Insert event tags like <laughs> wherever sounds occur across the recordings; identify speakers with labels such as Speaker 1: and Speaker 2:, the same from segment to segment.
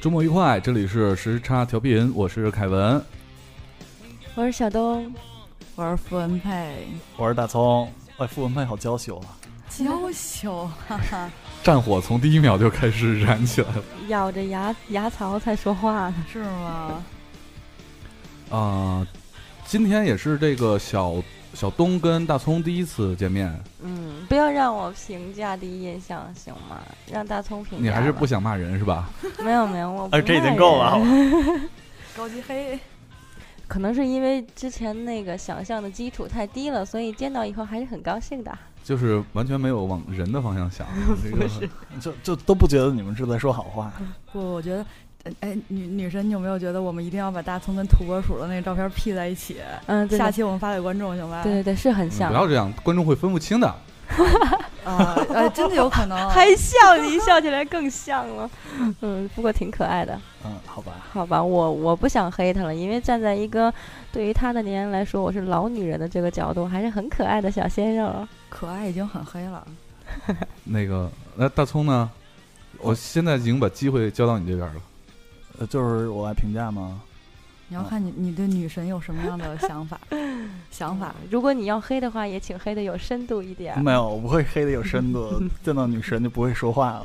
Speaker 1: 周末愉快，这里是时差调频，我是凯文，
Speaker 2: 我是小东，
Speaker 3: 我是傅文佩，
Speaker 4: 我是大葱。哎，傅文佩好娇羞啊！
Speaker 3: 娇羞，哈哈，
Speaker 1: 战火从第一秒就开始燃起来了
Speaker 2: 咬着牙牙槽才说话呢。
Speaker 3: 是吗？
Speaker 1: 啊、今天也是这个小小东跟大葱第一次见面，
Speaker 2: 嗯，不要让我评价第一印象行吗？让大葱评价吧。
Speaker 1: 你还是不啊想骂人是吧？
Speaker 2: 没有没有，我不
Speaker 4: 哎，这已
Speaker 2: 骂
Speaker 4: 经够
Speaker 2: 人
Speaker 4: 了，好吧？
Speaker 3: 高级黑，
Speaker 2: 可能是因为之前那个想象的基础太低了，所以见到以后还是很高兴的。
Speaker 1: 就是完全没有往人的方向想，这个嗯
Speaker 4: 就就都不觉得你们是在说好话。
Speaker 3: 不，我觉得，呃哎，女女神，你有没有觉得我们一定要把大葱跟土拨鼠的那个照片 P 在一起？
Speaker 2: 嗯，对
Speaker 3: 下
Speaker 2: 对
Speaker 3: 期我们发给观众行吧？
Speaker 2: 对对对，是很
Speaker 1: 嗯
Speaker 2: 像。
Speaker 1: 不。要这样，观众会分不清的。
Speaker 3: 啊，呃，真的有可 <laughs> 能
Speaker 2: 还像，你一笑起来更像了。 <laughs> 嗯，不过挺可爱的。
Speaker 4: 嗯，好吧。
Speaker 2: 好吧，我我不想黑她了，因为站在一个对于她的年龄来说，我是老女人的这个角度，还是很可爱的小鲜肉。
Speaker 3: 可爱已经很黑了，
Speaker 1: 那个，那大葱呢？我现在已经把机会交到你这边了。
Speaker 4: 呃，就是我来评价吗？
Speaker 3: 你要看你你对女神有什么样的想 <laughs> 法？想法
Speaker 2: 如果你要黑的话，也请黑的有深度一点儿。
Speaker 4: 没有，我不会黑的有深 <laughs> 度，见到女神就不会说话 <laughs> 了。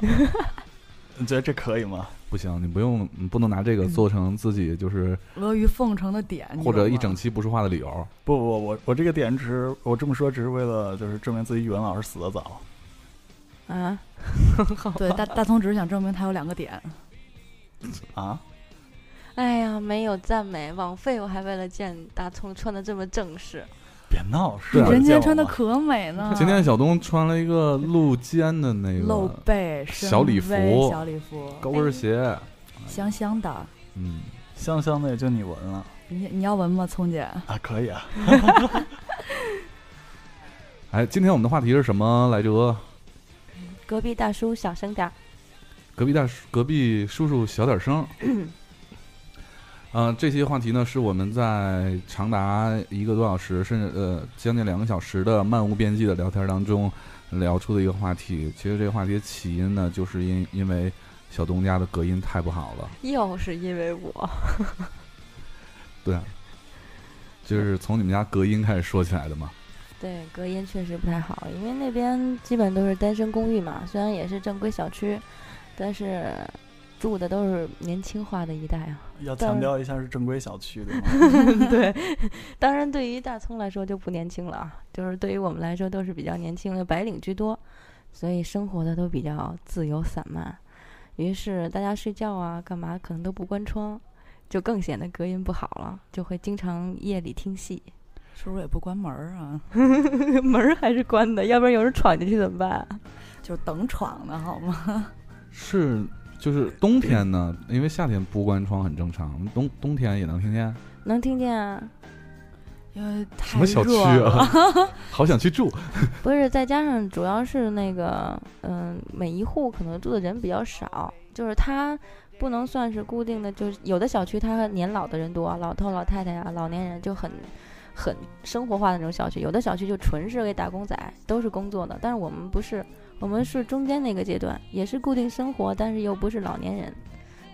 Speaker 4: 你觉得这可以吗？
Speaker 1: 不行，你不用，你不能拿这个做成自己就是
Speaker 3: 阿谀奉承的点，你
Speaker 1: 或者
Speaker 3: 懂
Speaker 1: 一
Speaker 3: 吗
Speaker 1: 整期不说话的理由。
Speaker 4: 不不，我我这个点只是我这么说，只是为了就是证明自己语文老师死得早。
Speaker 2: 啊，好吧
Speaker 3: 对大大葱只是想证明他有两个点，
Speaker 4: 啊，
Speaker 2: 哎呀，没有赞美，枉费我还为了见大葱穿的这么正式。
Speaker 4: 别闹，是
Speaker 1: <laughs> 对啊
Speaker 4: 有
Speaker 3: 人
Speaker 4: 见
Speaker 3: 家
Speaker 4: 我
Speaker 3: 穿的
Speaker 4: 吗
Speaker 3: 可美呢。
Speaker 1: 今天小东穿了一个露肩的那
Speaker 3: 露
Speaker 1: 个
Speaker 3: 背深
Speaker 1: 小礼
Speaker 3: 微
Speaker 1: 服
Speaker 3: 小礼服
Speaker 1: 高跟鞋，
Speaker 3: 香香的。
Speaker 1: 嗯，
Speaker 4: 香香的也就你闻了
Speaker 3: 你你要闻吗，聪姐？
Speaker 4: 啊，可以啊。
Speaker 1: 哎，今天我们的话题是什么来着？
Speaker 2: 隔壁大叔，小声点儿。
Speaker 1: 隔壁大叔，隔壁叔叔小点
Speaker 3: <clears throat>
Speaker 1: 声。嗯、这些话题呢，是我们在长达一个多小时，甚至呃将近两个小时的漫无边际的聊天当中聊出的一个话题。其实这个话题的起因呢，就是因因为小东家的隔音太不好了。
Speaker 2: 又是因为我，
Speaker 1: 对啊，就是从你们家隔音开始说起来的嘛。
Speaker 2: 对隔音确实不太好，因为那边基本都是单身公寓嘛，虽然也是正规小区，但是住的都是年轻化的一代啊。
Speaker 4: 要
Speaker 2: 当
Speaker 4: 强
Speaker 2: 然
Speaker 4: 调一下是正规小区的。
Speaker 2: 对， <laughs> 当然对于大葱来说就不年轻了啊，就是对于我们来说都是比较年轻的白领居多，所以生活的都比较自由散漫，于是大家睡觉啊干嘛可能都不关窗，就更显得隔音不好了，就会经常夜里听戏， <laughs>
Speaker 3: 是不是也不关门儿啊？
Speaker 2: 门儿还是关的，要不然有人闯进去怎么办？啊
Speaker 3: 就是等闯的好吗？
Speaker 1: 是，就是冬天呢，因为夏天不关窗很正常，冬冬天也能听见。
Speaker 2: 能听见啊？
Speaker 3: 因为
Speaker 1: 什
Speaker 3: 太
Speaker 1: 么小区
Speaker 3: 热了。
Speaker 1: 啊？ <laughs> 好想去住。
Speaker 2: 不是，再加上主要是那个，嗯，每一户可能住的人比较少，就是它不能算是固定的，就是有的小区它年老的人多啊，老头老太太呀、老年人就很很生活化的那种小区，有的小区就纯是给打工仔，都是工作的，但是我们不是，我们是中间那个阶段，也是固定生活，但是又不是老年人，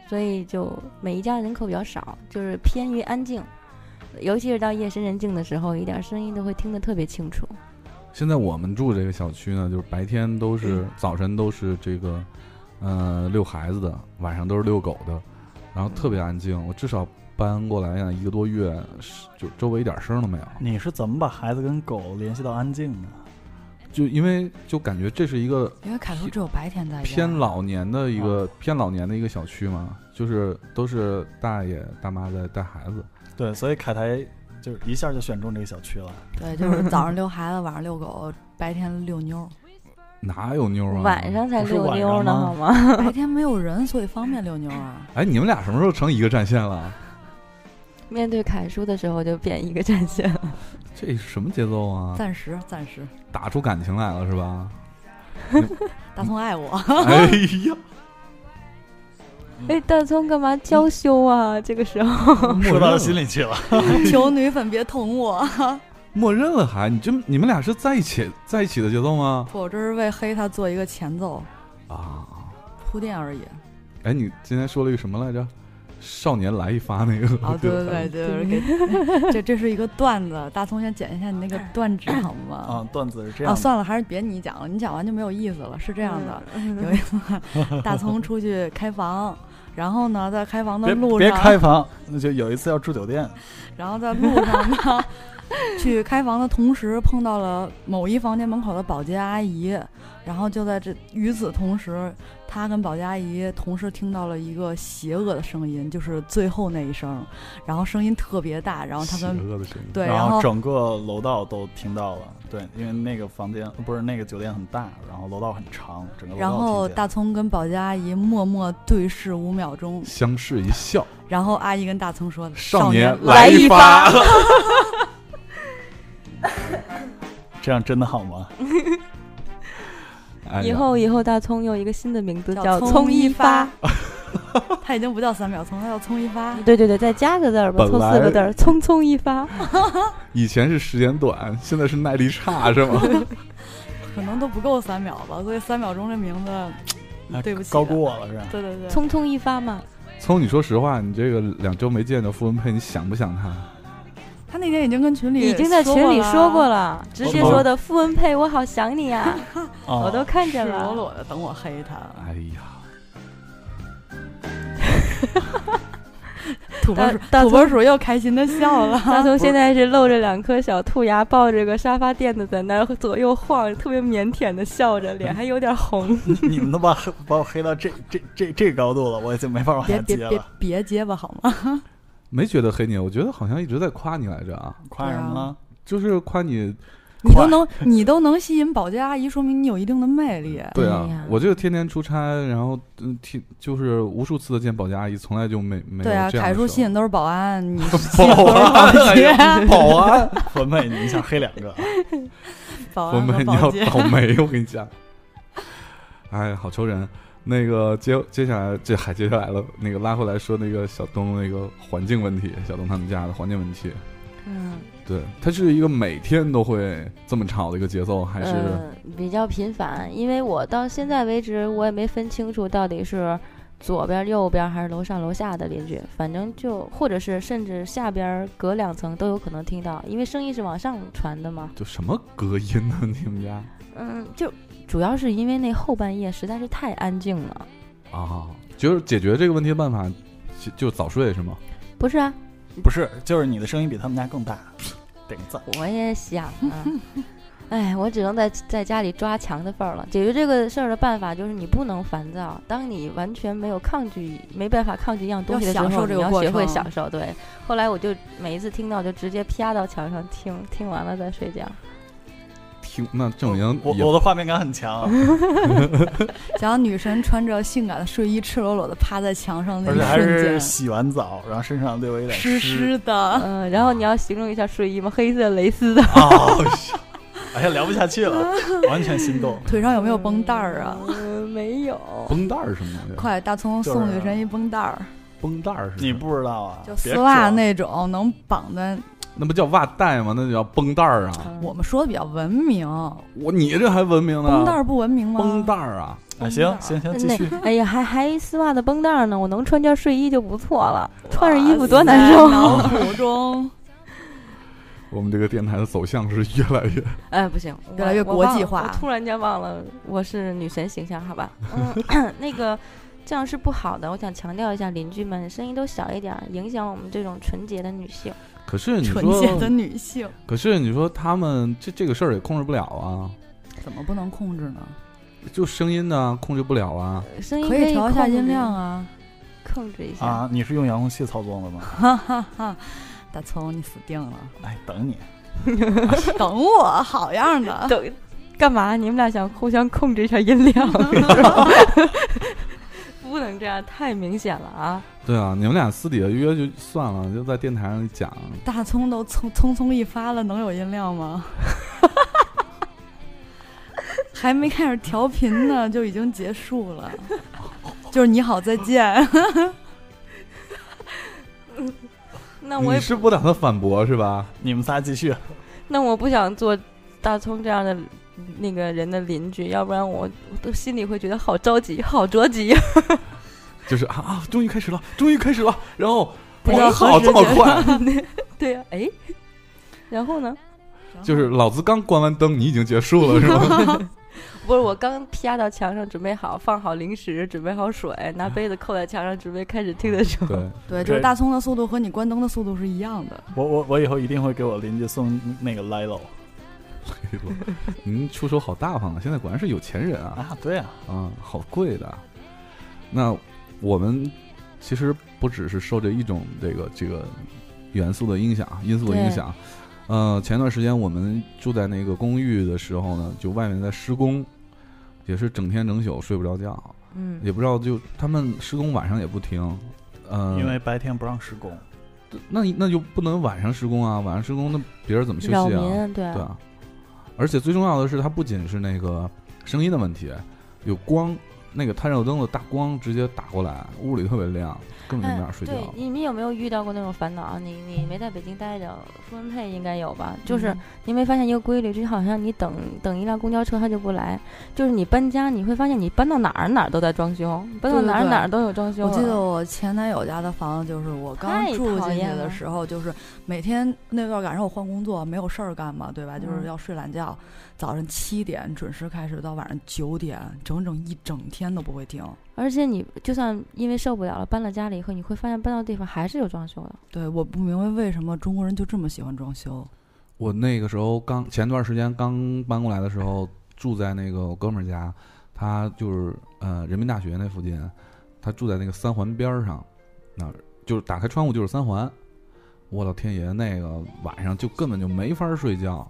Speaker 2: 所以就每一家人口比较少，就是偏于安静。尤其是到夜深人静的时候，一点声音都会听得特别清楚。
Speaker 1: 现在我们住这个小区呢，就是白天都
Speaker 3: 嗯
Speaker 1: 是早晨都是这个，呃，遛孩子的，晚上都是遛狗的，然后特别安静。我至少搬过来呀，一个多月，是就周围一点声都没有。
Speaker 4: <laughs> 你是怎么把孩子跟狗联系到安静的？
Speaker 1: 就因为就感觉这是一个
Speaker 3: <laughs> 因为凯叔只有白天在家
Speaker 1: 偏老年的一
Speaker 3: 嗯
Speaker 1: 个偏老年的一个小区嘛，就是都是大爷大妈在带孩子。
Speaker 4: 对，所以凯台就是一下就选中这个小区了。
Speaker 3: 对，就是早上遛孩子，晚上遛狗，白天遛妞儿，
Speaker 1: 哪有妞啊？
Speaker 2: 晚上才
Speaker 4: 不是
Speaker 2: 遛
Speaker 4: 晚
Speaker 2: 妞儿
Speaker 4: 上
Speaker 2: 呢，
Speaker 4: 吗
Speaker 2: 好吗？<laughs>
Speaker 3: <laughs> 白天没有人，所以方便遛妞儿啊。
Speaker 1: 哎，你们俩什么时候成一个战线了？
Speaker 2: 面对凯叔的时候就变一个战线了。
Speaker 1: 这是什么节奏啊？
Speaker 3: 暂时，暂时，
Speaker 1: 打出感情来了是吧？
Speaker 3: 大葱
Speaker 1: <laughs>
Speaker 3: 爱我，
Speaker 1: 哎呀，
Speaker 2: 哎，大葱干嘛娇羞啊？这个时候，
Speaker 3: 哦
Speaker 4: 说到心里去了。
Speaker 3: 求女粉别捅我。
Speaker 1: 默认了还？你这你们俩是在一起在一起的节奏吗？
Speaker 3: 不，我这是为黑他做一个前奏
Speaker 1: 啊，
Speaker 3: 铺垫而已。
Speaker 1: 哎，你今天说了一个什么来着？少年来一发那个，
Speaker 3: 啊，
Speaker 1: <laughs>
Speaker 3: 对对对，就是给 <laughs> 这这是一个段子，大葱先剪一下你那个段子好吗？
Speaker 4: 啊，段子是这
Speaker 3: 啊，
Speaker 4: 样的，
Speaker 3: 算了，还是别你讲了，你讲完就没有意思了。是这
Speaker 2: 这
Speaker 3: 样的，
Speaker 2: 嗯
Speaker 3: 有一次大葱出去开房，然后呢，在开房的路
Speaker 4: 别别
Speaker 3: 上，
Speaker 4: 开房，那就有一次要住酒店，
Speaker 3: 然后在路上呢，去开房的同时碰到了某一房间门口的保洁阿姨，然后就在这与此同时，他跟保洁阿姨同时听到了一个邪恶的声音，就是最后那一声，然后声音特别大，然后他们
Speaker 1: 邪恶的声音
Speaker 3: 对，
Speaker 4: 然
Speaker 3: 然后
Speaker 4: 整个楼道都听到了，对，因为那个房间不是那个酒店很大，然后楼道很长，整个楼道
Speaker 3: 然后
Speaker 4: 听见
Speaker 3: 大葱跟保洁阿姨默默对视五秒钟，
Speaker 1: 相视一笑，
Speaker 3: 然后阿姨跟大葱说：“
Speaker 1: 少
Speaker 3: 年
Speaker 1: 年
Speaker 3: <laughs>
Speaker 2: 来
Speaker 1: 一
Speaker 2: 一
Speaker 1: 发。
Speaker 4: 这样真的好吗？
Speaker 1: 哎呀
Speaker 2: 以后以后大葱有一个新的名字叫
Speaker 3: 葱
Speaker 2: 一
Speaker 3: 发，，他已经不叫三秒葱，他叫葱一发。
Speaker 2: 对对对，再加个字儿吧，
Speaker 1: 本
Speaker 2: 凑四
Speaker 1: 来
Speaker 2: 个字儿，匆匆一发。
Speaker 1: 以前是时间短，现在是耐力差，是吗？ <laughs>
Speaker 3: 可能都不够三秒吧，所以三秒钟这名字，
Speaker 4: 哎
Speaker 3: <laughs> 对不起，
Speaker 4: 高估我
Speaker 3: <laughs>
Speaker 4: 了是吧？
Speaker 3: 对对对，
Speaker 2: 匆匆一发嘛，
Speaker 1: 聪，你说实话，你这个两周没见的傅文佩，你想不想他？
Speaker 3: 他那天已经跟群里
Speaker 2: 已经在群里说过，了，直接
Speaker 1: 我
Speaker 2: 说的傅文佩，我好想你啊，
Speaker 4: 哦
Speaker 2: 我都看
Speaker 3: 赤
Speaker 2: 见
Speaker 3: 裸
Speaker 2: 了。
Speaker 3: 裸的等我黑他，
Speaker 1: 哎呀，
Speaker 3: 土拨
Speaker 2: 大
Speaker 3: 鼠，
Speaker 2: 大
Speaker 3: 土拨鼠又开心的笑了。
Speaker 2: 大葱现在是露着两颗小兔牙，抱着个沙发垫子在那儿左右晃，特别腼腆的笑着，脸还有点红。
Speaker 4: 你们都把黑把我黑到这这这这高度了，我已经没法
Speaker 3: <laughs>
Speaker 4: 往
Speaker 3: 别
Speaker 4: 下
Speaker 3: 别
Speaker 4: 接
Speaker 3: 别
Speaker 4: 了。
Speaker 3: 别结巴好
Speaker 4: <laughs>
Speaker 3: 吗？
Speaker 1: 没觉得黑你，我觉得好像一直在夸你来着啊，
Speaker 4: 夸什么
Speaker 3: <laughs>
Speaker 4: 了？
Speaker 1: 就是夸
Speaker 3: 哎
Speaker 1: 你。
Speaker 3: 你都能你都能吸引保洁阿姨，说明你有一定的魅力。
Speaker 1: 对
Speaker 2: 哎呀
Speaker 1: 啊，我这个天天出差，然后嗯，天就是无数次的见保洁阿姨，从来就没没有
Speaker 3: 对啊，
Speaker 1: 这样的
Speaker 3: 凯叔
Speaker 1: 时候
Speaker 3: 吸引都是保安，
Speaker 4: <laughs>
Speaker 3: 你吸引
Speaker 4: 保安哎
Speaker 3: 保
Speaker 4: <laughs>
Speaker 3: 洁，
Speaker 4: 保 <laughs> 安，文妹，啊你想黑两个？
Speaker 3: 保
Speaker 1: 我
Speaker 3: 安
Speaker 1: 们
Speaker 3: 和
Speaker 1: 你要
Speaker 3: 保洁。
Speaker 1: 倒霉，我跟你
Speaker 3: <laughs>
Speaker 1: 讲。哎，好愁人。那个接接下来这还接下来了，那个拉回来说那个小东那个环境问题，小东他们家的环境问题，
Speaker 2: 嗯，
Speaker 1: 对，它是一个每天都会这么吵的一个节奏，还是、
Speaker 2: 呃、比较频繁，因为我到现在为止我也没分清楚到底是左边、右边还是楼上楼下的邻居，反正就或者是甚至下边儿隔两层都有可能听到，因为声音是往上传的嘛。
Speaker 1: 就什么隔音呢？你们家
Speaker 2: 嗯，就主要是因为那后半夜实在是太安静了。
Speaker 1: 啊，就是解决这个问题的办法，就就早睡是吗？
Speaker 2: 不是啊，
Speaker 4: 不是，就是你的声音比他们家更大，顶赞。
Speaker 2: 我也想啊。哎，我只能在在家里抓强的份儿了。解决这个事儿的办法就是你不能烦躁。当你完全没有抗拒、没办法抗拒一样东西的时候，
Speaker 3: 要享受这个
Speaker 2: 你要
Speaker 3: 过
Speaker 2: 学会
Speaker 3: 程
Speaker 2: 享受。对，后来我就每一次听到就直接啪到墙上听，听完了再睡觉。
Speaker 1: 听那证明
Speaker 4: 我
Speaker 1: 也
Speaker 4: 我的画面感
Speaker 3: <laughs>
Speaker 4: 很强，啊
Speaker 3: 嗯讲女神穿着性感的睡衣，赤裸裸的趴在墙上那
Speaker 4: 而
Speaker 3: 一
Speaker 4: 且还是
Speaker 3: 瞬间，
Speaker 4: 洗完澡，然后身上略微有点
Speaker 3: 湿
Speaker 4: 湿。
Speaker 3: 湿的。
Speaker 2: 嗯、然后你要形容一下睡衣吗？黑色蕾丝的，
Speaker 1: <laughs>
Speaker 4: 哦，哎呀，聊不下
Speaker 3: <laughs>
Speaker 4: 去了，完全心动。
Speaker 3: 腿上有没有绷带儿啊？
Speaker 2: 嗯没有。
Speaker 1: 绷带儿什么东西？
Speaker 3: 快，大葱
Speaker 4: 就是
Speaker 3: 送女神一绷带儿，
Speaker 1: 绷带儿是
Speaker 4: 你
Speaker 1: 什么
Speaker 4: 不知道啊？
Speaker 3: 就
Speaker 4: 别
Speaker 3: 丝袜
Speaker 4: 装
Speaker 3: 那种能绑在。
Speaker 1: 那不叫袜带吗？那就叫绷带儿啊！
Speaker 2: 嗯
Speaker 3: 我们说的比较文明，
Speaker 1: 我你这还文明呢？
Speaker 3: 绷带儿不文明吗？
Speaker 1: 绷带儿啊！
Speaker 4: 啊，
Speaker 3: 绷带
Speaker 4: 行
Speaker 3: 儿
Speaker 4: 行行，继
Speaker 2: 那 <laughs>
Speaker 4: 续。
Speaker 2: 哎呀，还还丝袜的绷带儿呢，我能穿件睡衣就不错了，
Speaker 3: 哇哦
Speaker 2: 穿着衣服多难受啊
Speaker 3: 塞。脑补中
Speaker 1: 我们这个电台的走向是越来越……
Speaker 2: 哎，不行，
Speaker 3: 越
Speaker 2: 我
Speaker 3: 来越
Speaker 2: 我
Speaker 3: 国
Speaker 2: 忘
Speaker 3: 际
Speaker 2: 了
Speaker 3: 化
Speaker 2: 我突然间忘了我是女神形象，好
Speaker 3: <laughs>
Speaker 2: 吧？嗯，那个这样是不好的。我想强调一下，邻居们声音都小一点儿，影响我们这种纯洁的女性。
Speaker 1: <laughs> 可是你
Speaker 3: 纯洁的
Speaker 1: 说，
Speaker 3: 女性，
Speaker 1: 可是你说他们这这个事儿也控制不了啊，
Speaker 3: 怎么不能控制呢？
Speaker 1: 就声音呢控制不了啊。
Speaker 2: 声音
Speaker 3: 可
Speaker 2: 以
Speaker 3: 以调一下
Speaker 2: 控制
Speaker 3: 音量，啊！
Speaker 2: 控制一下。
Speaker 4: 啊，你是用遥控器操纵的吗？
Speaker 3: 哈哈哈，大葱你死定了， <laughs>
Speaker 4: 哎，等你。
Speaker 3: 等我，好样的！
Speaker 2: 等干嘛？你们俩想互相控制一下音
Speaker 3: <laughs>
Speaker 2: 量？不能这样，太明显了啊！
Speaker 1: 对啊，你们俩私底下约就算了，就在电台上讲，
Speaker 3: 大葱都匆匆匆一发了，能有音量 <laughs> 吗？还没开始调频呢，就已经结束 <laughs> 了。就是你好，再见。
Speaker 2: 那我
Speaker 1: 你
Speaker 2: 也
Speaker 3: 嗯
Speaker 1: 是不打算反驳是吧？
Speaker 4: 你们仨继续，
Speaker 2: 那我不想做大葱这样的那个人的邻居，要不然我我都心里会觉得好着急，好着急。
Speaker 1: 就是啊啊，终于开始了，终于开始了，然后
Speaker 2: 不
Speaker 1: 哇
Speaker 2: 知道
Speaker 1: 好
Speaker 2: 何时
Speaker 1: 哦这么
Speaker 2: 结束 <laughs>
Speaker 1: 快，
Speaker 2: 对呀、哎，然后呢？
Speaker 1: <laughs> 就是
Speaker 2: 嗯
Speaker 1: 老子刚关完灯，你已经结束了是
Speaker 2: <laughs>
Speaker 1: 吗？
Speaker 2: 不是我刚啪到墙上，准备好放好零食，准备好水，拿杯子扣在墙上，准备开始听的时候，
Speaker 1: 对，
Speaker 3: 对，就是
Speaker 4: 这
Speaker 3: 大葱的速度和你关灯的速度是一样的。
Speaker 4: 我我我以后一定会给我邻居送那个 Lilo
Speaker 1: 您出手好大方啊！现在果然是有钱人啊
Speaker 4: 啊，对啊，
Speaker 1: 啊，好贵的。那我们其实不只是受这一种这个这个元素的影响啊因素的影响。呃，前段时间我们住在那个公寓的时候呢，就外面在施工，也是整天整宿睡不着觉，
Speaker 2: 嗯，
Speaker 1: 也不知道就他们施工晚上也不停，呃，
Speaker 4: 因为白天不让施工，
Speaker 1: 那那就不能晚上施工啊，晚上施工那别人怎么休息啊？
Speaker 2: 扰民，对啊
Speaker 1: 对啊，而且最重要的是，它不仅是那个声音的问题，有光，那个探照灯的大光直接打过来，屋里特别亮，根本就没法睡觉。
Speaker 2: 哎嗯
Speaker 1: 啊
Speaker 2: 对，你们有没有遇到过那种烦恼啊？你你没在北京待着，分配应该有吧？
Speaker 3: 嗯
Speaker 2: 就是你没发现一个规律，就好像你等等一辆公交车它就不来，就是你搬家你会发现你搬到哪儿哪儿都在装修，搬到
Speaker 3: 对对
Speaker 2: 哪儿
Speaker 3: 对
Speaker 2: 哪儿都有装修啊
Speaker 3: 我
Speaker 2: 了。
Speaker 3: 记得我前男友家的房子，就是我刚
Speaker 2: 太
Speaker 3: 住
Speaker 2: 讨
Speaker 3: 进去
Speaker 2: 厌
Speaker 3: 的
Speaker 2: 了
Speaker 3: 时候，就是每天那段赶上我换工作，没有事儿干嘛，对吧？就是
Speaker 2: 嗯
Speaker 3: 要睡懒觉，早上七点准时开始到晚上九点，整整一整天都不会停。
Speaker 2: 而且你就算因为受不了了搬了家里以后，你会发现搬到地方还是有装修的。
Speaker 3: 对，我不明白为什么中国人就这么喜欢装修。
Speaker 1: 我那个时候刚前段时间刚搬过来的时候，住在那个我哥们儿家，他就是呃人民大学那附近，他住在那个三环边儿上，那儿就是打开窗户就是三环。我老天爷，那个晚上就根本就没法睡觉，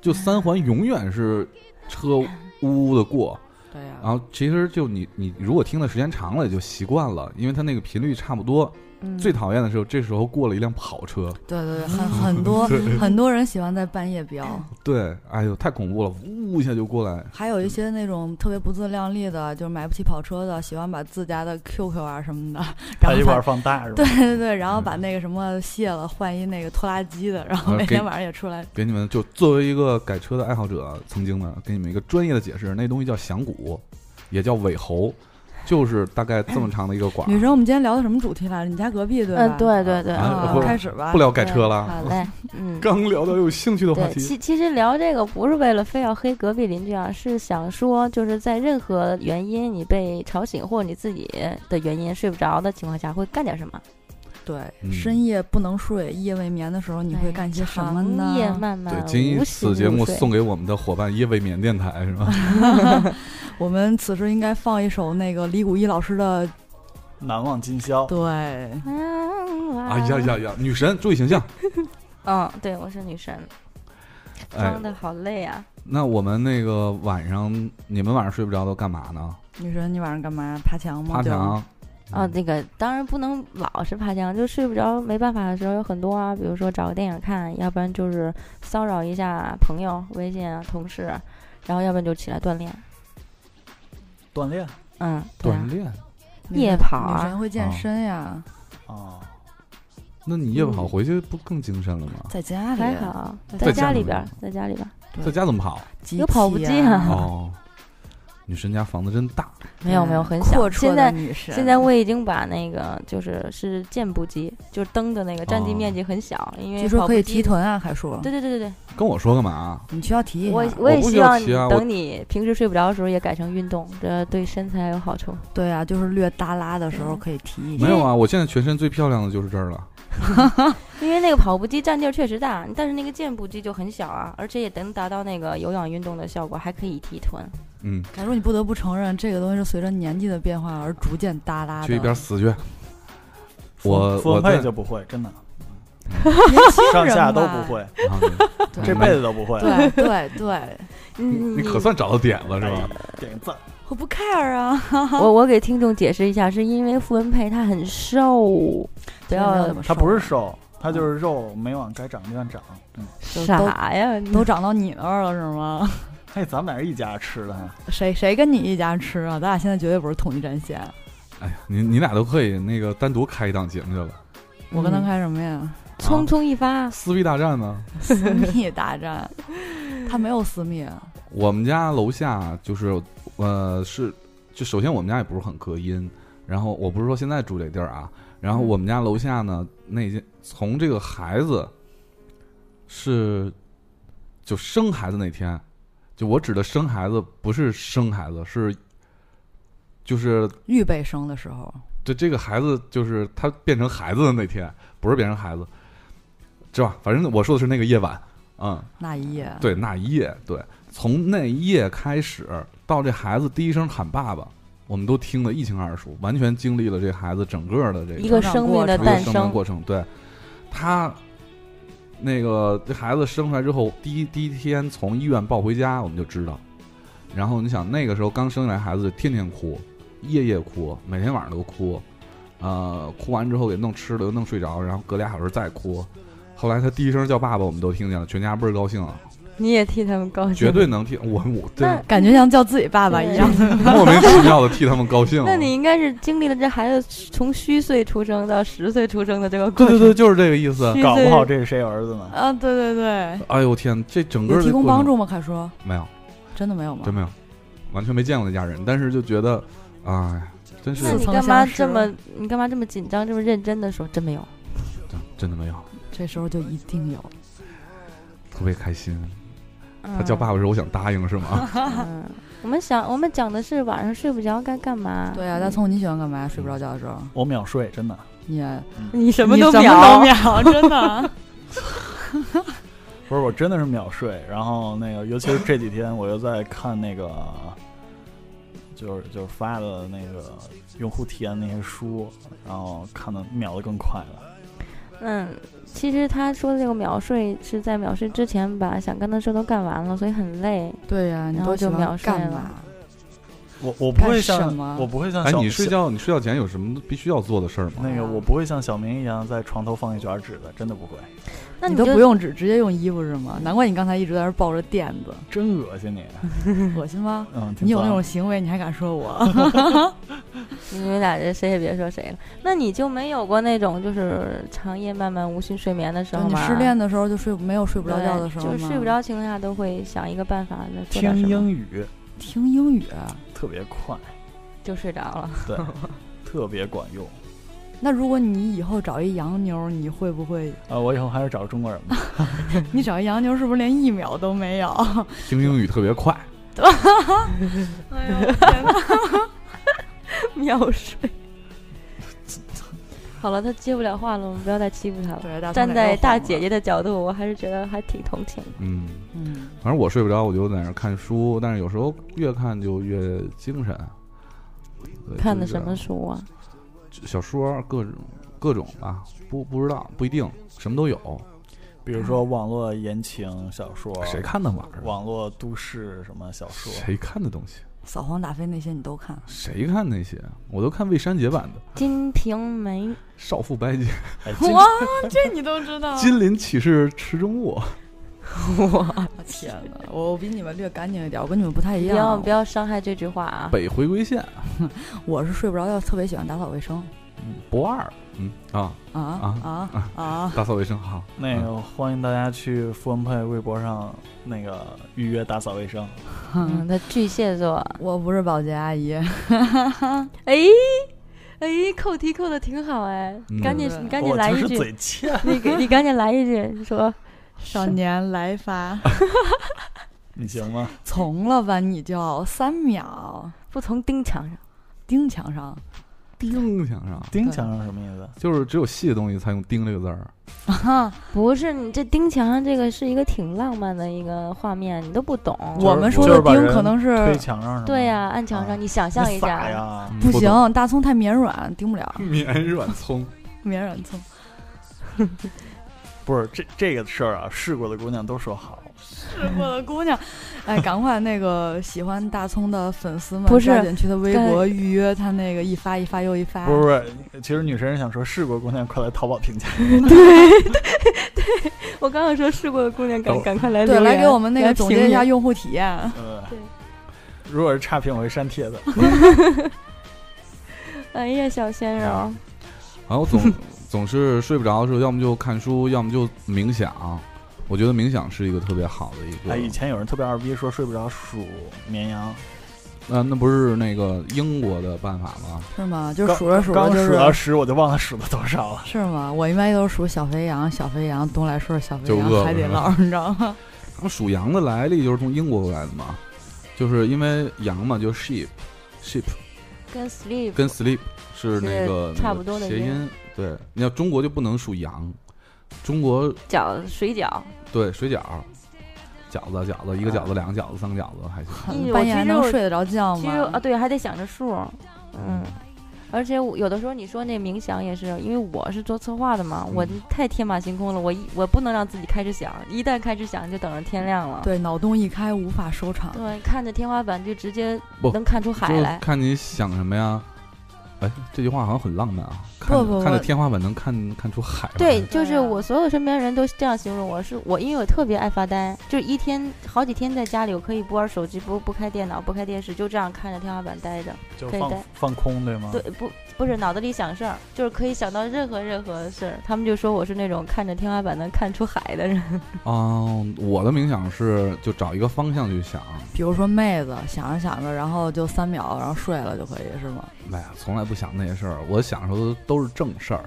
Speaker 1: 就三环永远是车呜呜的过，
Speaker 3: 对
Speaker 2: 啊
Speaker 3: 呀
Speaker 1: 然后其实就你你如果听的时间长了也就习惯了，因为它那个频率差不多。
Speaker 2: 嗯，
Speaker 1: 最讨厌的时候，这时候过了一辆跑车，
Speaker 3: 对对 <laughs> 对，很很
Speaker 1: <laughs>
Speaker 3: 多很多人喜欢在半夜飙，
Speaker 2: 嗯
Speaker 1: 对，哎呦太恐怖了，呜一下就过来，
Speaker 3: 还有一些那种特别不自量力的，就是买不起跑车的，喜欢把自家的 QQ 啊什么的， <laughs> 然
Speaker 4: 他一
Speaker 3: 后
Speaker 4: 块
Speaker 3: 把
Speaker 4: 放大是吧？
Speaker 3: 对对对，然后把那个什么卸了，换一那个拖拉机的，然后
Speaker 1: 嗯啊
Speaker 3: 每
Speaker 1: 给
Speaker 3: 天晚上也出来。
Speaker 1: 给你们就作为一个改车的爱好者，曾经的给你们一个专业的解释，那东西叫响鼓，也叫尾喉，就是大概这么长的一个管
Speaker 3: 女。神，我们今天聊的什么主题来着？你家隔壁对吧？
Speaker 2: 嗯，对对对，
Speaker 1: 啊
Speaker 3: 啊
Speaker 1: 不，
Speaker 3: 开始吧
Speaker 1: 不。聊改车
Speaker 2: 对
Speaker 1: 了，
Speaker 2: 好
Speaker 3: <laughs>
Speaker 2: 嘞，嗯。
Speaker 1: 刚聊到有兴趣的话
Speaker 2: 对，
Speaker 1: 题，
Speaker 2: 其其实聊这个不是为了非要黑隔壁邻居啊，是想说就是在任何原因你被吵醒或者你自己的原因睡不着的情况下，会干点什么？
Speaker 3: 对，
Speaker 1: 嗯
Speaker 3: 深夜不能睡，夜未眠的时候，你会干些什么
Speaker 2: 哎长夜
Speaker 3: 呢？
Speaker 2: 漫漫，
Speaker 1: 对，谨以
Speaker 2: 无心
Speaker 1: 此节目
Speaker 2: 入睡
Speaker 1: 送给我们的伙伴夜未眠电台是吧？
Speaker 3: <laughs> 我们此时应该放一首那个李谷一老师的，
Speaker 4: 难忘今宵，
Speaker 3: 对，
Speaker 2: 啊
Speaker 1: 哎呀！呀呀，女神注意形象。
Speaker 2: 嗯，对，我是女神，
Speaker 1: 哎
Speaker 2: 装，的好累啊。
Speaker 1: 那我们那个晚上，你们晚上睡不着都干嘛呢？
Speaker 3: 女神，你晚上干嘛？爬墙吗？
Speaker 1: 爬墙。
Speaker 2: 啊，那个当然不能老是爬墙，就睡不着没办法的时候有很多啊，比如说找个电影看，要不然就是骚扰一下朋友、微信啊、同事，然后要不然就起来锻炼。
Speaker 4: 锻炼
Speaker 2: 嗯，对啊
Speaker 1: 锻，炼。
Speaker 3: 就
Speaker 2: 夜跑啊
Speaker 3: 女神会健
Speaker 1: 哦
Speaker 3: 身呀，
Speaker 4: 啊，
Speaker 1: 那你夜跑回去不更精神了吗？
Speaker 3: 在家里
Speaker 2: 还好，
Speaker 3: 啊在
Speaker 2: 在
Speaker 1: 家
Speaker 2: 家
Speaker 1: 里
Speaker 2: 里边
Speaker 1: 面
Speaker 2: 儿，在家里边儿。
Speaker 3: 对
Speaker 1: 在家怎么跑？
Speaker 3: 机
Speaker 2: 有跑步
Speaker 3: 器
Speaker 2: 机
Speaker 3: 啊
Speaker 2: 啊，
Speaker 1: 哦，女神家房子真大，
Speaker 2: 没有
Speaker 3: 对
Speaker 2: 没有很小
Speaker 3: 阔，绰
Speaker 2: 现
Speaker 3: 的
Speaker 2: 在
Speaker 3: 女神
Speaker 2: 现在我已经把那个就是是箭步机，就是蹬的那个
Speaker 1: 哦
Speaker 2: 占地面积很小，因为
Speaker 3: 据说
Speaker 2: 跑
Speaker 3: 可
Speaker 2: 步
Speaker 3: 以
Speaker 2: 机
Speaker 3: 提。臀啊，还说
Speaker 2: 对对对对
Speaker 1: 跟我说干嘛？啊
Speaker 3: 你需要提一
Speaker 2: 对，
Speaker 3: 下。
Speaker 2: 我也
Speaker 1: 不需
Speaker 2: 希
Speaker 1: 要
Speaker 2: 望
Speaker 1: 骑
Speaker 2: 你
Speaker 1: 啊我
Speaker 2: 等你平时睡不着的时候也改成运动，这对身材有好处。
Speaker 3: 对啊，就是略耷拉的时候
Speaker 2: 嗯
Speaker 3: 可以提一下
Speaker 1: 没。有啊，我现在全身最漂亮的就是这儿了。
Speaker 2: 因为那个跑步机占地儿确实大，但是那个箭步机就很小啊，而且也能达到那个有氧运动的效果，还可以提臀。
Speaker 1: 嗯，
Speaker 3: 假如你不得不承认，这个东西是随着年纪的变化而逐渐耷拉的。
Speaker 1: 去一边死去。我
Speaker 4: 分
Speaker 1: 我
Speaker 4: 配
Speaker 1: 在
Speaker 4: 就不会，真的，
Speaker 3: 年轻人
Speaker 4: <laughs> 上下都
Speaker 3: 吧
Speaker 4: 不。会，
Speaker 1: 啊对
Speaker 3: 对
Speaker 4: 这辈子都不会。
Speaker 3: 对对对，
Speaker 2: 嗯 <laughs>
Speaker 1: 你可算找到点了
Speaker 2: 哎
Speaker 1: 是吧？
Speaker 4: 点个赞，
Speaker 3: 我不 care 啊。
Speaker 2: 我我给听众解释一下，是因为傅文佩他很瘦，不要
Speaker 4: 他不是瘦，他就是肉没往该长的地方长。嗯，
Speaker 2: 傻呀，你
Speaker 3: 都长到你那儿了是吗？
Speaker 4: 嘿，咱们俩是一家吃的哈，
Speaker 3: 谁谁跟你一家吃啊？咱俩现在绝对不是统一战线。
Speaker 1: 哎呀，你你俩都可以那个单独开一档节目去了。
Speaker 3: 我跟他开什么呀？ <laughs>
Speaker 2: 匆匆一发，
Speaker 1: 撕逼大战呢？
Speaker 3: 私密大战，他没有私密，
Speaker 1: 我们家楼下就是，呃，是就首先我们家也不是很隔音，然后我不是说现在住这地儿啊，然后我们家楼下呢，那间从这个孩子是就生孩子那天，就我指的生孩子不是生孩子，是就是
Speaker 3: 预备生的时候，
Speaker 1: 这这个孩子就是他变成孩子的那天，不是变成孩子，是吧？反正我说的是那个夜晚，嗯，
Speaker 3: 那一夜，
Speaker 1: 对，那一夜，对，从那一夜开始到这孩子第一声喊爸爸，我们都听得一清二楚，完全经历了这孩子整个的这
Speaker 2: 一
Speaker 1: 个
Speaker 2: 个生命的
Speaker 1: 一个
Speaker 2: 诞
Speaker 1: 生命过程。对，他那个这孩子生出来之后，第一第一天从医院抱回家，我们就知道。然后你想，那个时候刚生下来孩子，天天哭，夜夜哭，每天晚上都哭，呃，哭完之后给弄吃的，又弄睡着，然后隔俩小时再哭。后来他第一声叫爸爸，我们都听见了，全家倍儿高兴啊，
Speaker 2: 你也替他们高兴，
Speaker 1: 绝对能听我我对
Speaker 2: <laughs> 那
Speaker 3: 感觉像叫自己爸爸一样。
Speaker 1: 莫名其妙的替他们高兴了。
Speaker 2: 那你应该是经历了这孩子从虚岁出生到十岁出生的这个过
Speaker 1: 对
Speaker 2: 程，
Speaker 1: 对对，就是这个意思。
Speaker 2: 虚
Speaker 4: 搞不
Speaker 2: 岁
Speaker 4: 好这是谁儿子呢？
Speaker 3: 啊，对对对，
Speaker 1: 哎呦我天，这整个
Speaker 3: 有
Speaker 1: 的
Speaker 3: 提供
Speaker 1: 过程
Speaker 3: 帮助吗？凯叔，
Speaker 1: 没有？
Speaker 3: 真的没有吗
Speaker 1: 真？没有，完全没见过那家人，但是就觉得，哎，真是
Speaker 2: 那你
Speaker 3: 似曾
Speaker 2: 干嘛
Speaker 3: 相识
Speaker 2: 这么你干嘛这么紧张这么认真的说真没有？
Speaker 1: 真真的没有，
Speaker 3: 这时候就一定有。
Speaker 1: 特别开心。
Speaker 2: 嗯他
Speaker 1: 他叫爸爸的时候，我想答应是
Speaker 2: <laughs>
Speaker 1: 吗？
Speaker 2: 嗯，我们想，我们讲的是晚上睡不着该干嘛？
Speaker 3: 对啊，大聪，你喜欢干嘛？睡不着觉的时候，
Speaker 4: 我秒睡，真的。
Speaker 3: 你
Speaker 2: 嗯 <laughs> 你什
Speaker 3: 你
Speaker 2: 都
Speaker 3: 什么
Speaker 2: 秒，
Speaker 3: <laughs> 都秒，真的。
Speaker 4: 不是，我真的是秒睡。然后那个，尤其是这几天，我又在看那个，就是就是发的那个用户体验那些书，然后看的秒的更快了。
Speaker 2: 嗯，其实他说的这个秒睡是在秒睡之前把想干的事都干完了，所以很累。
Speaker 3: 对呀，你
Speaker 2: 然
Speaker 3: 都
Speaker 2: 后
Speaker 3: 喜
Speaker 2: 就
Speaker 3: 欢
Speaker 2: 秒睡
Speaker 3: 干
Speaker 2: 了
Speaker 3: 嘛？
Speaker 4: 我我不会
Speaker 3: 干什
Speaker 4: 像
Speaker 3: 么
Speaker 4: 我不会像
Speaker 1: 哎，
Speaker 4: 小
Speaker 1: 你睡觉你睡觉前有什么必须要做的事儿吗？
Speaker 4: 那个我不会像小明一样在床头放一卷纸的，真的不会，
Speaker 2: 那
Speaker 3: 你
Speaker 2: 就
Speaker 3: 都不用纸，直接用衣服是吗？难怪你刚才一直在那儿抱着垫子，
Speaker 4: 真恶心你。
Speaker 3: 恶心吗？
Speaker 4: 嗯，挺
Speaker 3: 你有
Speaker 4: 脏
Speaker 3: 那种行为，你还敢说 <laughs> 我？
Speaker 2: 你们俩这谁也别说谁了。那你就没有过那种就是长夜漫漫无心睡眠的时候
Speaker 3: 你
Speaker 2: 吗？
Speaker 3: 失恋的时候就睡没有睡不着觉的时候
Speaker 2: 对就
Speaker 3: 吗？
Speaker 2: 是睡不着情况下都会想一个办法来做点
Speaker 4: 听
Speaker 2: 什么，
Speaker 4: 英语
Speaker 3: 听英语，
Speaker 4: 特别快，
Speaker 2: 就睡着了。 <laughs>
Speaker 4: 对，特别管用。
Speaker 3: 那如果你以后找一洋妞儿，你会不会？
Speaker 4: 啊，我以后还是找中国人吧。
Speaker 2: <laughs>
Speaker 3: 你找一洋妞儿是不是连一秒都没 <laughs> 有？
Speaker 2: 嗯
Speaker 1: 听英语特别快，
Speaker 3: 哎呦，
Speaker 2: <laughs> 秒睡。好了，他接不了话了，我们不要再欺负他了。
Speaker 3: 对，大
Speaker 2: 站在大姐
Speaker 3: 姐，
Speaker 2: 姐的角度，我还是觉得还挺同情。
Speaker 1: 嗯，
Speaker 3: 嗯，
Speaker 1: 反正我睡不着，我就在那儿看书，但是有时候越看就越精神。对
Speaker 2: 看的
Speaker 1: 就是
Speaker 2: 什么书啊？
Speaker 1: 小说，各种各种吧，不不知道，不一定，什么都有，
Speaker 4: 比如说网络言情小说，
Speaker 1: 谁看那玩意儿？
Speaker 4: 网络都市什么小说，
Speaker 1: 谁看的东西？
Speaker 3: 扫黄打非那些你都看，
Speaker 1: 谁看那些？我都看未删节版的《
Speaker 2: 《金瓶梅》 <laughs>
Speaker 1: 少妇白洁》
Speaker 4: 哎，这
Speaker 3: 哇，这你都知道 <laughs>
Speaker 1: 《金鳞岂是池中物》。
Speaker 3: 天哪，我比你们略干净一点，我跟你们不太一
Speaker 2: 不要
Speaker 3: 样。
Speaker 2: 不要伤害这句话啊！
Speaker 1: <laughs> 北回归线
Speaker 3: 我是睡不着觉，特别喜欢打扫卫生
Speaker 1: 博二，嗯啊，
Speaker 3: 啊
Speaker 1: 啊
Speaker 3: 啊啊！
Speaker 1: 打扫卫生好。
Speaker 4: 那个欢迎大家去富文配微博上那个预约打扫卫生。
Speaker 2: 嗯，他巨蟹座，
Speaker 3: 我不是保洁阿 <laughs> 姨，
Speaker 2: 哎哎，扣题扣的挺好哎，
Speaker 1: 嗯
Speaker 2: 赶紧
Speaker 3: 对
Speaker 2: 你赶紧
Speaker 4: 我
Speaker 2: 来
Speaker 4: 哦就
Speaker 2: 一
Speaker 4: 是
Speaker 2: 句，
Speaker 4: 嘴
Speaker 2: <laughs>
Speaker 4: 欠。
Speaker 2: 你给你赶紧来一句说，
Speaker 3: 少年来发，
Speaker 4: 你行吗？
Speaker 3: 从了吧你就三秒
Speaker 2: 不从钉墙上，
Speaker 3: 钉墙上，
Speaker 1: 钉墙上，
Speaker 4: 钉墙上什么意思？
Speaker 1: 就是只有细的东西才用“钉”这个字儿。
Speaker 2: 不是你这钉墙上这个是一个挺浪漫的一个画面，你都不懂。
Speaker 4: 是
Speaker 3: 我们说
Speaker 4: 就
Speaker 3: 的
Speaker 4: 是把
Speaker 3: 钉
Speaker 4: 人
Speaker 3: 可能是
Speaker 4: 推墙上是吗
Speaker 2: 对呀、，按墙上，
Speaker 4: 嗯啊
Speaker 2: 你想
Speaker 4: 那
Speaker 2: 象一
Speaker 4: 撒
Speaker 2: 下，
Speaker 4: 呀，
Speaker 1: 嗯
Speaker 3: 不行，大葱太绵软，钉不了，
Speaker 1: 懂绵软葱。
Speaker 3: 绵软葱。
Speaker 4: 不是这这个事儿啊，试过的姑娘都说好。
Speaker 3: 试过的姑娘，哎，赶快那个喜欢大葱的粉丝们，
Speaker 2: 不是
Speaker 3: 抓紧去他微博
Speaker 2: 该
Speaker 3: 预约他那个一发一发又一发
Speaker 4: 不。是不是，其实女神是想说，试过姑娘快来淘宝评价。
Speaker 2: 我刚刚说试过的姑娘，
Speaker 1: 赶
Speaker 2: 赶赶快来
Speaker 3: 对，来给我们那个总结一下用户体验。
Speaker 4: 呃
Speaker 2: 对，
Speaker 4: 如果是差评，我会删
Speaker 3: <laughs>
Speaker 4: 帖子。
Speaker 2: 哎呀，小鲜肉，
Speaker 1: 然后总 <laughs> 总是睡不着的时候，要么就看书，要么就冥想。我觉得冥想是一个特别好的一个
Speaker 4: 哎，以前有人特别二逼说睡不着数绵羊，
Speaker 1: 那、那不是那个英国的办法吗？
Speaker 3: 是吗？就
Speaker 4: 刚
Speaker 3: 数着数着
Speaker 4: 刚
Speaker 3: 就
Speaker 4: 数到
Speaker 1: 啊
Speaker 3: 是
Speaker 4: 十，我就忘了数到多
Speaker 3: <laughs>
Speaker 4: 少了。
Speaker 3: 是吗？我一般都是数小肥羊、小肥羊、东来顺、小肥
Speaker 1: 就饿
Speaker 3: 羊、
Speaker 1: 了
Speaker 3: 海底
Speaker 1: 是吧
Speaker 3: 捞，你知道 <laughs> 吗？
Speaker 1: 他们属羊的来历就是从英国过来的嘛，就是因为羊嘛，就 sheep sheep
Speaker 2: 跟 sleep
Speaker 1: 跟 sleep 是那个
Speaker 2: 是差不多的
Speaker 1: 那个谐
Speaker 2: 音
Speaker 1: 音。对，你要中国就不能属羊，中国
Speaker 2: 饺水饺，
Speaker 1: 对水饺、饺子、饺子一个饺子、两个饺子、三个饺子还行。
Speaker 2: 因为我
Speaker 3: 半
Speaker 2: 其
Speaker 3: 夜还
Speaker 2: 实
Speaker 3: 能
Speaker 2: 我
Speaker 3: 睡得着觉
Speaker 2: 其实啊，
Speaker 3: 吗？
Speaker 2: 对，还得想着数儿， <laughs> 嗯。而且我有的时候你说那冥想也是，因为我是做策划的嘛，我
Speaker 1: 嗯
Speaker 2: 太天马行空了，我一我不能让自己开始想，一旦开始想就等着天亮了。
Speaker 3: 对，脑洞一开无法收场。
Speaker 2: 对，看着天花板就直接
Speaker 1: 不
Speaker 2: 能看出海
Speaker 1: 就
Speaker 2: 来。
Speaker 1: 看你想什么呀？哎，这句话好像很浪漫啊！看
Speaker 3: 不不不
Speaker 1: 看着天花板能看看出海来。
Speaker 2: 对，就是
Speaker 3: 对啊
Speaker 2: 我所有身边人都这样形容我，是我因为我特别爱发呆，就是一天好几天在家里，我可以不玩手机，不不开电脑，不开电视，就这样看着天花板待着。
Speaker 4: 就
Speaker 2: 可以
Speaker 4: 放
Speaker 2: 的
Speaker 4: 放空对吗？
Speaker 3: 嗯
Speaker 2: 对，不不是脑子里想事儿，就是可以想到任何任何事儿。他们就说我是那种看着天花板能看出海的人。
Speaker 1: 哦，我的冥想是就找一个方向去想，
Speaker 3: 比如说妹子想着想着，然后就三秒，然后睡了就可以是吗？
Speaker 1: 哎呀，从来不想那些事儿，我想的时候都是正事儿，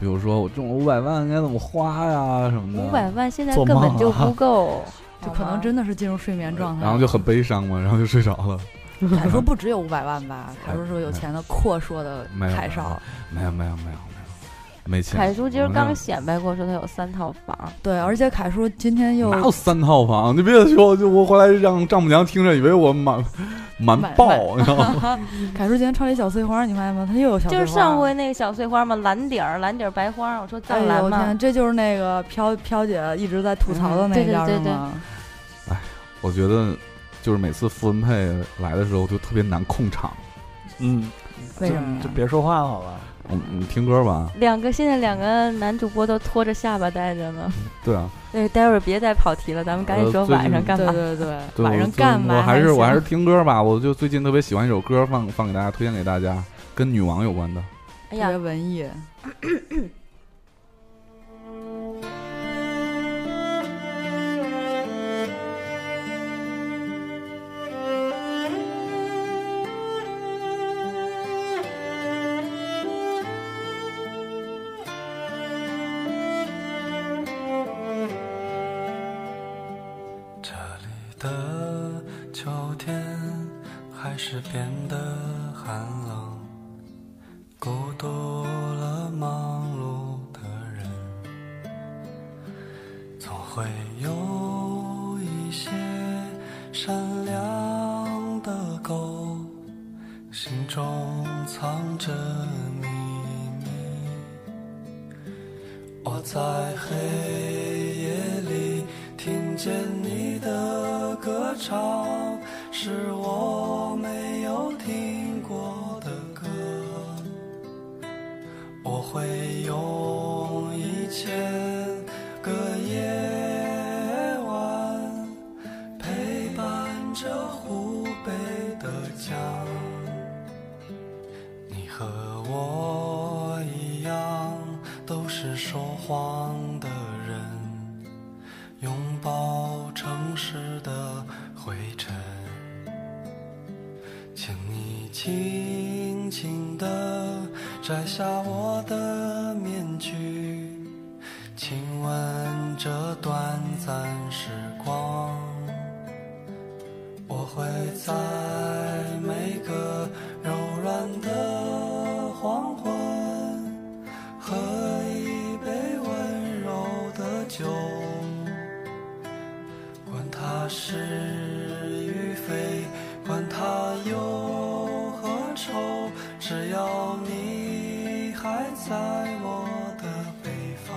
Speaker 1: 比如说我中了五百万该怎么花呀什么
Speaker 3: 嗯
Speaker 1: 的，
Speaker 2: 五百万现在
Speaker 4: 做
Speaker 2: 根本
Speaker 4: 梦
Speaker 2: 就
Speaker 4: 啊
Speaker 2: 不够，
Speaker 3: <laughs> 就
Speaker 2: 好
Speaker 3: 可能
Speaker 2: 吗
Speaker 3: 真的是进入睡眠状态。
Speaker 1: 然后就很悲伤嘛，然后就睡着了。
Speaker 3: 凯
Speaker 1: 嗯
Speaker 3: 叔不只有五百万吧？凯叔是个有钱的阔硕的
Speaker 1: 哎没有
Speaker 3: 凯少。
Speaker 1: 没有没有没有没有，没钱。
Speaker 2: 凯叔今儿
Speaker 1: 我那
Speaker 2: 刚显摆过，说他有三套房，
Speaker 3: 对，而且凯叔今天又
Speaker 1: 哪有三套房？你别说，就我回来让丈母娘听着，以为我满满
Speaker 3: 满
Speaker 1: 爆，你知道吗？ <laughs>
Speaker 3: 凯叔今天穿了一小碎花，你发现吗？他又有小碎
Speaker 2: 就
Speaker 3: 花。
Speaker 2: 是上回那个小碎花嘛，蓝底儿蓝底儿白花儿，我说
Speaker 3: 哎
Speaker 2: 藏
Speaker 3: 呦
Speaker 2: 蓝
Speaker 3: 我
Speaker 2: 嘛
Speaker 3: 天，，这就是那个飘飘姐一直在吐槽的
Speaker 2: 嗯
Speaker 3: 那
Speaker 2: 对对
Speaker 3: 个叫
Speaker 2: 对
Speaker 3: 什
Speaker 2: 对
Speaker 3: 么？
Speaker 1: 我觉得就是每次傅文佩来的时候就特别难控场。
Speaker 4: 嗯，
Speaker 3: 为什么呀
Speaker 4: 就别说话好了。
Speaker 1: 嗯，你听歌吧。
Speaker 2: 两个现在两个男主播都拖着下巴待着呢。
Speaker 1: 对啊，
Speaker 2: 对，待会儿别再跑题了，咱们赶紧
Speaker 1: 呃
Speaker 2: 说
Speaker 1: 最
Speaker 2: 晚上
Speaker 1: 近
Speaker 2: 干嘛。 <laughs>
Speaker 3: 对对
Speaker 1: <laughs>
Speaker 3: 对，
Speaker 1: 对
Speaker 3: 晚
Speaker 1: 我
Speaker 3: 上
Speaker 1: 就
Speaker 3: 干嘛？
Speaker 1: 我还是我还是
Speaker 3: 行
Speaker 1: 听歌吧。我就最近特别喜欢一首歌，放放给大家，推荐给大家，跟女王有关的。
Speaker 2: 哎
Speaker 3: 特别
Speaker 2: 呀，
Speaker 3: 文艺。
Speaker 5: 这里的秋天还是变得寒冷，孤独了忙碌的人，总会有一些善良的狗，心中藏着秘密。我在黑夜里听见你的歌唱，是我没有听过的歌。我会用一千个夜晚陪伴着湖北的江。你和我一样，都是说谎的人，拥抱城市的灰尘。请你轻轻地摘下我的面具，亲吻这短暂时光。我会在每个柔软的黄昏，喝一杯温柔的酒，管它是与非，管它忧和愁，只要你还在我的北方。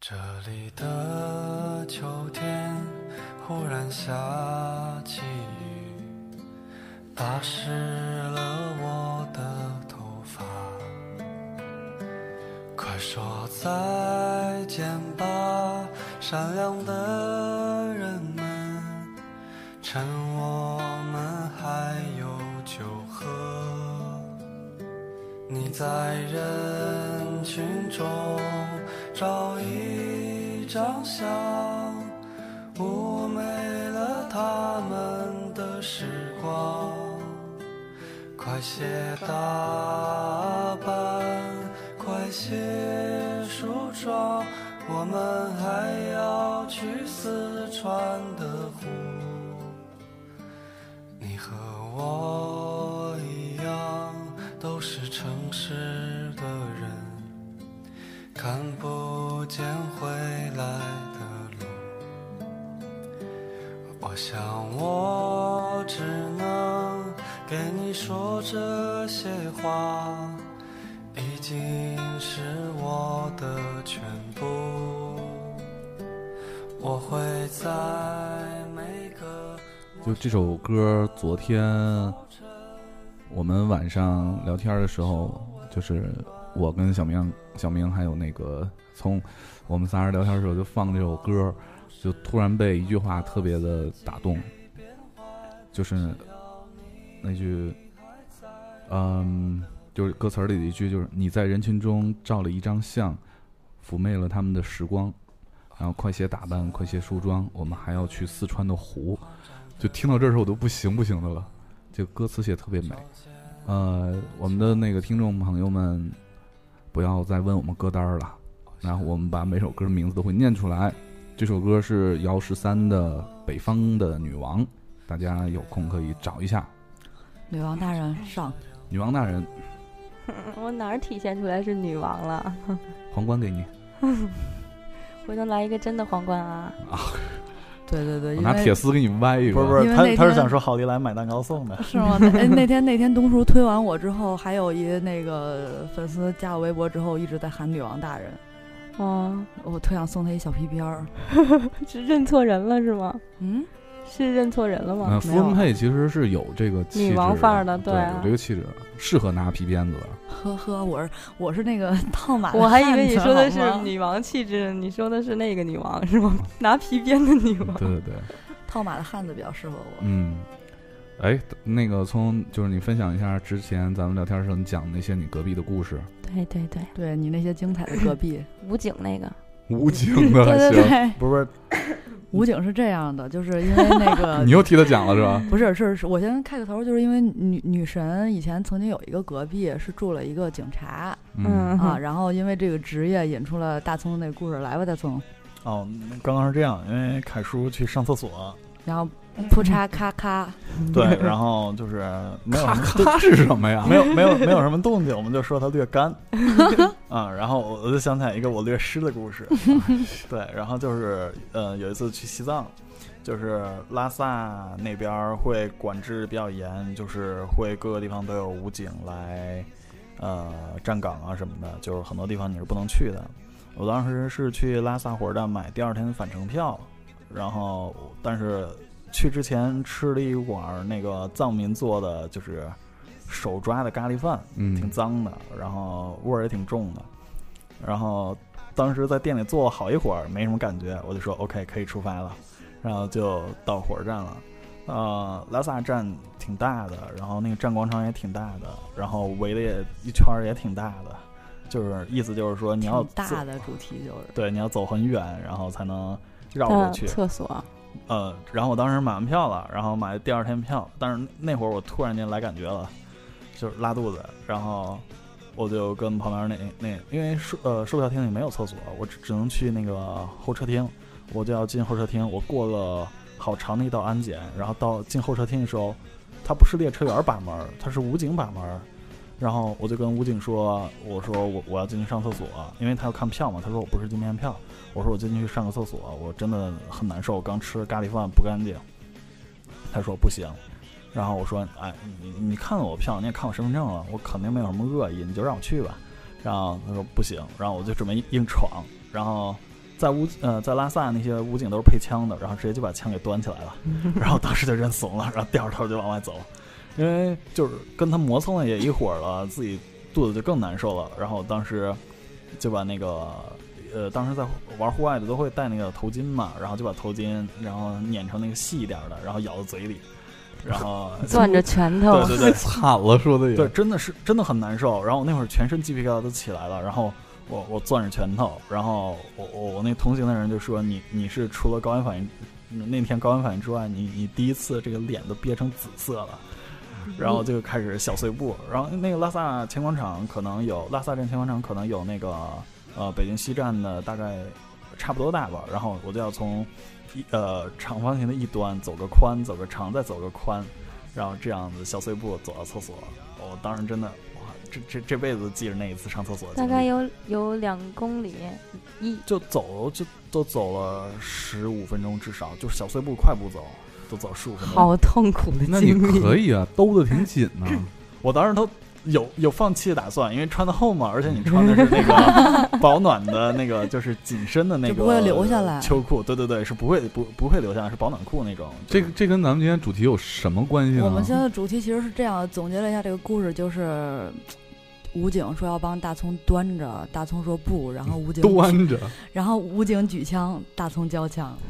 Speaker 5: 这里的秋天忽然下起雨，打湿了我的头发。快说再见吧，善良的人们，趁我们还有酒喝。你在人群中找一张相，妩媚了他们的时光。快些打扮，快些梳妆，我们还要去四川的湖。你和我一样，都是城市的人，看不见回来的路。我想我只能给你说这些话，已经是我的全部。我会在每个
Speaker 1: 就这首歌，昨天我们晚上聊天的时候，就是我跟小明、小明还有那个从我们仨人聊天的时候就放这首歌，就突然被一句话特别的打动，就是那句，嗯，就是歌词儿里的一句，就是你在人群中照了一张相，妩媚了他们的时光。然后快些打扮，快些梳妆，我们还要去四川的湖。就听到这儿的时候，我都不行不行的了。这个歌词写得特别美。呃，我们的那个听众朋友们，不要再问我们歌单儿了，然后我们把每首歌名字都会念出来。这首歌是姚十三的《北方的女王》，大家有空可以找一下。
Speaker 3: 女王大人上，
Speaker 1: 女王大人，
Speaker 2: <laughs> 我哪儿体现出来是女王了？ <laughs>
Speaker 1: 皇冠给你，
Speaker 2: 回头来一个真的皇冠啊！
Speaker 3: 对对对，
Speaker 1: 我
Speaker 3: 哎因
Speaker 1: 拿
Speaker 3: 为
Speaker 1: 哦
Speaker 2: <laughs>
Speaker 1: 铁丝给你歪
Speaker 3: 啊
Speaker 1: 一个。
Speaker 4: 不是不是
Speaker 3: 因为，那
Speaker 4: 他他
Speaker 3: 天
Speaker 4: 是想说好利来买蛋糕送
Speaker 3: <laughs>
Speaker 4: 的。
Speaker 3: 是吗？那哎，那天那天东叔推完我之后，还有一那个粉丝加我微博之后一直在喊女王大人，
Speaker 2: 哦，
Speaker 3: 我特想送他一小皮鞭儿。
Speaker 2: 是认错人了是吗？
Speaker 3: 嗯，
Speaker 2: 是认错人了吗？
Speaker 1: 嗯，
Speaker 3: 没
Speaker 1: 傅
Speaker 3: 有
Speaker 1: 文佩其实是有这个气质
Speaker 2: 女王范儿的
Speaker 1: 对，
Speaker 2: 对啊
Speaker 1: 有这个气质，适合拿皮鞭子的。
Speaker 3: <laughs> 呵呵，我是我是 <laughs> 那个套
Speaker 1: 嗯
Speaker 3: 马的
Speaker 2: 我还以为
Speaker 3: 汉
Speaker 2: 你
Speaker 3: 子
Speaker 2: 说的是
Speaker 3: 好吗
Speaker 2: 女王气质，你说的是那个女王是 <laughs> 吗？拿皮鞭的女王。
Speaker 1: 对对对，
Speaker 3: 套马的汉子比较适合我。
Speaker 1: 嗯，哎，那个从就是你分享一下之前咱们聊天的时候你讲那些你隔壁的故事，
Speaker 2: 对对对，
Speaker 3: 对你那些精彩的隔 <laughs> 壁，
Speaker 2: 武警那个，
Speaker 1: 武警的
Speaker 3: 对对
Speaker 1: 行，
Speaker 3: 对，
Speaker 4: 不是不是，
Speaker 3: 武警是这样的，就是因为那
Speaker 4: <laughs>
Speaker 3: 个
Speaker 1: 你又替他讲了是吧？
Speaker 3: 不是，是是，我先开个头，就是因为女女神以前曾经有一个隔壁是住了一个警察、
Speaker 1: 嗯，
Speaker 3: 啊，，然后因为这个职业引出了大葱的那故事，来吧，大葱，
Speaker 4: 哦，刚刚是这样，因为凯叔去上厕所，
Speaker 3: 然后扑嚓咔咔， <laughs>
Speaker 4: 对，然后就是没有
Speaker 1: 咔
Speaker 4: 什么
Speaker 1: 咔是什么呀？
Speaker 4: 没有没有没有什么动静，我们就说他略干啊。然后我就想起来一个我略湿的故事，啊对，然后就是呃有一次去西藏，就是拉萨那边儿会管制比较严，就是会各个地方都有武警来呃站岗啊什么的，就是很多地方你是不能去的。我当时是去拉萨火车站买第二天返程票，然后但是去之前吃了一碗儿那个藏民做的，就是手抓的咖喱饭， <laughs> 挺
Speaker 1: 嗯，
Speaker 4: 脏的，然后味儿也挺重的。然后当时在店里坐了好一会儿，没什么感觉，我就说 OK 可以出发了，然后就到火车站了。呃，拉萨站挺大的，然后那个站广场也挺大的，然后围的也一圈儿也挺大的，就是意思就是说你要
Speaker 3: 挺大
Speaker 4: 走
Speaker 3: 的主题就是
Speaker 4: 对，你要走很远，然后才能绕
Speaker 2: 到
Speaker 4: 过去。
Speaker 2: 嗯厕所，
Speaker 4: 呃，然后我当时买完票了，然后买第二天票，但是那会儿我突然间来感觉了，就是拉肚子，然后我就跟旁边那那，因为售呃售票厅里没有厕所，我只只能去那个候车厅，我就要进候车厅，我过了好长的一道安检，然后到进候车厅的时候，他不是列车员把门儿，他是武警把门儿。然后我就跟武警说：“我说我我要进去上厕所，因为他要看票嘛。他说我不是今天票，我说我进去上个厕所，我真的很难受，我刚吃咖喱饭不干净。他说不行，然后我说，哎，你你看了我票，你也看我身份证了，我肯定没有什么恶意，你就让我去吧。然后他说不行，然后我就准备硬闯，然后在武呃在拉萨那些武警都是配枪的，然后直接就把枪给端起来了，然后当时就认怂了，然后掉着头就往外走，因为就是跟他磨蹭了也一会儿了，自己肚子就更难受了，然后当时就把那个。呃，当时在玩户外的都会戴那个头巾嘛，然后就把头巾，然后捻成那个细一点的，然后咬到嘴里，然后
Speaker 2: 攥着拳头
Speaker 4: 对，对对，
Speaker 1: 惨了，说的也
Speaker 4: 对，真的是真的很难受。然后我那会儿全身鸡皮疙瘩都起来了，然后我我攥着拳头，然后我我我那同行的人就说你你是除了高原反应那天高原反应之外，你你第一次这个脸都憋成紫色了。然后就开始小碎步，然后那个拉萨前广场可能有拉萨站前广场可能有那个呃北京西站的大概差不多大吧，然后我就要从一呃长方形的一端走个宽，走个长，再走个宽，然后这样子小碎步走到厕所。我、当时真的哇，这这这辈子记着那一次上厕所的经
Speaker 2: <laughs> 大
Speaker 4: 历，
Speaker 2: 概有有两公里，一
Speaker 4: 就走就都走了十五分钟至少，就是小碎步快步走，都走十五分钟。
Speaker 2: 好痛苦的
Speaker 1: 那你
Speaker 2: <laughs> 经历。
Speaker 1: 可以啊，兜的挺紧呢、
Speaker 4: 我当时都有有放弃的打算，因为穿的厚嘛，而且你穿的是那 <laughs> 个保暖的那个，就是紧身的那个，
Speaker 3: 就不会留下来
Speaker 4: 秋裤，对对对，是不会不不会留下来，是保暖裤那种。
Speaker 1: 这个这跟咱们今天主题有什么关系呢？
Speaker 3: 我们现在的主题其实是这样，总结了一下这个故事，就是武警说要帮大葱端着，大葱说不，然后武
Speaker 1: <laughs>
Speaker 3: 警
Speaker 1: 端着，
Speaker 3: 然后武警举枪，大葱交枪。
Speaker 4: <laughs>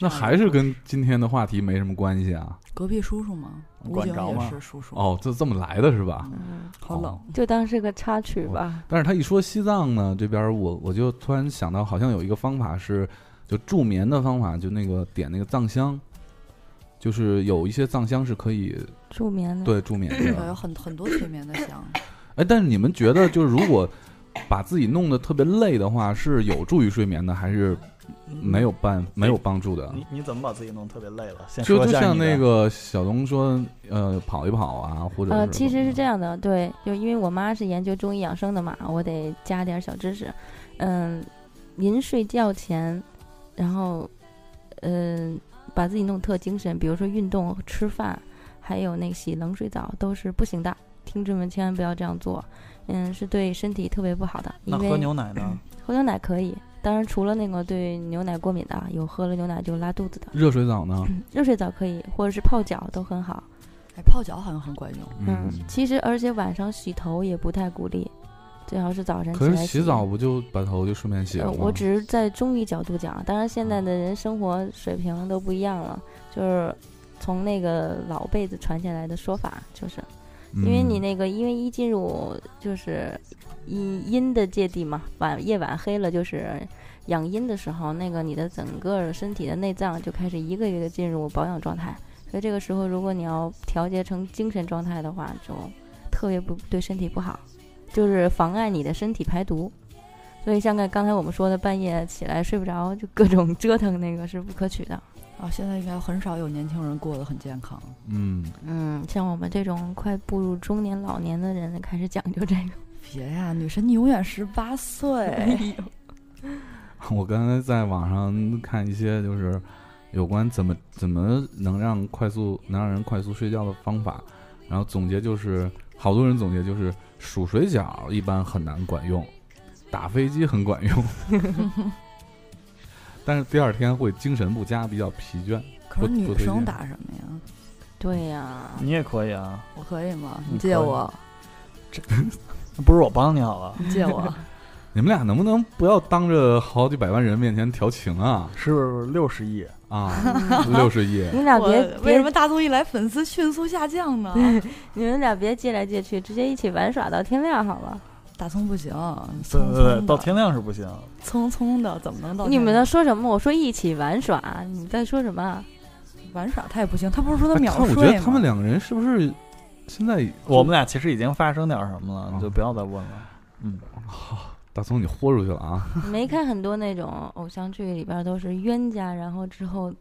Speaker 1: 那还是跟今天的话题没什么关系啊。
Speaker 3: 隔壁叔叔嘛，武
Speaker 4: 管
Speaker 3: 警
Speaker 4: 着
Speaker 3: 也
Speaker 4: 吗哦
Speaker 3: 是叔叔，
Speaker 1: 哦，这这么来的是吧？
Speaker 2: 嗯，
Speaker 3: 好冷。
Speaker 2: 就当是个插曲吧。
Speaker 1: 但是他一说西藏呢，这边儿我我就突然想到，好像有一个方法是，就助眠的方法，就那个点那个藏香，就是有一些藏香是可以
Speaker 2: 助眠的，
Speaker 1: 对助眠
Speaker 3: 对，有
Speaker 1: 的。
Speaker 3: 很很多催眠的香，
Speaker 1: 哎，但是你们觉得，就是如果把自己弄得特别累的话，是有助于睡眠的，还是
Speaker 4: 嗯
Speaker 1: 没有
Speaker 2: 嗯
Speaker 1: 办没有帮助的？
Speaker 4: 你你怎么把自己弄特别累了？先
Speaker 1: 就
Speaker 4: 说
Speaker 1: 就
Speaker 4: 一下
Speaker 1: 像
Speaker 4: 你的
Speaker 1: 那个小东说，呃，跑一跑啊，或者
Speaker 2: 呃，
Speaker 1: 是
Speaker 2: 其实是这样的，对，就因为我妈是研究中医养生的嘛，我得加点小知识。嗯，临睡觉前，然后，嗯，把自己弄特精神，比如说运动、吃饭，还有那个洗冷水澡都是不行的。听众们千万不要这样做，嗯，是对身体特别不好的。
Speaker 4: 那
Speaker 2: 因为
Speaker 4: 喝牛奶呢？
Speaker 2: 喝牛奶可以，当然除了那个对牛奶过敏的啊，有喝了牛奶就拉肚子
Speaker 4: 嗯
Speaker 2: 的，
Speaker 1: 热水澡呢，
Speaker 2: 热水澡可以，或者是泡脚都很好。
Speaker 3: 哎，泡脚好像很管用。
Speaker 2: 嗯，其实而且晚上洗头也不太鼓励，最好是早晨起
Speaker 1: 可
Speaker 2: 来
Speaker 1: 是洗澡不啊就把头就顺便洗了
Speaker 2: 呃，
Speaker 1: 吗？
Speaker 2: 我只是在中医角度讲，当然现在的人生活水平都不一样了，就是从那个老辈子传下来的说法，就是因为你
Speaker 1: 嗯
Speaker 2: 那个因为一进入就是阴阴的界地嘛，晚夜晚黑了就是养阴的时候，那个你的整个身体的内脏就开始一个一个进入保养状态，所以这个时候如果你要调节成精神状态的话，就特别不对身体不好，就是妨碍你的身体排毒。所以像刚才我们说的，半夜起来睡不着，就各种折腾，那个是不可取的。
Speaker 3: 啊，现在应该很少有年轻人过得很健康。
Speaker 1: 嗯，
Speaker 2: 嗯，像我们这种快步入中年老年的人，开始讲究这个。
Speaker 3: 别呀，女神你永远十八岁。
Speaker 4: <laughs>
Speaker 1: <laughs> 我刚才在网上看一些就是有关怎么怎么能让快速能让人快速睡觉的方法，然后总结就是好多人总结就是数水饺一般很难管用，打飞机很管用，但是第二天会精神不佳，比较疲倦。
Speaker 3: 可是
Speaker 1: 不不
Speaker 3: 女
Speaker 1: 推荐
Speaker 3: 生打什么呀？
Speaker 2: 对呀、
Speaker 4: 你也可以啊，
Speaker 3: 我可以吗？
Speaker 4: 你
Speaker 3: 你
Speaker 4: 可以
Speaker 3: 借我，
Speaker 4: 不如我帮你好了，
Speaker 3: 你借我。
Speaker 1: 你们俩能不能不要当着好几百万人面前调情啊
Speaker 4: 是不是六十亿？
Speaker 1: 啊！六十亿，
Speaker 2: 你俩别
Speaker 3: 我为
Speaker 2: 别
Speaker 3: 什么大综艺来粉丝迅速下降呢？
Speaker 2: 你们俩别借来借去，直接一起玩耍到天亮好了。
Speaker 3: <laughs> 大葱不行，
Speaker 4: 对
Speaker 3: 葱葱
Speaker 4: 对对，
Speaker 3: 的
Speaker 4: 到天亮是不行。
Speaker 3: 葱葱的怎么能到天亮？
Speaker 2: 你们在说什么？我说一起玩耍，你在说什么啊？
Speaker 3: 玩耍他也不行，他不是说
Speaker 1: 哎
Speaker 3: 他秒
Speaker 1: 看我觉
Speaker 3: 睡
Speaker 1: 得
Speaker 3: 吗？
Speaker 1: 他们两个人是不是现在
Speaker 4: 我们俩其实已经发生点什么了，
Speaker 1: 嗯
Speaker 4: 你就不要再问了。嗯，
Speaker 1: 大葱你豁出去了啊？
Speaker 2: 你没看很多那种偶像剧里边都是冤家，然后之后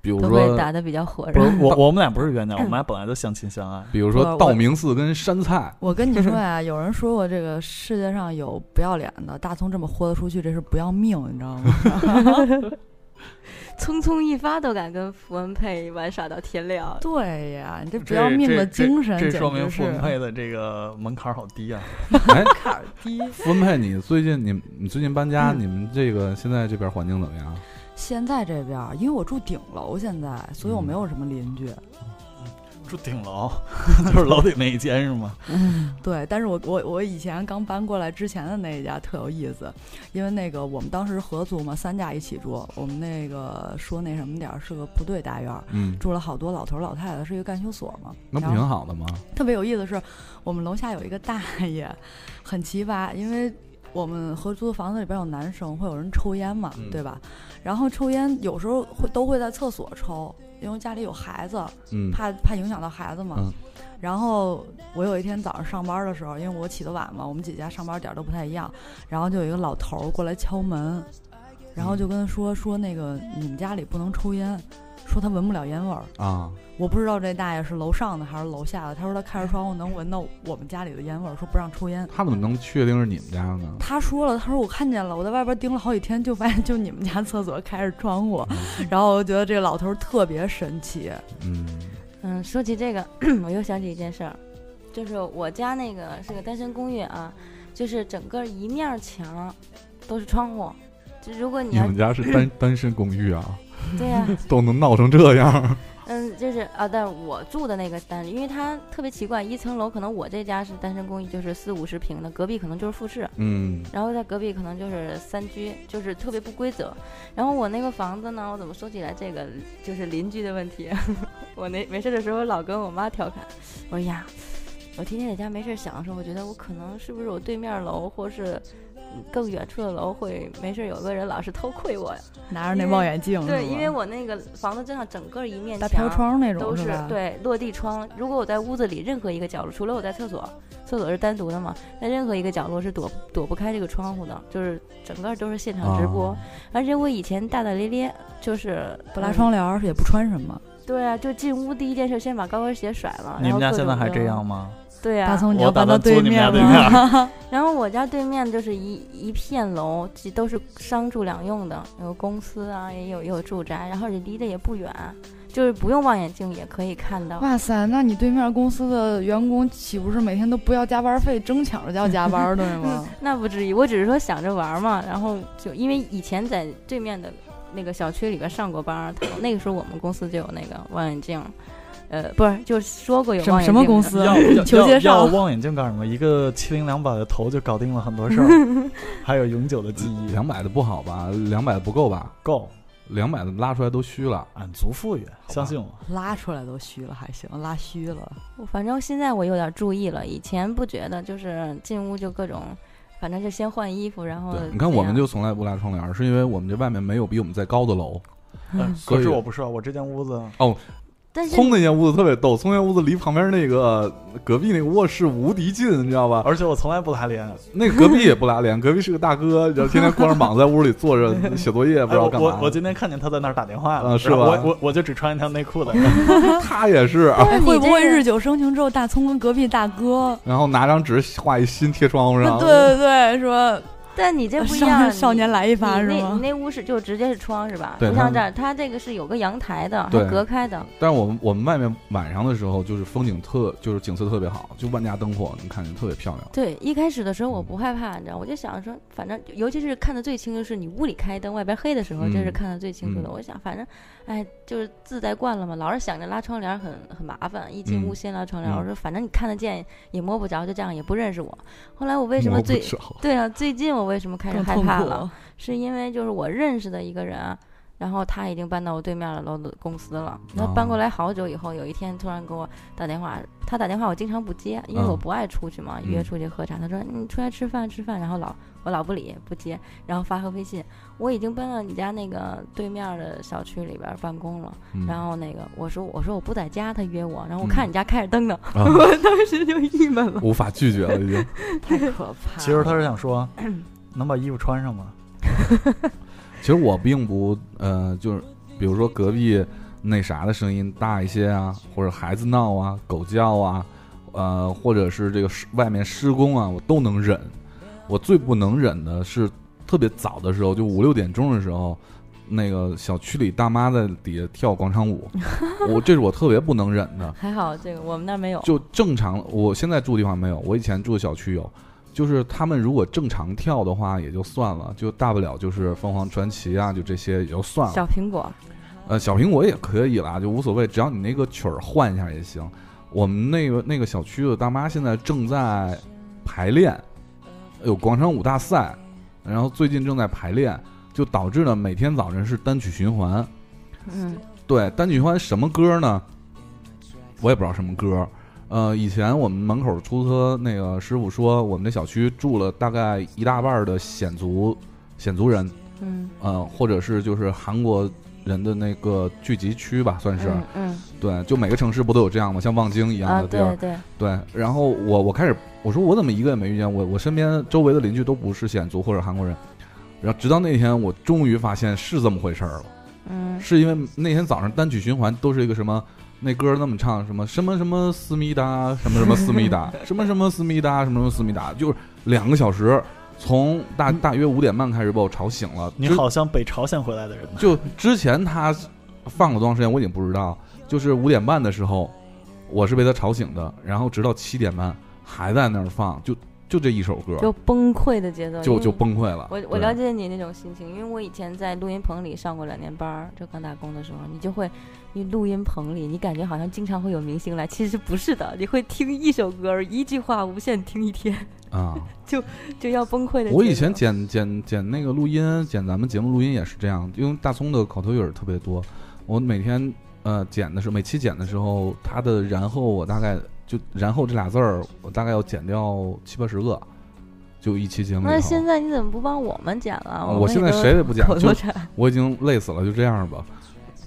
Speaker 1: 比如
Speaker 2: 都
Speaker 1: 说
Speaker 2: 会打得比较火
Speaker 4: 不
Speaker 2: 热。
Speaker 4: 是我我们俩不是冤家，我们俩本来就相亲相爱。
Speaker 1: 比如说
Speaker 3: 我
Speaker 1: 道明寺跟山
Speaker 3: <laughs>
Speaker 1: 菜，
Speaker 3: 我跟你说呀，有人说过这个世界上有不要脸的，大葱这么豁得出去，这是不要命，你知道吗？
Speaker 2: <laughs> 匆匆一发都敢跟符文配一晚耍到天亮。
Speaker 3: <laughs> 对呀，你这不
Speaker 4: 这
Speaker 3: 要命
Speaker 4: 这
Speaker 3: 的
Speaker 4: 这
Speaker 3: 精神，
Speaker 4: 这
Speaker 3: 简
Speaker 4: 说
Speaker 3: 直
Speaker 4: 明傅文
Speaker 3: 是
Speaker 4: 佩的这个门槛儿好低啊！
Speaker 1: 哎，
Speaker 3: 坎儿低。
Speaker 1: 分配你最近你你最近搬家，
Speaker 3: 嗯
Speaker 1: 你们这个现在这边环境怎么样？
Speaker 3: 现在这边儿，因为我住顶楼，现在，所以我没有什么邻居。
Speaker 4: <laughs> 住顶楼，就是楼顶那一间是
Speaker 3: <laughs>
Speaker 4: 吗？
Speaker 3: 对，但是我我我以前刚搬过来之前的那一家特有意思，因为那个我们当时合租嘛，三家一起住，我们那个说那什么点儿是个部队大院儿，
Speaker 1: 嗯，
Speaker 3: 住了好多老头儿老太太，是一个干休所嘛。
Speaker 1: 那不啊
Speaker 3: 然后
Speaker 1: 挺好的吗？
Speaker 3: 特别有意思的是，我们楼下有一个大爷，很奇葩，因为我们合租的房子里边有男生，会有人抽烟嘛，
Speaker 1: 嗯
Speaker 3: 对吧？然后抽烟有时候会都会在厕所抽，因为家里有孩子，
Speaker 1: 嗯，
Speaker 3: 怕怕影响到孩子嘛。
Speaker 1: 嗯
Speaker 3: 然后我有一天早上上班的时候，因为我起得晚嘛，我们几家上班点儿都不太一样，然后就有一个老头儿过来敲门，
Speaker 1: 嗯
Speaker 3: 然后就跟他说说那个你们家里不能抽烟，说他闻不了烟味儿。
Speaker 1: 啊，
Speaker 3: 我不知道这大爷是楼上的还是楼下的。他说他开着窗户能闻到我们家里的烟味儿，说不让抽烟。
Speaker 1: 他怎么能确定是你们家的呢？
Speaker 3: 他说了，他说我看见了，我在外边盯了好几天，就发现就你们家厕所开着窗户，然后我就觉得这个老头儿特别神奇。
Speaker 1: 嗯，
Speaker 2: 嗯，说起这个， <clears throat> 我又想起一件事儿，就是我家那个是个单身公寓啊，就是整个一面儿墙都是窗户，就如果你
Speaker 1: 你
Speaker 2: 要
Speaker 1: 们家是单 <coughs> 单身公寓啊，
Speaker 2: 对呀、
Speaker 1: 都能闹成这
Speaker 3: <laughs>
Speaker 1: 样，
Speaker 2: 嗯，就是啊，但是我住的那个单，因为它特别奇怪，一层楼可能我这家是单身公寓，就是四五十平的，隔壁可能就是复式，
Speaker 1: 嗯，
Speaker 2: 然后在隔壁可能就是三居，就是特别不规则。然后我那个房子呢，我怎么说起来这个就是邻居的问题。 <laughs> 我那没事的时候老跟我妈调侃，我说呀，我天天在家没事想的时候，我觉得我可能是不是我对面楼或是嗯更远处的楼会没事有个人老是偷窥我呀？
Speaker 3: 拿着那望远镜，
Speaker 2: 对，
Speaker 3: 是吧
Speaker 2: 因为我那个房子正上整个一面
Speaker 3: 嗯大
Speaker 2: 墙
Speaker 3: 飘窗那种
Speaker 2: 都
Speaker 3: 是
Speaker 2: 是
Speaker 3: 吧？
Speaker 2: 对落地窗。如果我在屋子里任何一个角落，除了我在厕所，厕所是单独的嘛，在任何一个角落是躲躲不开这个窗户的，就是整个都是现场直播。
Speaker 4: 哦
Speaker 1: 啊
Speaker 2: 而且我以前大大咧咧，就是
Speaker 3: 不拉窗帘儿也不穿什么。
Speaker 2: 嗯。对啊，就进屋第一件事先把高跟鞋甩了。
Speaker 4: 你们家现在还
Speaker 2: 然后各种
Speaker 4: 这
Speaker 2: 的
Speaker 4: 样？吗？
Speaker 2: 对
Speaker 3: 大
Speaker 2: 啊。
Speaker 3: 葱，你
Speaker 4: 我
Speaker 3: 要
Speaker 4: 打
Speaker 3: 搬
Speaker 4: 算
Speaker 3: 到
Speaker 4: 租你们家
Speaker 3: 面
Speaker 4: 对
Speaker 3: 吗？
Speaker 4: 面。
Speaker 2: 然后我家对面就是一一片楼，其都是商住两用的，有公司啊，也有也有住宅，然后离得也不远，就是不用望远镜也可以看到。
Speaker 3: <laughs> 哇塞，那你对面公司的员工岂不是每天都不要加班费，争抢着要加班儿，对 <laughs> 吗？
Speaker 2: 那不至于，我只是说想着玩儿嘛，然后就因为以前在对面的那个小区里边上过班儿，他那个时候我们公司就有那个望远镜，呃，不是，就是说过有
Speaker 3: 什
Speaker 2: 望
Speaker 3: 么
Speaker 2: 远镜
Speaker 3: 什么
Speaker 2: 的
Speaker 3: 公司？
Speaker 4: 要要
Speaker 3: 求
Speaker 4: 要
Speaker 3: 介
Speaker 4: 要
Speaker 3: 绍。
Speaker 4: 望远镜干什么？一个七零两百的头就搞定了很多事儿，
Speaker 3: <laughs>
Speaker 4: 还有永久的记 <laughs> 忆，
Speaker 1: 两百的不好吧？两百的不够吧？
Speaker 4: 够
Speaker 1: 两百的拉出来都虚了。
Speaker 4: 俺足富裕，相信我。
Speaker 3: 拉出来都虚了，还行，拉虚了。
Speaker 2: 我反正现在我有点注意了，以前不觉得，就是进屋就各种，反正就先换衣服，然后
Speaker 1: 对，你看我们
Speaker 2: 这
Speaker 1: 就从来不拉窗帘儿，是因为我们这外面没有比我们再高的楼。
Speaker 4: 嗯
Speaker 1: 所
Speaker 4: 可
Speaker 1: 以
Speaker 4: 是我不是，我这间屋子
Speaker 2: 样但是
Speaker 1: 葱那间屋子特别逗，葱那间屋子离旁边那个隔壁那个卧室无敌近，你知道吧？
Speaker 4: 而且我从来不拉帘，
Speaker 1: 那个隔壁也不拉帘，隔壁是个大哥，然后天天光着膀子在屋里坐着写作业，不
Speaker 4: 哎
Speaker 1: 知道
Speaker 4: 我
Speaker 1: 干
Speaker 4: 我
Speaker 1: 嘛
Speaker 4: 我。今天看见他在那儿打电话了，
Speaker 1: 啊是
Speaker 4: 然后
Speaker 1: 吧
Speaker 4: 我我我就只穿一条内裤 <laughs> 的，
Speaker 1: 他也是，
Speaker 2: 但是
Speaker 3: 哎
Speaker 2: 你
Speaker 3: 会不会
Speaker 2: 这个
Speaker 3: 日久生情之后，大葱跟隔壁大哥？
Speaker 1: 然后拿张纸画一心贴窗户
Speaker 3: 对
Speaker 1: 上。
Speaker 3: <laughs> 对对，说
Speaker 2: 但你这不一
Speaker 3: 少
Speaker 2: 样，
Speaker 3: 少年来一发
Speaker 2: 你
Speaker 3: 是
Speaker 2: 那
Speaker 3: 吗
Speaker 2: 你那屋是就直接是窗是吧？
Speaker 1: 对
Speaker 2: 不像
Speaker 1: 他
Speaker 2: 这儿，它这个是有个阳台的，还
Speaker 1: 对
Speaker 2: 隔开的。
Speaker 1: 但是我们我们外面晚上的时候，就是风景特，就是景色特别好，就万家灯火，你看着特别漂亮。
Speaker 2: 对，一开始的时候我不害怕，你知道，我就想说，反正尤其是看得最清，就是你屋里开灯，外边黑的时候，这是
Speaker 1: 嗯
Speaker 2: 看得最清楚的。
Speaker 1: 嗯
Speaker 2: 我想，反正，哎，就是自在惯了嘛，老是想着拉窗帘很很麻烦，一进
Speaker 1: 嗯
Speaker 2: 屋先拉窗帘。我
Speaker 1: 嗯
Speaker 2: 说，反正你看得见，也摸不着，就这样，也不认识我。后来我为什么
Speaker 1: 摸不
Speaker 2: 最
Speaker 1: 着
Speaker 2: <laughs> 对啊，最近我为什么开始
Speaker 3: 更
Speaker 2: 害
Speaker 3: 痛
Speaker 2: 怕
Speaker 3: 苦
Speaker 2: 了？。是因为就是我认识的一个人啊，然后他已经搬到我对面的楼的公司了。他搬
Speaker 1: 哦
Speaker 2: 过来好久以后，有一天突然给我打电话，他打电话我经常不接，因为我
Speaker 1: 嗯
Speaker 2: 不爱出去嘛，约
Speaker 1: 嗯
Speaker 2: 出去喝茶。他说你出来吃饭吃饭，然后老我老不理不接，然后发个微信，我已经搬到你家那个对面的小区里边办公了。
Speaker 1: 嗯
Speaker 2: 然后那个我说我说我不在家，他约我，然后
Speaker 1: 嗯
Speaker 2: 我看你家开着灯呢， <laughs>
Speaker 1: 啊
Speaker 2: 我当时就郁闷了。
Speaker 1: 无法拒绝了，已经。
Speaker 3: 太可怕了。
Speaker 4: 其实他是想说， <coughs> 能把衣服穿上吗？
Speaker 1: 其实我并不呃，就是比如说隔壁那啥的声音大一些啊，或者孩子闹啊、狗叫啊，呃，或者是这个施外面施工啊，我都能忍。我最不能忍的是特别早的时候，就五六点钟的时候，那个小区里大妈在底下跳广场舞，我这是我特别不能忍的。
Speaker 2: 还好这个我们那儿没有，
Speaker 1: 就正常，我现在住的地方没有，我以前住的小区有。就是他们如果正常跳的话也就算了，就大不了就是凤凰传奇啊，就这些也就算了。
Speaker 2: 小苹果
Speaker 1: 呃，小苹果也可以啦，就无所谓，只要你那个曲儿换一下也行。我们那个那个小区的大妈现在正在排练，有广场舞大赛，然后最近正在排练，就导致呢每天早晨是单曲循环。
Speaker 2: 嗯，
Speaker 1: 对，单曲循环什么歌呢？我也不知道什么歌。呃，以前我们门口出租车那个师傅说，我们这小区住了大概一大半儿的显族显族人，
Speaker 2: 嗯
Speaker 1: 呃，或者是就是韩国人的那个聚集区吧，算是、
Speaker 2: 嗯嗯
Speaker 1: 对，就每个城市不都有这样吗？像望京一样
Speaker 2: 啊
Speaker 1: 的地儿，
Speaker 2: 对对，
Speaker 1: 对。然后我我开始我说我怎么一个也没遇见，我我身边周围的邻居都不是显族或者韩国人，然后直到那天我终于发现是这么回事儿了，
Speaker 2: 嗯
Speaker 1: 是因为那天早上单曲循环都是一个什么。那歌那么唱什么什么什么思密达什么什么思密
Speaker 2: <laughs>
Speaker 1: 达什么什么思密达什么什么思密达，就是两个小时，从大大约五点半开始把我吵醒了。
Speaker 4: 你
Speaker 1: 之
Speaker 4: 好像北朝鲜回来的人呢。
Speaker 1: 就之前他放了多长时间，我已经不知道。就是五点半的时候，我是被他吵醒的，然后直到七点半还在那儿放，就就这一首歌，
Speaker 2: 就崩溃的节奏，
Speaker 1: 就
Speaker 2: 因为
Speaker 1: 就崩溃了。
Speaker 2: 我我
Speaker 1: 对
Speaker 2: 了解你那种心情，因为我以前在录音棚里上过两年班儿，就刚打工的时候，你就会，你录音棚里，你感觉好像经常会有明星来，其实不是的，你会听一首歌，一句话无限听一天，
Speaker 1: 啊！
Speaker 2: 就要崩溃的。
Speaker 1: 我以前，剪剪剪那个录音，剪咱们节目录音也是这样，因为大葱的口头语儿特别多，我每天呃剪的时候，每期剪的时候，他的然后我大概就然后这俩字儿，我大概要剪掉七八十个，就一期节目里头。呃
Speaker 2: 那现在你怎么不帮我们剪了？
Speaker 1: 啊我现在谁也不剪
Speaker 2: 口
Speaker 1: 就
Speaker 2: 头禅，
Speaker 1: 我已经累死了，就这样吧。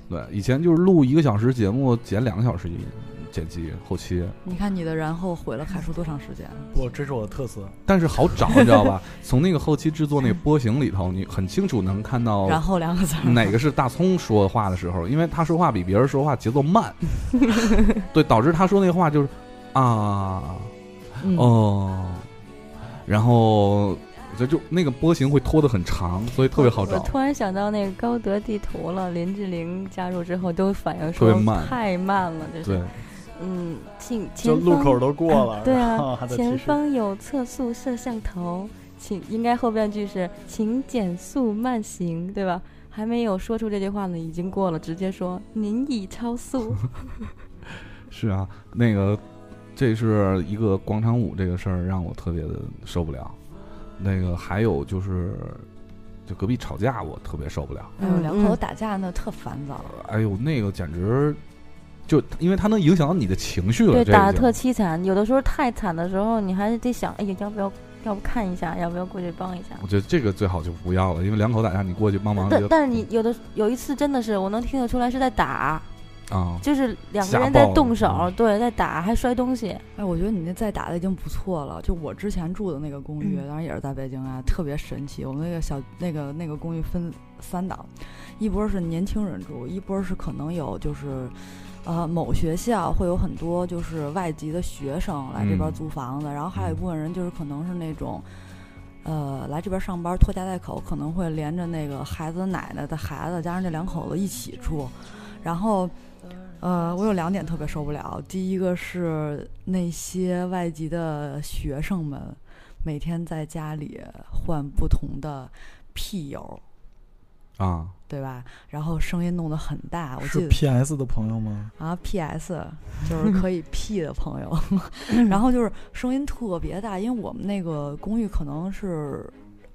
Speaker 1: 对，以前就是录一个小时节目，剪两个小时剪辑后期，
Speaker 3: 你看你的然后毁了凯叔多长时间？
Speaker 4: 不，这是我的特色。
Speaker 1: 但是好找，你知道吧？ <laughs> 从那个后期制作那个波形里头，你很清楚能看
Speaker 4: 哦
Speaker 1: 到
Speaker 3: 然后两个 <laughs> 字儿，
Speaker 1: 哪个是大葱说话的时候，因为他说话比别人说话节奏慢，对，导致他说那话就是啊
Speaker 3: 嗯
Speaker 1: 哦，然后就就那个波形会拖得很长，所以 <laughs> 特别好
Speaker 2: <laughs> 我
Speaker 1: 找。
Speaker 2: 突然想到那个高德地图了，林志玲加入之后都反映
Speaker 1: 特
Speaker 2: 说
Speaker 1: 别慢
Speaker 2: 太慢了，就是
Speaker 1: 对，
Speaker 2: 嗯，请
Speaker 4: 就
Speaker 2: 前
Speaker 4: 路
Speaker 2: 方
Speaker 4: 口都过了，
Speaker 2: 对
Speaker 4: 然后
Speaker 2: 啊
Speaker 4: 还，在提
Speaker 2: 前
Speaker 4: 示。
Speaker 2: 方有测速摄像头，请应该后半句是请减速慢行，对吧？还没有说出这句话呢，已经过了，直接说您已超
Speaker 4: <laughs>
Speaker 2: 速。
Speaker 1: 是啊，那个，这是一个广场舞这个事儿让我特别的受不了。那个还有就是，就隔壁吵架我特别受不了。
Speaker 3: 哎呦，两口子打架那特烦躁。
Speaker 1: 哎呦，那个简直就因为它能影响到你的情绪了，
Speaker 2: 对，
Speaker 1: 这
Speaker 2: 打的
Speaker 1: 已经
Speaker 2: 特凄惨，有的时候太惨的时候，你还得想，哎呀，要不要，要不看一下，要不要过去帮一下？
Speaker 1: 我觉得这个最好就不要了，因为两口打架你过去帮忙
Speaker 2: 但
Speaker 1: 就
Speaker 2: 但是你有的有一次真的是，我能听得出来是在打，
Speaker 1: 啊、
Speaker 2: 就是两
Speaker 1: 吓
Speaker 2: 个人在
Speaker 1: 爆了
Speaker 2: 动手
Speaker 1: 嗯，
Speaker 2: 对，在打，还摔东西。
Speaker 3: 哎，我觉得你那再打的已经不错了。就我之前住的那个公寓，
Speaker 2: 嗯
Speaker 3: 当然也是在北京啊，特别神奇。我们那个小那个那个公寓分三档，一波是年轻人住，一波是可能有就是，呃，某学校会有很多就是外籍的学生来这边
Speaker 1: 嗯
Speaker 3: 租房子，然后还有一
Speaker 1: 嗯
Speaker 3: 部分人就是可能是那种。呃，来这边上班拖家带口，可能会连着那个孩子的奶奶的孩子，加上这两口子一起住。然后，呃，我有两点特别受不了。第一个是那些外籍的学生们每天在家里换不同的屁友，
Speaker 1: 啊，
Speaker 3: 对吧？然后声音弄得很大，我记
Speaker 4: 是
Speaker 3: 得
Speaker 4: PS 的朋友吗？
Speaker 3: 啊，PS 就是可以 P 的朋友， <laughs> 然后就是声音特别大，因为我们那个公寓可能是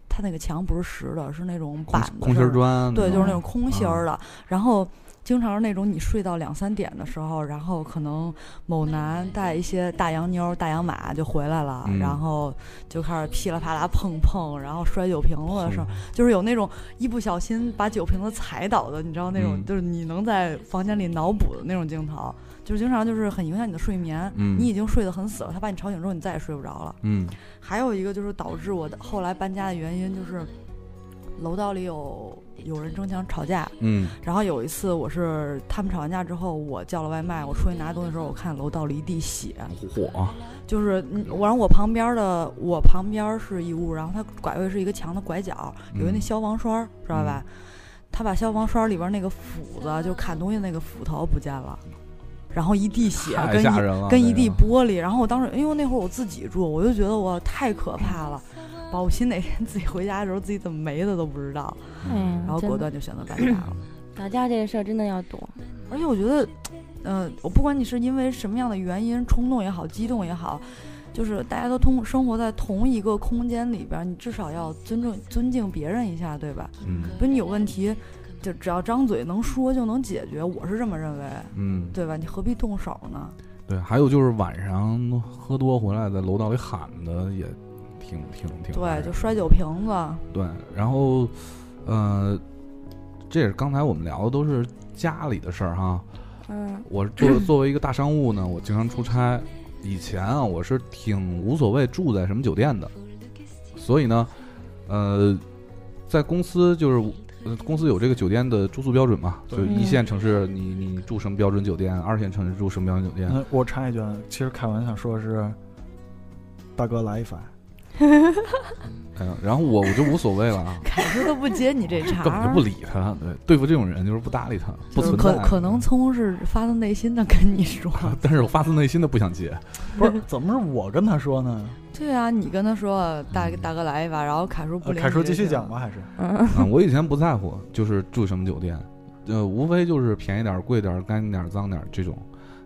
Speaker 3: 它那个墙不是实的，是那种
Speaker 1: 空
Speaker 3: 板的，
Speaker 1: 空心
Speaker 3: 就
Speaker 1: 儿
Speaker 3: 是
Speaker 1: 砖，
Speaker 3: 对，就是那种
Speaker 1: 嗯
Speaker 3: 空心儿的。然后经常是那种你睡到两三点的时候，然后可能某男带一些大洋妞儿、大洋马就回来了，
Speaker 1: 嗯
Speaker 3: 然后就开始噼里啪啦碰碰，然后摔酒瓶子的
Speaker 1: 嗯
Speaker 3: 声儿，就是有那种一不小心把酒瓶子踩倒的，你知道那种，
Speaker 1: 嗯
Speaker 3: 就是你能在房间里脑补的那种镜头，就是经常就是很影响你的睡眠。
Speaker 1: 嗯
Speaker 3: 你已经睡得很死了，他把你吵醒之后，你再也睡不着了。
Speaker 1: 嗯
Speaker 3: 还有一个就是导致我的后来搬家的原因，就是楼道里有有人争抢吵架。
Speaker 1: 嗯
Speaker 3: 然后有一次我是他们吵完架之后，我叫了外卖，我出去拿东西的时候，我看楼道里一地血，
Speaker 1: 火
Speaker 3: 就是嗯我然后我旁边的我
Speaker 1: 嗯
Speaker 3: 旁边是一屋，然后他拐位是一个墙的拐角，有一那消防栓，知道吧？他把消防栓里边那个斧子，就砍东西那个斧头不见了，然后一地血
Speaker 1: 太
Speaker 3: 跟
Speaker 1: 吓
Speaker 3: 一
Speaker 1: 人了，
Speaker 3: 跟一
Speaker 1: 这
Speaker 3: 地
Speaker 1: 个
Speaker 3: 玻璃。然后我当时，因为那会儿我自己住，我就觉得我太可怕了，把我心哪天 <laughs> 自己回家的时候自己怎么没的都不知道。
Speaker 2: 哎呀，
Speaker 3: 然后
Speaker 2: 真
Speaker 3: 果
Speaker 2: 的
Speaker 3: 断就选择搬家 <coughs> 了。
Speaker 2: 打架这个事儿真的要躲，
Speaker 3: 而且我觉得，呃，我不管你是因为什么样的原因，冲动也好，激动也好，就是大家都通生活在同一个空间里边儿，你至少要尊重尊敬别人一下，对吧？
Speaker 1: 嗯
Speaker 3: 比如你有问题，就只要张嘴能说就能解决，我是这么认为，
Speaker 1: 嗯，
Speaker 3: 对吧？你何必动手呢？
Speaker 1: 对，还有就是晚上喝多回来在楼道里喊的也挺挺挺吓
Speaker 3: 对，
Speaker 1: 人
Speaker 3: 就摔酒瓶子，，
Speaker 1: 对，然后，呃，这也是刚才我们聊的都是家里的事儿哈。
Speaker 2: 嗯
Speaker 1: 我作作为一个大商务呢，我经常出差。以前啊，我是挺无所谓住在什么酒店的，所以呢，呃，在公司就是、呃、公司有这个酒店的住宿标准嘛，就
Speaker 4: 对
Speaker 1: 一线城市你你住什么标准酒店，二线城市住什么标准酒店，
Speaker 4: 那我插一句，啊，其实凯文想说的是，大哥来一发，
Speaker 1: 嗯、然后我我就无所谓了啊
Speaker 3: <laughs> 凯哥都不接你这茬
Speaker 1: 根本就
Speaker 3: 儿
Speaker 1: 不。理他，对，对付这种人就是不搭理他，不
Speaker 3: 就
Speaker 1: 存
Speaker 3: 是可
Speaker 1: 在，嗯
Speaker 3: 可能聪是发自内心的跟你说，
Speaker 1: 但是我发自内心的不想接，
Speaker 4: 不是怎么是我跟他说呢？
Speaker 3: 对啊，你跟他说大
Speaker 1: 嗯
Speaker 3: 大哥来一把，然后凯叔不
Speaker 4: 呃
Speaker 3: 理。
Speaker 4: 凯叔继续讲吧，，还是
Speaker 2: 嗯，
Speaker 1: 嗯，我以前不在乎，就是住什么酒店，呃，无非就是便宜点儿、贵点儿、干净点儿、脏点儿这种。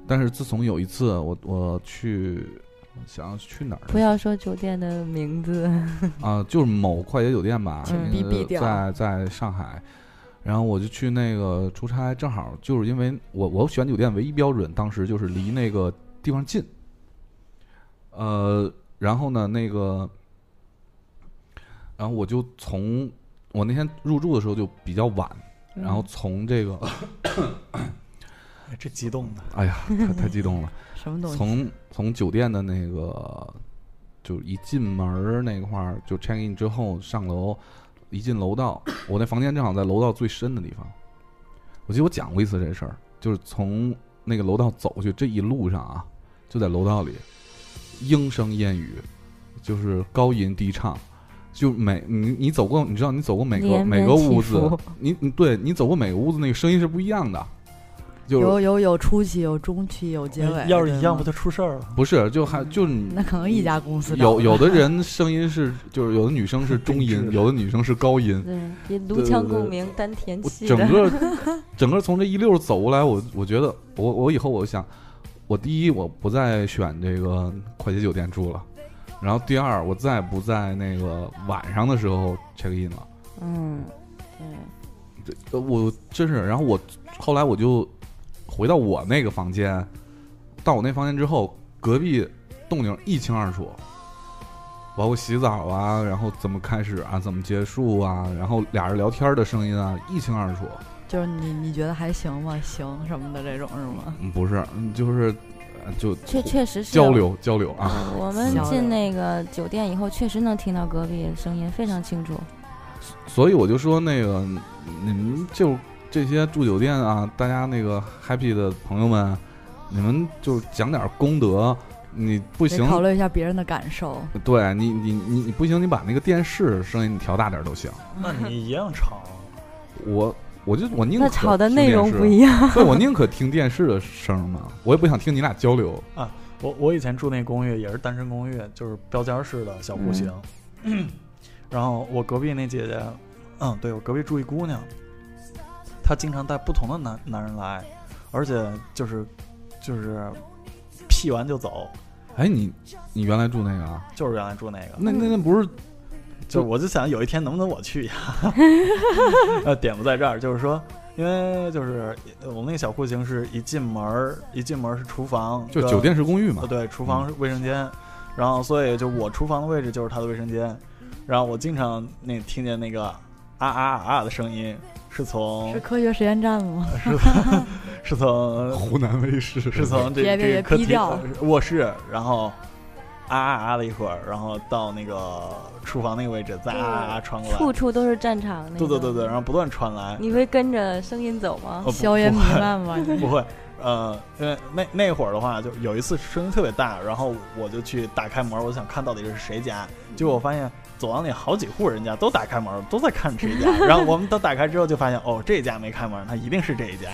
Speaker 1: 但是自从有一次我我去，想要去哪儿
Speaker 2: 不要说酒店的名字，
Speaker 1: 啊、就是某快捷酒店吧，
Speaker 2: 请
Speaker 1: 呃
Speaker 3: 避避掉
Speaker 1: 在在上海。然后我就去那个出差，正好就是因为我我选酒店唯一标准，当时就是离那个地方近。呃，然后呢，那个，然后我就从我那天入住的时候就比较晚， <laughs> 然
Speaker 2: 嗯
Speaker 1: 后从这个， <laughs>
Speaker 4: 哎这激动的，
Speaker 1: 哎呀，太太激动了。
Speaker 3: 什么东西？
Speaker 1: 从从酒店的那个，就一进门儿那块儿，就 check in 之后上楼，一进楼道，我那房间正好在楼道最深的地方。我记得我讲过一次这事儿，就是从那个楼道走去，这一路上啊，就在楼道里，莺声燕语，就是高吟低唱，就每你你走过，你知道你走过每个
Speaker 2: 连
Speaker 1: 每
Speaker 2: 绵
Speaker 1: 个
Speaker 2: 起
Speaker 1: 屋子
Speaker 2: 伏，
Speaker 1: 你你对你走过每个屋子，那个声音是不一样的，就是
Speaker 3: 有有有初期，有中期，有结尾。
Speaker 4: 嗯要是
Speaker 3: 对
Speaker 4: 一样
Speaker 3: 吗
Speaker 4: 不就出事儿了？
Speaker 1: 不是就还就你
Speaker 3: 那可能一家公司
Speaker 1: 有
Speaker 3: 找
Speaker 1: 有的人声音是，就是有的女生是中
Speaker 4: 定制
Speaker 1: 音，
Speaker 4: 的
Speaker 1: 有的女生是高音。
Speaker 2: 对，也
Speaker 1: 对
Speaker 2: 颅
Speaker 1: 对
Speaker 2: 腔
Speaker 1: 对
Speaker 2: 共鸣，丹田
Speaker 1: 我
Speaker 2: 气
Speaker 1: 整
Speaker 2: 的，
Speaker 1: 个 <laughs> 整个从这一溜儿走过来，我我觉得我我以后我想，我第一我不再选这个快捷酒店住了，然后第二我再不在那个晚上的时候 check in 了。
Speaker 2: 嗯，对，
Speaker 1: 这呃我真是，然后我后来我就回到我那个房间，到我那房间之后，隔壁动静一清二楚，包括洗澡啊，然后怎么开始啊，怎么结束啊，然后俩人聊天的声音啊，一清二楚。
Speaker 3: 就是你你觉得还行吗？行什么的这种是吗？
Speaker 1: 嗯不是，嗯就是呃就
Speaker 2: 确确嗯实是
Speaker 1: 交
Speaker 2: 有。
Speaker 1: 流交流啊，
Speaker 2: 我们
Speaker 3: 交流
Speaker 2: 进那个酒店以后，确实能听到隔壁的声音，非常清楚。
Speaker 1: 所以我就说那个你们就这些住酒店啊，大家那个 happy 的朋友们，你们就讲点功德。你不
Speaker 3: 得
Speaker 1: 行，
Speaker 3: 考虑一下别人的感受。
Speaker 1: 对你，你你你不行，你把那个电视声音你调大点儿都行。
Speaker 4: 那你一样啊吵，
Speaker 1: 我我就我宁可
Speaker 2: 那吵的
Speaker 1: 听
Speaker 2: 内
Speaker 1: 电
Speaker 2: 容
Speaker 1: 视
Speaker 2: 不一，样，
Speaker 1: 对我宁可听电视的声儿嘛，我也不想听你俩交流。
Speaker 4: 我我以前住那公寓也是单身公寓，就是标间式的小户型。 <clears throat> 然后我隔壁那姐姐，嗯，对我隔壁住一姑娘，她经常带不同的男男人来，而且就是就是屁完就走，
Speaker 1: 哎，你你原来住那个啊？
Speaker 4: 就是原来住那个。
Speaker 1: 那那那不是
Speaker 4: 就是我就想有一天能不能我去呀？ <laughs> 呃，点不在这儿，就是说，因为就是呃我们那个小户型是一进门儿，一进门儿是厨房，
Speaker 1: 就
Speaker 4: 跟
Speaker 1: 酒店式公寓
Speaker 4: 呃，
Speaker 1: 嘛？
Speaker 3: 嗯
Speaker 4: 对，厨房是卫生间，然后所以就我厨房的位置就是他的卫生间，然后我经常那听见那个啊啊啊啊的声音，是
Speaker 1: 哦
Speaker 4: 从
Speaker 3: 是科学实验站吗？
Speaker 4: 是 <laughs>
Speaker 3: <laughs>
Speaker 4: 是从
Speaker 1: 湖南卫视
Speaker 4: 是从这
Speaker 3: 别别
Speaker 4: 这
Speaker 3: 别
Speaker 4: 个客
Speaker 3: 逼
Speaker 4: 厅
Speaker 3: 掉
Speaker 4: 呃卧室，然后啊啊啊了一会儿，然后到那个厨房那个位置再啊啊啊穿过来，
Speaker 2: 处处都是战场。那
Speaker 4: 对对对
Speaker 2: 种
Speaker 4: 对，然后不断传来，
Speaker 1: 哦
Speaker 2: 你会跟着声音走吗？
Speaker 4: 呃不
Speaker 3: 硝烟
Speaker 4: 不
Speaker 3: 弥
Speaker 4: 会
Speaker 3: 漫吗？你 <laughs>
Speaker 4: <laughs> 不会，呃，因为那那会儿的话，就有一次声音特别大，然后我就去打开门，我想看到底是谁家，结果我发现走廊里好几户人家都打开门，都在看
Speaker 1: <laughs>
Speaker 4: 谁家，然后我们都打开之后就发现，哦，这家没开门，那一定是这
Speaker 1: <laughs>
Speaker 4: 一家。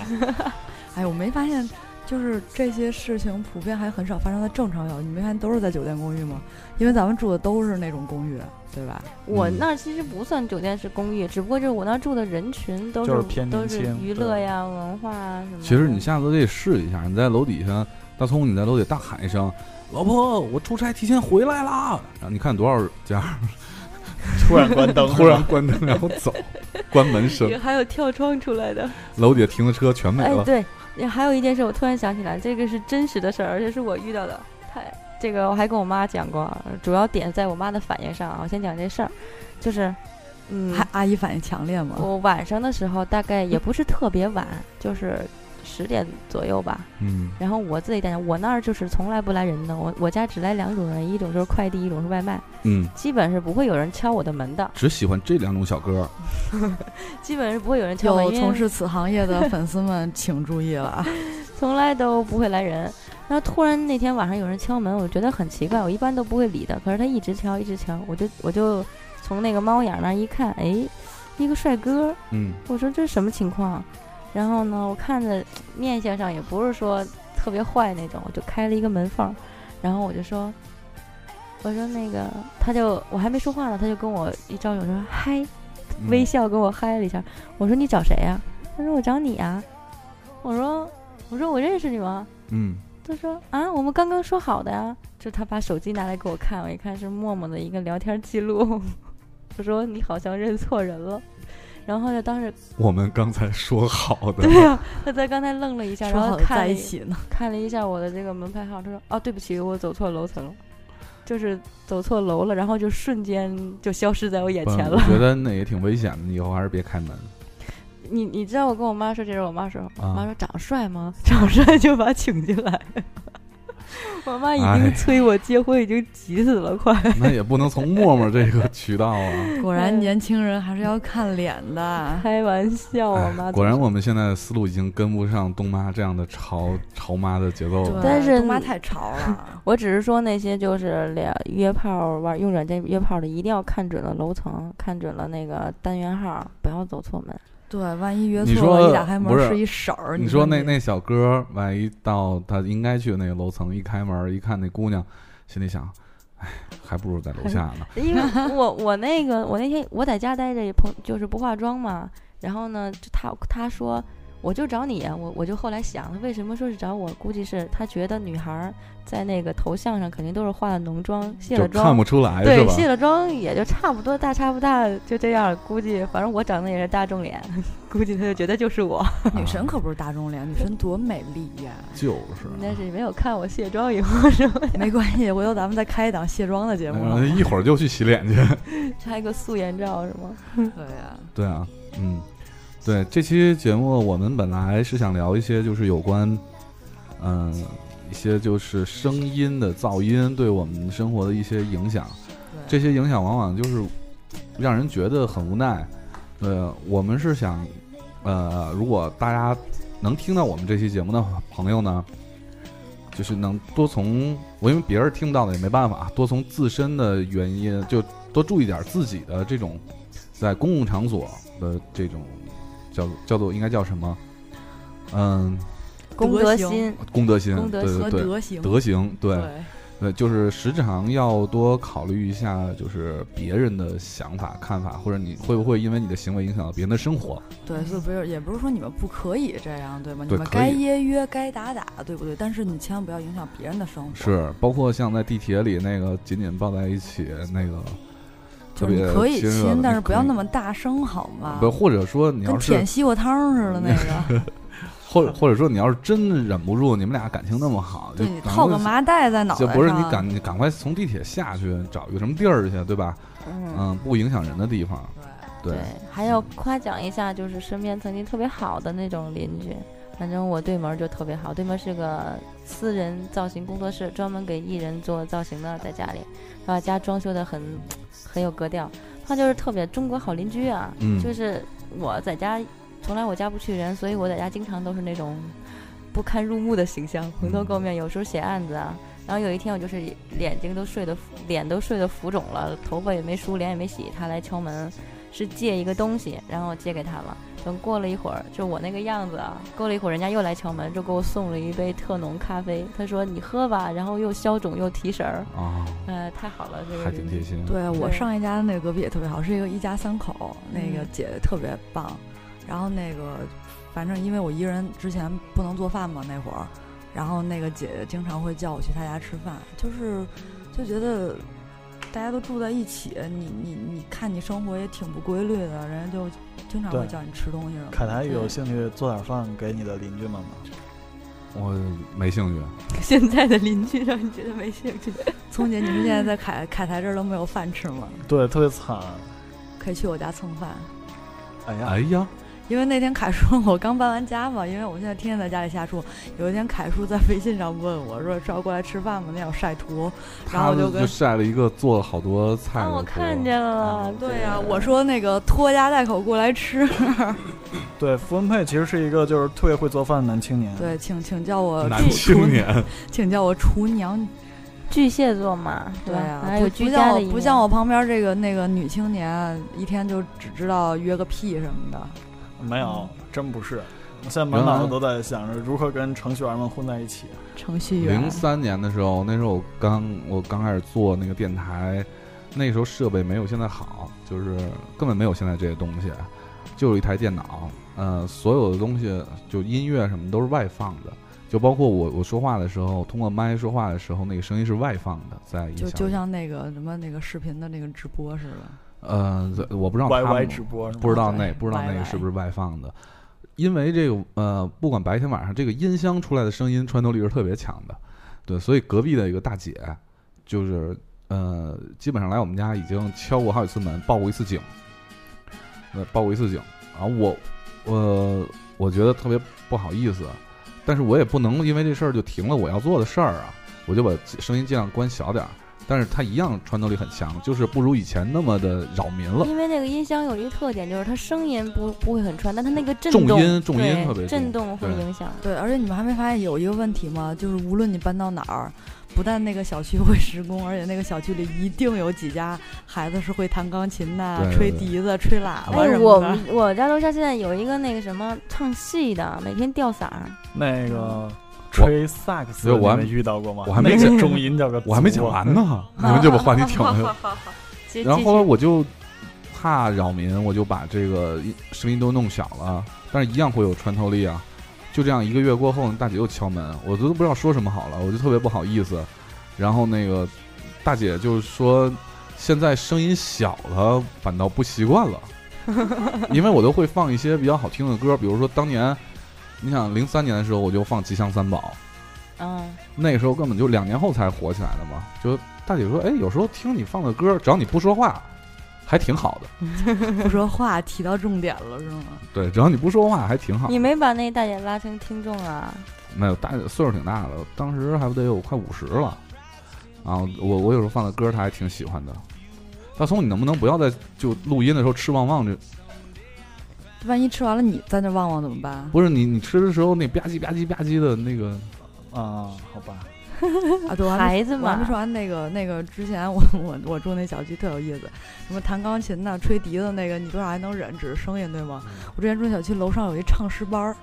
Speaker 3: 哎，我没发现，就是这些事情普遍还很少发生在正常小区，你没发现都是在酒店公寓吗？因为咱们住的都是那种公寓，对吧？
Speaker 2: 我
Speaker 1: 嗯
Speaker 2: 那儿其实不算酒店是公寓，只不过就是我那儿住的人群都
Speaker 4: 就是是偏
Speaker 2: 都
Speaker 4: 年
Speaker 2: 是
Speaker 4: 轻
Speaker 2: 娱
Speaker 4: 对
Speaker 2: 乐呀、文化啊什么的。
Speaker 1: 其实你下次可以试一下，你在楼底下，大葱，你在楼底下大喊一声：“老婆，我出差提前回来啦！”然后你看多少家
Speaker 4: 突然关灯，
Speaker 1: <laughs> 突然关灯然后走，关门声，
Speaker 2: 还有跳窗出来的。
Speaker 1: 楼底下停的车全没
Speaker 2: 哎，
Speaker 1: 了。
Speaker 2: 对，也还有一件事，我突然想起来，这个是真实的事儿，而且是我遇到的。太这个我还跟我妈讲过，啊主要点在我妈的反应上啊。我先讲这事儿，就是，嗯，哦
Speaker 3: 还阿姨反应强烈吗？
Speaker 2: 我晚上的时候大概也不是特别晚，就是十点左右吧。
Speaker 1: 嗯，
Speaker 2: 然后我自己在家，我那儿就是从来不来人的，我我家只来两种人，一种就是快递，一种是外卖，
Speaker 1: 嗯，
Speaker 2: 基本是不会有人敲我的门的，
Speaker 1: 只喜欢这两种小歌。
Speaker 2: 基本是不会有人敲门，
Speaker 3: 有
Speaker 2: 因为
Speaker 3: 从事此行业的粉丝们请注意了啊！
Speaker 2: 从来都不会来人。然后突然那天晚上有人敲门，我觉得很奇怪，我一般都不会理的，可是他一直敲，一直敲，我就我就从那个猫眼那儿一看，哎，一个帅哥，
Speaker 1: 嗯
Speaker 2: 我说这什么情况？然后呢，我看着面相上也不是说特别坏那种，我就开了一个门缝儿，然后我就说，我说那个，他就我还没说话呢，他就跟我一招手说嗨，
Speaker 1: 嗯
Speaker 2: 微笑跟我嗨了一下。我说你找谁呀、他说我找你啊。我说我说我认识你吗？
Speaker 1: 嗯，
Speaker 2: 他说啊，我们刚刚说好的呀、就他把手机拿来给我看，我一看是默默的一个聊天记录。 <laughs> 我说你好像认错人了，然后就当时 <laughs>
Speaker 1: 我们刚才说好的，
Speaker 2: <laughs> 对呀、啊他在刚才愣了一下，
Speaker 3: <laughs> 说
Speaker 2: 然后
Speaker 3: 好
Speaker 2: 看
Speaker 3: 在
Speaker 2: 了
Speaker 3: 一
Speaker 2: 一
Speaker 3: 起呢，
Speaker 2: 看了一下我的这个门牌号，他说：“哦，对不起，我走错楼层了，就是走错楼了。”然后就瞬间就消失在我眼前
Speaker 1: 嗯
Speaker 2: 了
Speaker 1: 我。觉得那也挺危险的，以后还是别开门。
Speaker 2: 你你知道我跟我妈说这事，我妈说：“我
Speaker 1: 啊
Speaker 2: 妈 <laughs> 说长帅吗？长帅就把他请进 <laughs> 来。”我妈已
Speaker 1: 哎
Speaker 2: 经催我结婚，已经急死了，快。
Speaker 1: 那也不能从陌陌这个渠道啊。
Speaker 3: 果然年轻人还是要看脸的。
Speaker 2: <laughs> 开玩笑，我
Speaker 1: 哎
Speaker 2: 妈
Speaker 1: 果然，
Speaker 2: 哦总是
Speaker 1: 我们现在思路已经跟不上东妈这样的潮潮妈的节奏
Speaker 3: 对
Speaker 1: 了。
Speaker 2: 但是，
Speaker 3: 东妈太潮了
Speaker 2: <laughs> 我只是说那些就是俩约炮玩用软件约炮的，一定要看准了楼层，看准了那个单元号，不要走错门。
Speaker 3: 对，万一约
Speaker 1: 你
Speaker 3: 错
Speaker 1: 说
Speaker 3: 了，一打开门
Speaker 1: 不是
Speaker 3: 一婶儿，
Speaker 1: 你
Speaker 3: 你
Speaker 1: 说
Speaker 3: 说
Speaker 1: 那
Speaker 3: 你
Speaker 1: 那小哥，万一到他应该去的那个楼层，一开门一看那姑娘，心里想，哎，还不如在楼下呢。
Speaker 2: <laughs> 因为我我那个我那天我在家待着也碰就是不化妆嘛，然后呢，就他他说我就找你啊，我我就后来想为什么说是找我，估计是他觉得女孩儿在那个头像上肯定都是化了浓妆、卸
Speaker 1: 就
Speaker 2: 了
Speaker 1: 看
Speaker 2: 妆
Speaker 1: 不，出来是
Speaker 2: 对，
Speaker 1: 吧？
Speaker 2: 卸了妆也就差不多大差不大就这样，估计反正我长得也是大众脸， <laughs> 估计他就觉得就是我，
Speaker 3: 女神可不是大众脸，女神多美丽呀！
Speaker 1: 啊就是
Speaker 2: 但是没有看我卸妆以后什么，
Speaker 3: 没关系，回头咱们再开一档卸妆的节目。
Speaker 1: 嗯一会儿就去洗脸去。
Speaker 2: 拍个素颜照是吗？
Speaker 3: 对呀，
Speaker 1: 对啊，嗯，对，这期节目我们本来是想聊一些就是有关，嗯、一些就是声音的噪音对我们生活的一些影响，这些影响往往就是让人觉得很无奈。呃，我们是想，呃，如果大家能听到我们这期节目的朋友呢，就是能多从我因为别人听不到的也没办法，多从自身的原因就多注意点自己的这种在公共场所的这种叫叫做应该叫什么？嗯，
Speaker 2: 公
Speaker 3: 德
Speaker 2: 德
Speaker 3: 行
Speaker 2: 心，
Speaker 1: 公德心，
Speaker 2: 公德心
Speaker 1: 对
Speaker 3: 和
Speaker 1: 对对，
Speaker 3: 德行，
Speaker 1: 德行，对。
Speaker 3: 对，
Speaker 1: 呃，就是时常要多考虑一下，就是别人的想法、看法，或者你会不会因为你的行为影响到别人的生活？
Speaker 3: 对，所以不是也不是说你们不可以这样，对吗？
Speaker 1: 对
Speaker 3: 你们
Speaker 1: 可
Speaker 3: 该
Speaker 1: 以
Speaker 3: 约约，该打打，对不对？但是你千万不要影响别人的生活，
Speaker 1: 是，包括像在地铁里那个紧紧抱在一起那个，特
Speaker 3: 就是你
Speaker 1: 别
Speaker 3: 可以
Speaker 1: 亲热的
Speaker 3: 亲，但
Speaker 1: 那
Speaker 3: 是不要
Speaker 1: 可以
Speaker 3: 那么大声，好吗？
Speaker 1: 不，或者说你要
Speaker 3: 跟
Speaker 1: 是
Speaker 3: 舔，西瓜汤似的那
Speaker 1: <laughs>
Speaker 3: 个，
Speaker 1: 或者或者说你要是真的忍不住，你们俩感情那么好，就
Speaker 3: 对，你
Speaker 1: 赶
Speaker 3: 套
Speaker 1: 快
Speaker 3: 个麻袋在脑袋
Speaker 1: 就
Speaker 3: 上，
Speaker 1: 不是你赶你赶快从地铁下去，找一个什么地儿去，对吧？
Speaker 3: 嗯，
Speaker 1: 嗯，不影响人的地方，对，
Speaker 2: 还要夸奖一下，就是身边曾经特别好的那种邻居。反正我对门儿就特别好，对门儿是个私人造型工作室，专门给艺人做造型的，在家里，把家装修的很很有格调。他就是特别中国好邻居啊，
Speaker 1: 嗯
Speaker 2: 就是我在家从来我家不去人，所以我在家经常都是那种不堪入目的形象，蓬头垢面，有时候写案子啊。然后有一天我就是眼睛都睡得浮脸都睡得浮肿了，头发也没梳，脸也没洗，他来敲门，是借一个东西，然后我借给他了。等过了一会儿，就我那个样子啊，过了一会儿人家又来敲门，就给我送了一杯特浓咖啡，他说你喝吧，然后又消肿又提神儿， <laughs>
Speaker 1: 啊，
Speaker 2: 呃，太好了，这个
Speaker 1: 还
Speaker 2: 人
Speaker 1: 挺贴心。
Speaker 3: 对我
Speaker 2: 对
Speaker 3: 上一家的那个隔壁也特别好，是一个一家三口，那个
Speaker 2: 嗯
Speaker 3: 姐姐特别棒。然后那个，反正因为我一个人之前不能做饭嘛，那会儿，然后那个姐姐经常会叫我去她家吃饭，就是就觉得大家都住在一起，你你你看你生活也挺不规律的，人家就经常会
Speaker 4: 对
Speaker 3: 叫你吃东西什么的。
Speaker 4: 凯台有兴趣做点饭给你的邻居们吗？
Speaker 1: 我没兴趣，
Speaker 2: <laughs> 现在的邻居让你觉得没兴趣。
Speaker 3: 聪姐，你们现在在凯凯台这儿都没有饭吃吗？
Speaker 4: 对，特别惨。
Speaker 3: 可以去我家蹭饭。
Speaker 4: 哎呀，
Speaker 1: 哎呀，
Speaker 3: 因为那天凯叔，我刚搬完家嘛，因为我现在天天在家里瞎住。有一天凯叔在微信上问我说：“是要过来吃饭吗？”那有晒图，然
Speaker 1: 他
Speaker 3: 后我就
Speaker 1: 就
Speaker 3: 跟哦
Speaker 1: 晒了一个做了啊好多菜
Speaker 2: 啊，
Speaker 1: 的
Speaker 2: 我
Speaker 1: 图
Speaker 2: 看见了。啊
Speaker 3: 对呀、我说那个拖家带口过来吃，
Speaker 4: 对，符文佩其实是一个就是特别会做饭的男青
Speaker 3: <laughs>
Speaker 4: 年。，
Speaker 3: 对，请请叫我
Speaker 1: 男
Speaker 3: 厨厨
Speaker 1: 青，年，
Speaker 3: 请叫我厨娘，
Speaker 2: 巨蟹座嘛，
Speaker 3: 对啊
Speaker 2: 吧？
Speaker 3: 呀、
Speaker 2: 还
Speaker 3: 不
Speaker 2: 有
Speaker 3: 不
Speaker 2: 居家
Speaker 3: 像我
Speaker 2: 的一
Speaker 3: 不
Speaker 2: 面
Speaker 3: 像我旁边这个那个女青年，一天就只知道约个屁什么的。
Speaker 4: 没
Speaker 1: 嗯
Speaker 4: 有，真不是。我现在满脑子都在想着如何跟程序员们混在一起。
Speaker 3: 程序员
Speaker 1: 零，三年的时候，那时候我刚我刚开始做那个电台，那时候设备没有现在好，就是根本没有现在这些东西，就是一台电脑，呃，所有的东西就音乐什么都是外放的，就包括我我说话的时候，通过麦说话的时候，那个声音是外放的，在音响
Speaker 3: 就
Speaker 1: 里
Speaker 3: 就像那个什么那个视频的那个直播似的，
Speaker 1: 呃，我不知道他
Speaker 4: YY
Speaker 1: 们
Speaker 4: 直播是吗
Speaker 1: 不知道
Speaker 3: 对
Speaker 1: 那不知道那个
Speaker 3: YY
Speaker 1: 是不是外放的，因为这个呃，不管白天晚上，这个音箱出来的声音穿透力是特别强的，对，所以隔壁的一个大姐，就是呃，基本上来我们家已经敲过好几次门，报过一次警，呃，报过一次警，然后我我我觉得特别不好意思，但是我也不能因为这事儿就停了我要做的事儿啊，我就把声音尽量关小点儿。但是它一样穿透力很强，就是不如以前那么的扰民了。
Speaker 2: 因为那个音箱有一个特点，就是它声音不不会很传，但它那个震
Speaker 1: 重
Speaker 2: 动，
Speaker 1: 音重音
Speaker 2: 对
Speaker 1: 特别重
Speaker 2: 震动会
Speaker 1: 对
Speaker 2: 影响。
Speaker 3: 对，而且你们还没发现有一个问题吗？就是无论你搬到哪儿，不但那个小区会施工，而且那个小区里一定有几家孩子是会弹钢琴的、
Speaker 1: 对对
Speaker 3: 吹
Speaker 1: 对
Speaker 3: 笛子、吹喇叭
Speaker 2: 哎，
Speaker 3: 什
Speaker 2: 我
Speaker 3: 么的。
Speaker 2: 们我家楼下现在有一个那个什么唱戏的，每天吊嗓儿，
Speaker 4: 那个吹萨克斯，
Speaker 1: 对我还
Speaker 4: 你们遇到过吗？
Speaker 1: 我还没
Speaker 4: 那
Speaker 1: 讲
Speaker 4: 个中音叫个，
Speaker 1: 我还没讲。完呢，你们就把话题挑
Speaker 2: <laughs>
Speaker 1: 了。
Speaker 2: 接
Speaker 1: 然后
Speaker 2: 继
Speaker 1: 后来
Speaker 2: 续
Speaker 1: 我就怕扰民，我就把这个音声音都弄小了，但是一样会有穿透力啊。就这样一个月过后，大姐又敲门，我都不知道说什么好了，我就特别不好意思。然后那个大姐就说，现在声音小了，反倒不习惯了，因为我都会放一些比较好听的歌，比如说当年，你想零三年的时候，我就放《吉祥三宝》。
Speaker 2: 嗯，
Speaker 1: 那个时候根本就两年后才火起来的嘛。就大姐说，哎，有时候听你放的歌，只要你不说话，还挺好的。
Speaker 3: 不说话，提到重点了是吗？
Speaker 1: 对，只要你不说话，还挺好
Speaker 2: 你。没把那大姐拉成听众啊？
Speaker 1: 没有，大岁数挺大的，当时还不得有快五十了。啊，我我有时候放的歌，她还挺喜欢的。大松，你能不能不要在就录音的时候吃旺旺这？
Speaker 3: 万一吃完了你在那旺旺怎么办？
Speaker 1: 不是你你吃的时候那吧唧吧唧吧唧的那个，
Speaker 4: 啊，好吧，
Speaker 3: 啊，对，我还没
Speaker 2: 孩子
Speaker 3: 我还没
Speaker 2: 嘛
Speaker 3: 说，完那个那个之前我我我住那小区特有意思，什么弹钢琴的、吹笛子那个，你多少还能忍，只是声音对吗？
Speaker 1: 嗯
Speaker 3: 我之前住小区楼上有一唱诗班儿，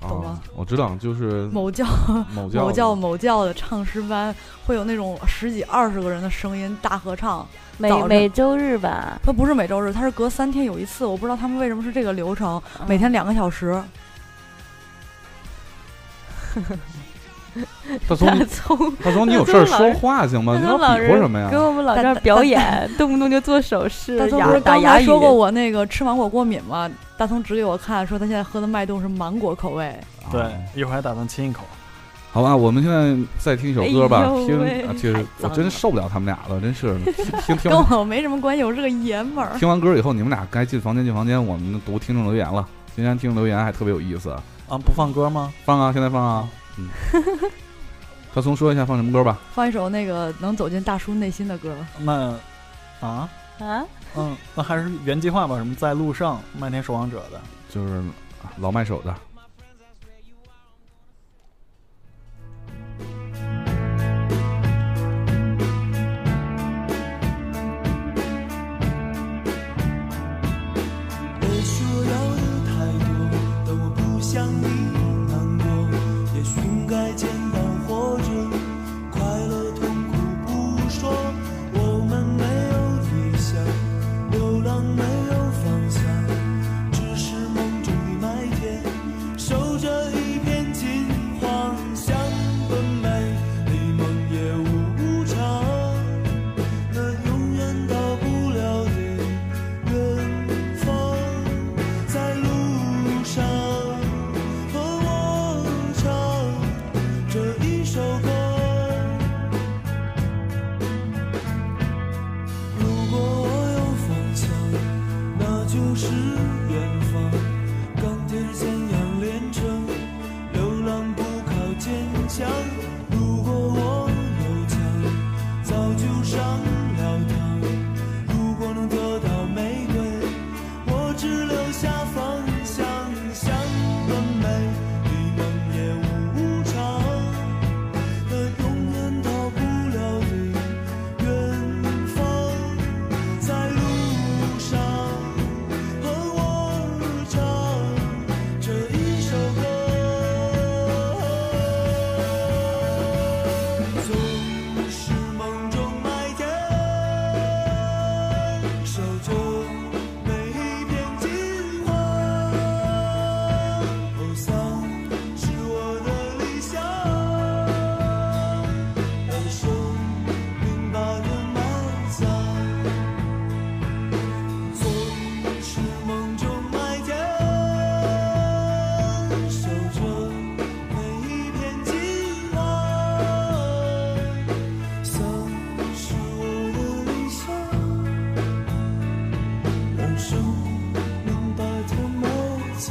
Speaker 3: 懂
Speaker 1: 啊
Speaker 3: 吗，
Speaker 1: 我知道，就是
Speaker 3: 某教
Speaker 1: 某教
Speaker 3: 某教某教的唱诗班，会有那种十几二十个人的声音大合唱。
Speaker 2: 每
Speaker 3: 早上
Speaker 2: 每周日吧，
Speaker 3: 它不是每周日，它是隔三天有一次。我不知道他们为什么是这个流程，每天两个小时。
Speaker 1: 大松，
Speaker 2: <laughs> 大
Speaker 1: 你
Speaker 2: 葱
Speaker 1: 大松，你有
Speaker 2: 大
Speaker 1: 事儿
Speaker 2: 松老
Speaker 1: 说
Speaker 2: 师
Speaker 1: 话行
Speaker 2: <laughs>
Speaker 1: 吗？
Speaker 2: 大
Speaker 1: 你
Speaker 2: 松
Speaker 1: 老
Speaker 2: 老
Speaker 1: 比划
Speaker 2: 师
Speaker 1: 什么呀？
Speaker 2: 给我们老
Speaker 3: 大
Speaker 2: 这儿
Speaker 3: 大
Speaker 2: 表演，动不动就做手势
Speaker 3: 大，葱不
Speaker 2: 牙
Speaker 3: 是
Speaker 2: 打
Speaker 3: 刚
Speaker 2: 哑
Speaker 3: 才
Speaker 2: 语。
Speaker 3: 说过我那个吃芒果过敏吗？大葱指给我看，说他现在喝的脉动是芒果口味。
Speaker 4: 对
Speaker 1: 啊，
Speaker 4: 一会儿还打算亲一口。
Speaker 1: 好吧，我们现在再听一首歌吧
Speaker 2: 哎。呦
Speaker 1: 听
Speaker 2: 喂
Speaker 1: 啊，这
Speaker 3: 太
Speaker 1: 我
Speaker 3: 脏
Speaker 1: 真
Speaker 3: 了
Speaker 1: 受不了他们俩了，真是的听听
Speaker 3: 跟
Speaker 1: 完
Speaker 3: 我没什么关系，我是个爷们儿。
Speaker 1: 听完歌以后，你们俩该进房间进房间，我们读听众留言了。今天听众留言还特别有意思，
Speaker 4: 啊，不放歌吗？
Speaker 1: 放啊，现在放啊。
Speaker 3: <laughs>
Speaker 1: 嗯，大松说一下放什么歌吧。
Speaker 3: 放一首那个能走进大叔内心的歌，
Speaker 4: 那啊，
Speaker 2: 啊，
Speaker 4: 嗯，那还是原计划吧，什么在路上、麦田守望者的。
Speaker 1: 就是老麦手的。
Speaker 5: 你难过，也许该简单活着，快乐痛苦不说，我们没有理想，流浪没有方向，只是梦中的麦田，守着一片金黄，想奔美丽梦也无常，那永远到不了的远方。在路上和我唱这一首歌。如果我有方向，那就是远方。钢铁怎样炼成？流浪不靠坚强。如果我有枪，早就上了膛。如果能得到玫瑰。我只留下方向，想奔美丽梦也无常，那永远到不了的远方，在路上和我唱这一首歌，总是梦中麦田。守着每一片金黄，偶像是我的理想，让生命把它埋葬。总是梦中麦田，守着每一片金黄，像是我的理想。让生命把它埋葬。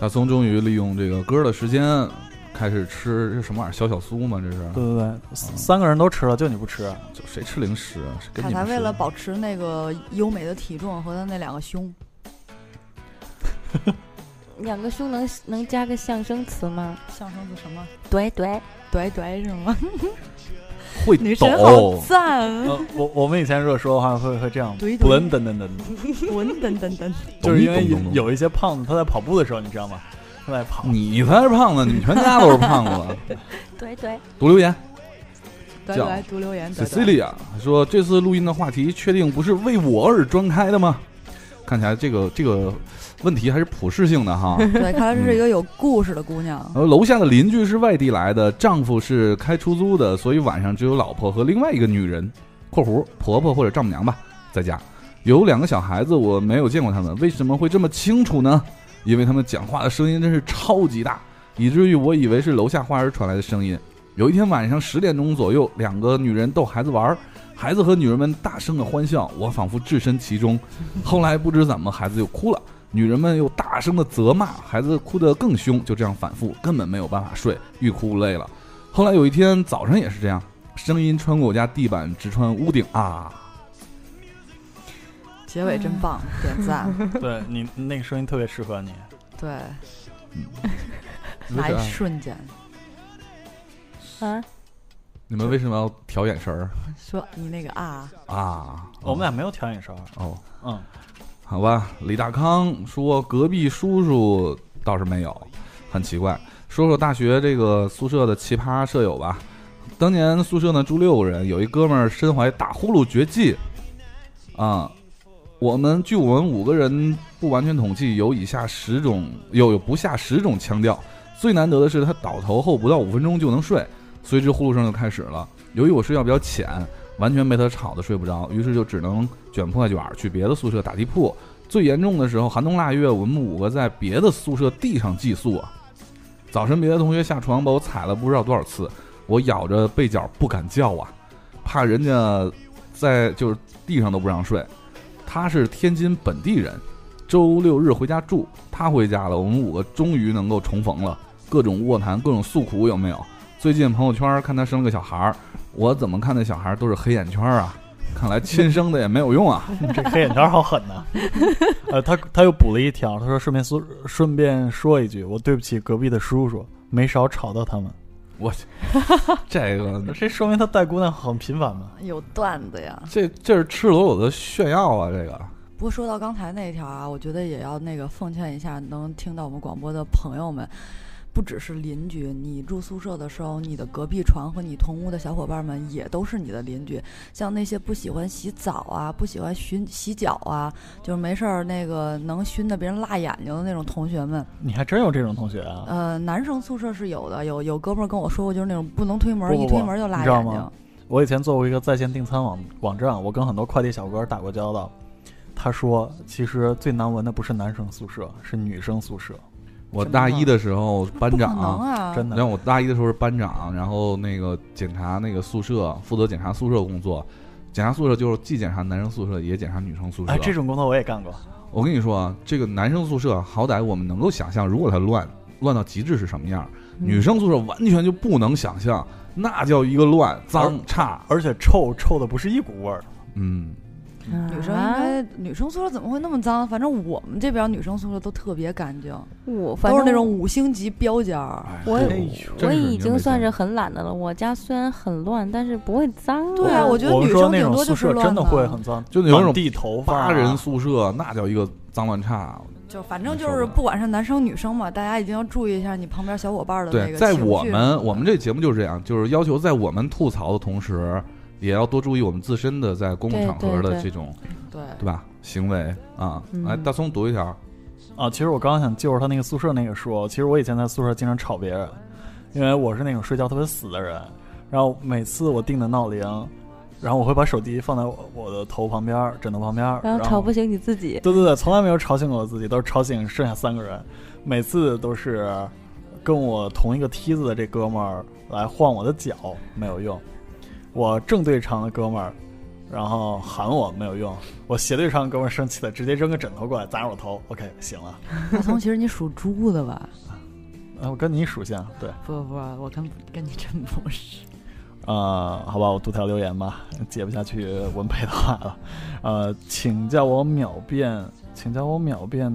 Speaker 1: 大松终于利用这个歌的时间，开始吃这什么玩意儿？小小酥吗？这
Speaker 4: 对
Speaker 1: 是？
Speaker 4: 对对，三个人都吃了，就你不吃。
Speaker 1: 就谁吃零食啊？谁给
Speaker 3: 凯
Speaker 1: 你
Speaker 3: 才
Speaker 1: 们吃
Speaker 3: 为了保持那个优美的体重和他那两个胸，
Speaker 2: 两个胸能能加个象声词吗？
Speaker 3: 象征着什么？
Speaker 2: 怼怼，
Speaker 3: 怼怼是吗？
Speaker 1: 会
Speaker 3: 女神好
Speaker 1: 抖，
Speaker 3: 赞，啊
Speaker 4: 呃，我我们以前如果说的话会会这样，
Speaker 3: 嗯怼怼
Speaker 4: 滚等等等，
Speaker 3: 滚等等等，
Speaker 4: 就是因为
Speaker 1: 咚咚咚
Speaker 4: 有有一些胖子他在跑步的时候，你知道吗？他在
Speaker 1: <laughs>
Speaker 4: 跑，
Speaker 1: <laughs> 你才是胖子，你们全家都是胖子。
Speaker 2: 怼怼，
Speaker 1: 读留言
Speaker 3: 怼
Speaker 1: 叫
Speaker 3: 怼读留言，怼怼。
Speaker 1: ，Cecilia 说这次录音的话题确定不是为我而专开的吗？看起来这个这个问题还是普适性的哈。
Speaker 3: 对，看来这是一个有故事的姑娘。
Speaker 1: 呃，楼下的邻居是外地来的，丈夫是开出租的，所以晚上只有老婆和另外一个女人（括弧婆婆或者丈母娘吧）在家。有两个小孩子，我没有见过他们，为什么会这么清楚呢？因为他们讲话的声音真是超级大，以至于我以为是楼下花园传来的声音。有一天晚上十点钟左右，两个女人逗孩子玩儿，孩子和女人们大声的欢笑，我仿佛置身其中。后来不知怎么，孩子就哭了。女人们又大声的责骂，孩子哭得更凶，就这样反复，根本没有办法睡，欲哭无泪了。后来有一天早上也是这样，声音穿过我家地板，直穿屋顶啊！
Speaker 3: 结尾真棒，点赞。
Speaker 4: 对你那个声音特别适合你。
Speaker 3: 对，
Speaker 1: 嗯，
Speaker 3: <laughs> 那一瞬间
Speaker 2: 啊，
Speaker 1: 你们为什么要调眼神儿
Speaker 3: 说你那个啊，
Speaker 1: 啊？
Speaker 4: 我们俩没有调眼勺，
Speaker 1: 哦，
Speaker 4: 嗯，
Speaker 1: 好吧。李大康说隔壁叔叔倒是没有，很奇怪。说说大学这个宿舍的奇葩舍友吧。当年宿舍呢住六个人，有一哥们儿身怀打呼噜绝技，啊，我们据我们五个人不完全统计，有以下十种，有有不下十种腔调。最难得的是他倒头后不到五分钟就能睡，随之呼噜声就开始了。由于我睡觉比较浅，完全被他吵得睡不着，于是就只能卷铺盖卷儿去别的宿舍打地铺。最严重的时候，寒冬腊月，我们五个在别的宿舍地上寄宿啊。早晨别的同学下床把我踩了不知道多少次，我咬着被角不敢叫啊，怕人家在就是地上都不让睡。他是天津本地人，周六日回家住，他回家了，我们五个终于能够重逢了，各种卧谈，各种诉苦，有没有？最近朋友圈看他生了个小孩儿，我怎么看那小孩儿都是黑眼圈啊，看来亲生的也没有用
Speaker 2: <laughs>
Speaker 1: 啊。
Speaker 4: 这黑眼圈好狠呐、呃，他他又补了一条，他说顺便说顺便说一句，我对不起隔壁的叔叔，没少吵到他们。
Speaker 1: 我去，这个
Speaker 4: 这说明他带姑娘很频繁嘛。
Speaker 3: 有段子呀。
Speaker 1: 这这是赤裸裸的炫耀啊！这个
Speaker 3: 不过说到刚才那一条啊，我觉得也要那个奉劝一下能听到我们广播的朋友们，不只是邻居，你住宿舍的时候，你的隔壁床和你同屋的小伙伴们也都是你的邻居。像那些不喜欢洗澡啊、不喜欢熏洗脚啊，就是没事儿那个能熏得别人辣眼睛的那种同学们，
Speaker 4: 你还真有这种同学啊？
Speaker 3: 呃，男生宿舍是有的，有有哥们儿跟我说过，就是那种不能推门，
Speaker 4: 不不
Speaker 3: 一
Speaker 4: 不
Speaker 3: 推门就辣
Speaker 4: 你知道
Speaker 3: 眼
Speaker 4: 吗
Speaker 3: 睛。
Speaker 4: 我以前做过一个在线订餐网网站，我跟很多快递小哥打过交道。他说，其实最难闻的不是男生宿舍，是女生宿舍，
Speaker 1: 我大一的时候班
Speaker 3: 不可能
Speaker 1: 长，
Speaker 3: 啊！
Speaker 4: 真的。
Speaker 1: 然后我大一的时候是班长，然后那个检查那个宿舍，负责检查宿舍工作。检查宿舍就是既检查男生宿舍，也检查女生宿舍。
Speaker 4: 哎，这种工作我也干过。
Speaker 1: 我跟你说啊，这个男生宿舍好歹我们能够想象，如果它乱乱到极致是什么样，
Speaker 2: 嗯
Speaker 1: 女生宿舍完全就不能想象，那叫一个乱、脏、差。
Speaker 4: 而且臭臭的不是一股味儿，
Speaker 1: 嗯，
Speaker 3: 女生应
Speaker 2: 啊
Speaker 3: 该，女生宿舍怎么会那么脏？反正我们这边女生宿舍都特别干净，
Speaker 2: 我反
Speaker 3: 都是
Speaker 2: 正
Speaker 3: 那种五星级标间儿。
Speaker 1: 哎
Speaker 2: 我
Speaker 1: 这
Speaker 2: 我
Speaker 1: 真是
Speaker 2: 已
Speaker 1: 你没
Speaker 2: 经算
Speaker 1: 见
Speaker 2: 是很懒的了。我家虽然很乱，但是不会脏。
Speaker 3: 对啊，我觉得
Speaker 4: 我们
Speaker 3: 女
Speaker 4: 说
Speaker 3: 生
Speaker 4: 那
Speaker 3: 顶
Speaker 4: 种
Speaker 3: 多
Speaker 4: 宿
Speaker 3: 就是
Speaker 4: 舍
Speaker 3: 乱
Speaker 4: 真的会
Speaker 3: 嘛
Speaker 4: 很脏，
Speaker 1: 就那种
Speaker 4: 满地头发、啊
Speaker 1: 八人宿舍，那叫一个脏乱差。
Speaker 3: 就反正就是不管是男生女生嘛，大家一定要注意一下你旁边小伙伴的那
Speaker 1: 对，
Speaker 3: 个
Speaker 1: 在
Speaker 3: 情
Speaker 1: 我
Speaker 3: 绪
Speaker 1: 们我们这节目就是这样，就是要求在我们吐槽的同时，也要多注意我们自身的在公共
Speaker 2: 对
Speaker 1: 场合
Speaker 2: 对
Speaker 1: 的
Speaker 2: 对
Speaker 1: 这种
Speaker 3: <laughs> 对
Speaker 1: 对吧行为啊。来，
Speaker 2: 嗯
Speaker 1: 大葱读一条，
Speaker 4: 啊，其实我刚刚想就着他那个宿舍那个说，其实我以前在宿舍经常吵别人，因为我是那种睡觉特别死的人，然后每次我定的闹铃，然后我会把手机放在我我的头旁边儿、枕头旁边儿，
Speaker 2: 然后吵不醒你自己。
Speaker 4: 对对对，从来没有吵醒过我自己，都是吵醒剩下三个人，每次都是跟我同一个梯子的这哥们儿来晃我的脚，没有用。我正对长的哥们儿，然后喊我没有用。我斜对长的哥们儿生气了，直接扔个枕头过来砸我头。OK，行了，
Speaker 3: 大葱，其实你属猪的吧？
Speaker 4: 啊，我跟你属相对。
Speaker 3: 不不，我跟跟你真不是。
Speaker 4: 呃，好吧，我读条留言吧， <laughs> 接不下去文配的话了。 <laughs> 呃，请叫我秒变，请叫我秒变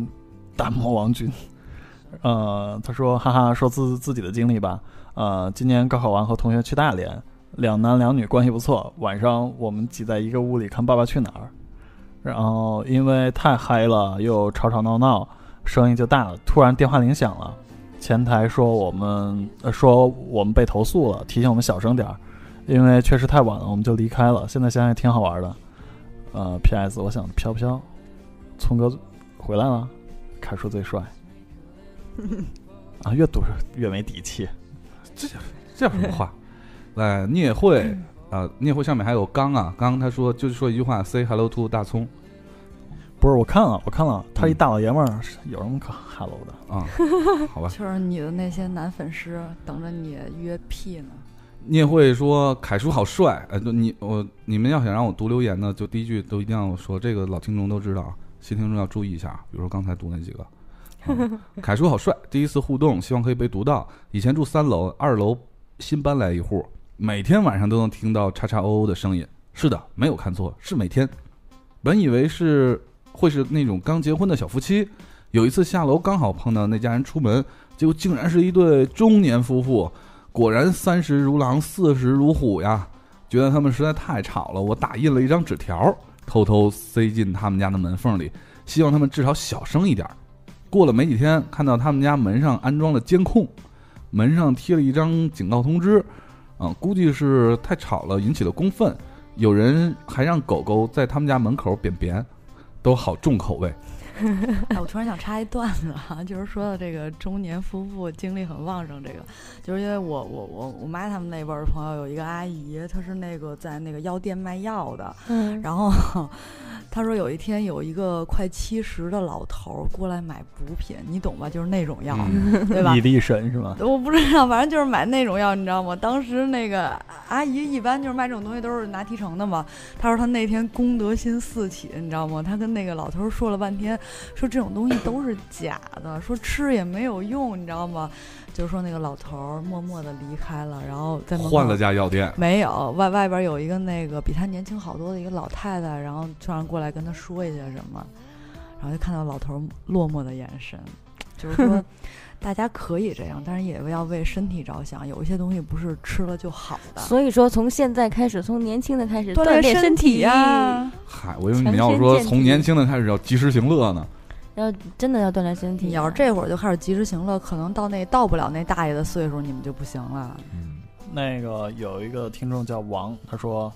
Speaker 4: 大魔王君。 <laughs> 呃，他说，哈哈，说自自己的经历吧。呃，今年高考完和同学去大连，两男两女关系不错。晚上我们挤在一个屋里看《爸爸去哪儿》，然后因为太嗨了，又吵吵闹闹，声音就大了。突然电话铃响了，前台说我们、呃、说我们被投诉了，提醒我们小声点儿，因为确实太晚了，我们就离开了。现在想想也挺好玩的。呃，P.S. 我想飘飘，聪哥回来了，凯叔
Speaker 3: <laughs>
Speaker 4: 最帅。啊，越读越没底气。
Speaker 1: 这有什么
Speaker 3: <laughs>
Speaker 1: 话？来，聂慧啊，聂慧上面还有刚啊，刚他说就是说一句话，say hello to 大葱
Speaker 4: 不是，我看了，我看了，他一
Speaker 1: 嗯
Speaker 4: 大老爷们儿，是有什么可 hello 的？
Speaker 3: <laughs>
Speaker 1: 啊，好吧。
Speaker 3: 就是你的那些男粉丝等着你约屁呢。
Speaker 1: 聂慧说：“凯叔好帅。”呃，就你我你们要想让我读留言呢，就第一句都一定要说，这个老听众都知道，啊，新听众要注意一下。比如说刚才读那几个，嗯凯叔好帅，第一次互动，希望可以被读到。以前住三楼，二楼新搬来一户，每天晚上都能听到叉叉哦哦的声音。是的，没有看错，是每天。本以为是会是那种刚结婚的小夫妻，有一次下楼刚好碰到那家人出门，结果竟然是一对中年夫妇。果然三十如狼，四十如虎呀！觉得他们实在太吵了，我打印了一张纸条，偷偷塞进他们家的门缝里，希望他们至少小声一点儿。过了没几天，看到他们家门上安装了监控，门上贴了一张警告通知，啊、估计是太吵了引起了公愤，有人还让狗狗在他们家门口便便，都好重口味。
Speaker 3: 哎，我突然想插一段子啊，就是说的这个中年夫妇精力很旺盛，这个就是因为我我我我妈他们那辈儿朋友有一个阿姨，她是那个在那个药店卖药的，
Speaker 2: 嗯，
Speaker 3: 然后她说有一天有一个快七十的老头儿过来买补品，你懂吧？就是那种药，
Speaker 1: 嗯
Speaker 3: 对吧
Speaker 4: 蚁？力神是吧？
Speaker 3: 我不知道， <laughs> 反正就是买那种药，你知道吗？当时那个阿姨一般就是卖这种东西都是拿提成的嘛。她说她那天功德心四起，你知道吗？她跟那个老头说了半天，说这种东西都是假的，说吃也没有用，你知道吗？就说那个老头默默的离开了，然后在门口
Speaker 1: 换了家药店，
Speaker 3: 没有外外边有一个那个比他年轻好多的一个老太太，然后突然过来跟他说一些什么，然后就看到老头落寞的眼神，就是说大家可以这样，但是也要为身体着想，有一些东西不是吃了就好的，
Speaker 2: 所以说从现在开始，从年轻的开始锻
Speaker 3: 锻
Speaker 2: 炼
Speaker 3: 身
Speaker 2: 体
Speaker 3: 呀、
Speaker 1: 嗨，我以为你要说从年轻的开始要及时行乐呢。
Speaker 2: 要真的要锻炼身体。
Speaker 3: 你要是这会儿就开始及时行乐，可能到那到不了那大爷的岁数，你们就不行了。
Speaker 1: 嗯，
Speaker 4: 那个有一个听众叫王，他说：“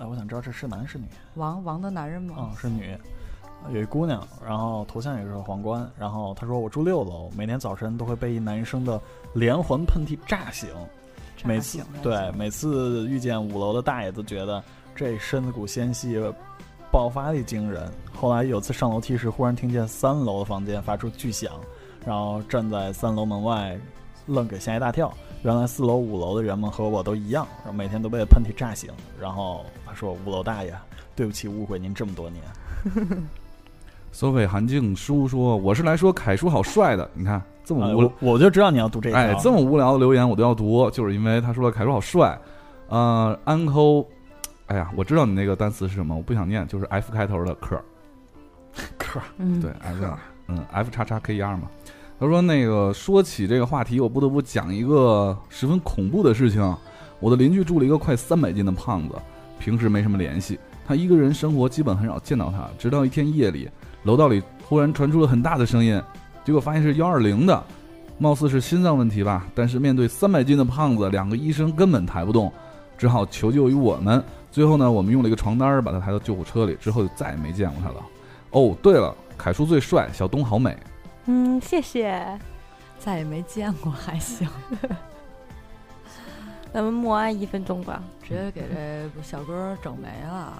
Speaker 4: 哎，我想知道这是男是女？
Speaker 3: 王王的男人嘛，
Speaker 4: 啊、是女。有一姑娘，然后头像也是皇冠，然后她说我住六楼，每天早晨都会被一男生的连环喷嚏炸醒，
Speaker 3: 炸
Speaker 4: 每次
Speaker 3: 醒了
Speaker 4: 对每次遇见五楼的大爷都觉得这身子骨纤细，爆发力惊人。后来有次上楼梯时，忽然听见三楼的房间发出巨响，然后站在三楼门外，愣给吓一大跳。原来四楼、五楼的人们和我都一样，然后每天都被喷嚏炸醒。然后他说：“五楼大爷，对不起，误会您这么多年。
Speaker 1: 所谓韩静书说：“我是来说凯叔好帅的，你看这么
Speaker 4: 哎
Speaker 1: 无
Speaker 4: 我我就知道你要读这一条。啊
Speaker 1: 哎这么无聊的留言我都要读，就是因为他说了凯叔好帅。呃，uncle，哎呀，我知道你那个单词是什么，我不想念，就是 F 开头的克，
Speaker 4: 嗑儿
Speaker 2: 嗯，
Speaker 1: 对 F，嗯 F 叉叉 K E R 嘛。他说那个说起这个话题，我不得不讲一个十分恐怖的事情。我的邻居住了一个快三百斤的胖子，平时没什么联系，他一个人生活基本很少见到他。直到一天夜里，楼道里忽然传出了很大的声音，结果发现是幺二零的，貌似是心脏问题吧。但是面对三百斤的胖子，两个医生根本抬不动，只好求救于我们。最后呢，我们用了一个床单儿把他抬到救护车里，之后就再也没见过他了。哦，对了，凯叔最帅，小东好美。
Speaker 2: 嗯，谢谢。
Speaker 3: 再也没见过，还行， <laughs>
Speaker 2: 咱们默哀一分钟吧。
Speaker 3: 直接给这小哥整没了。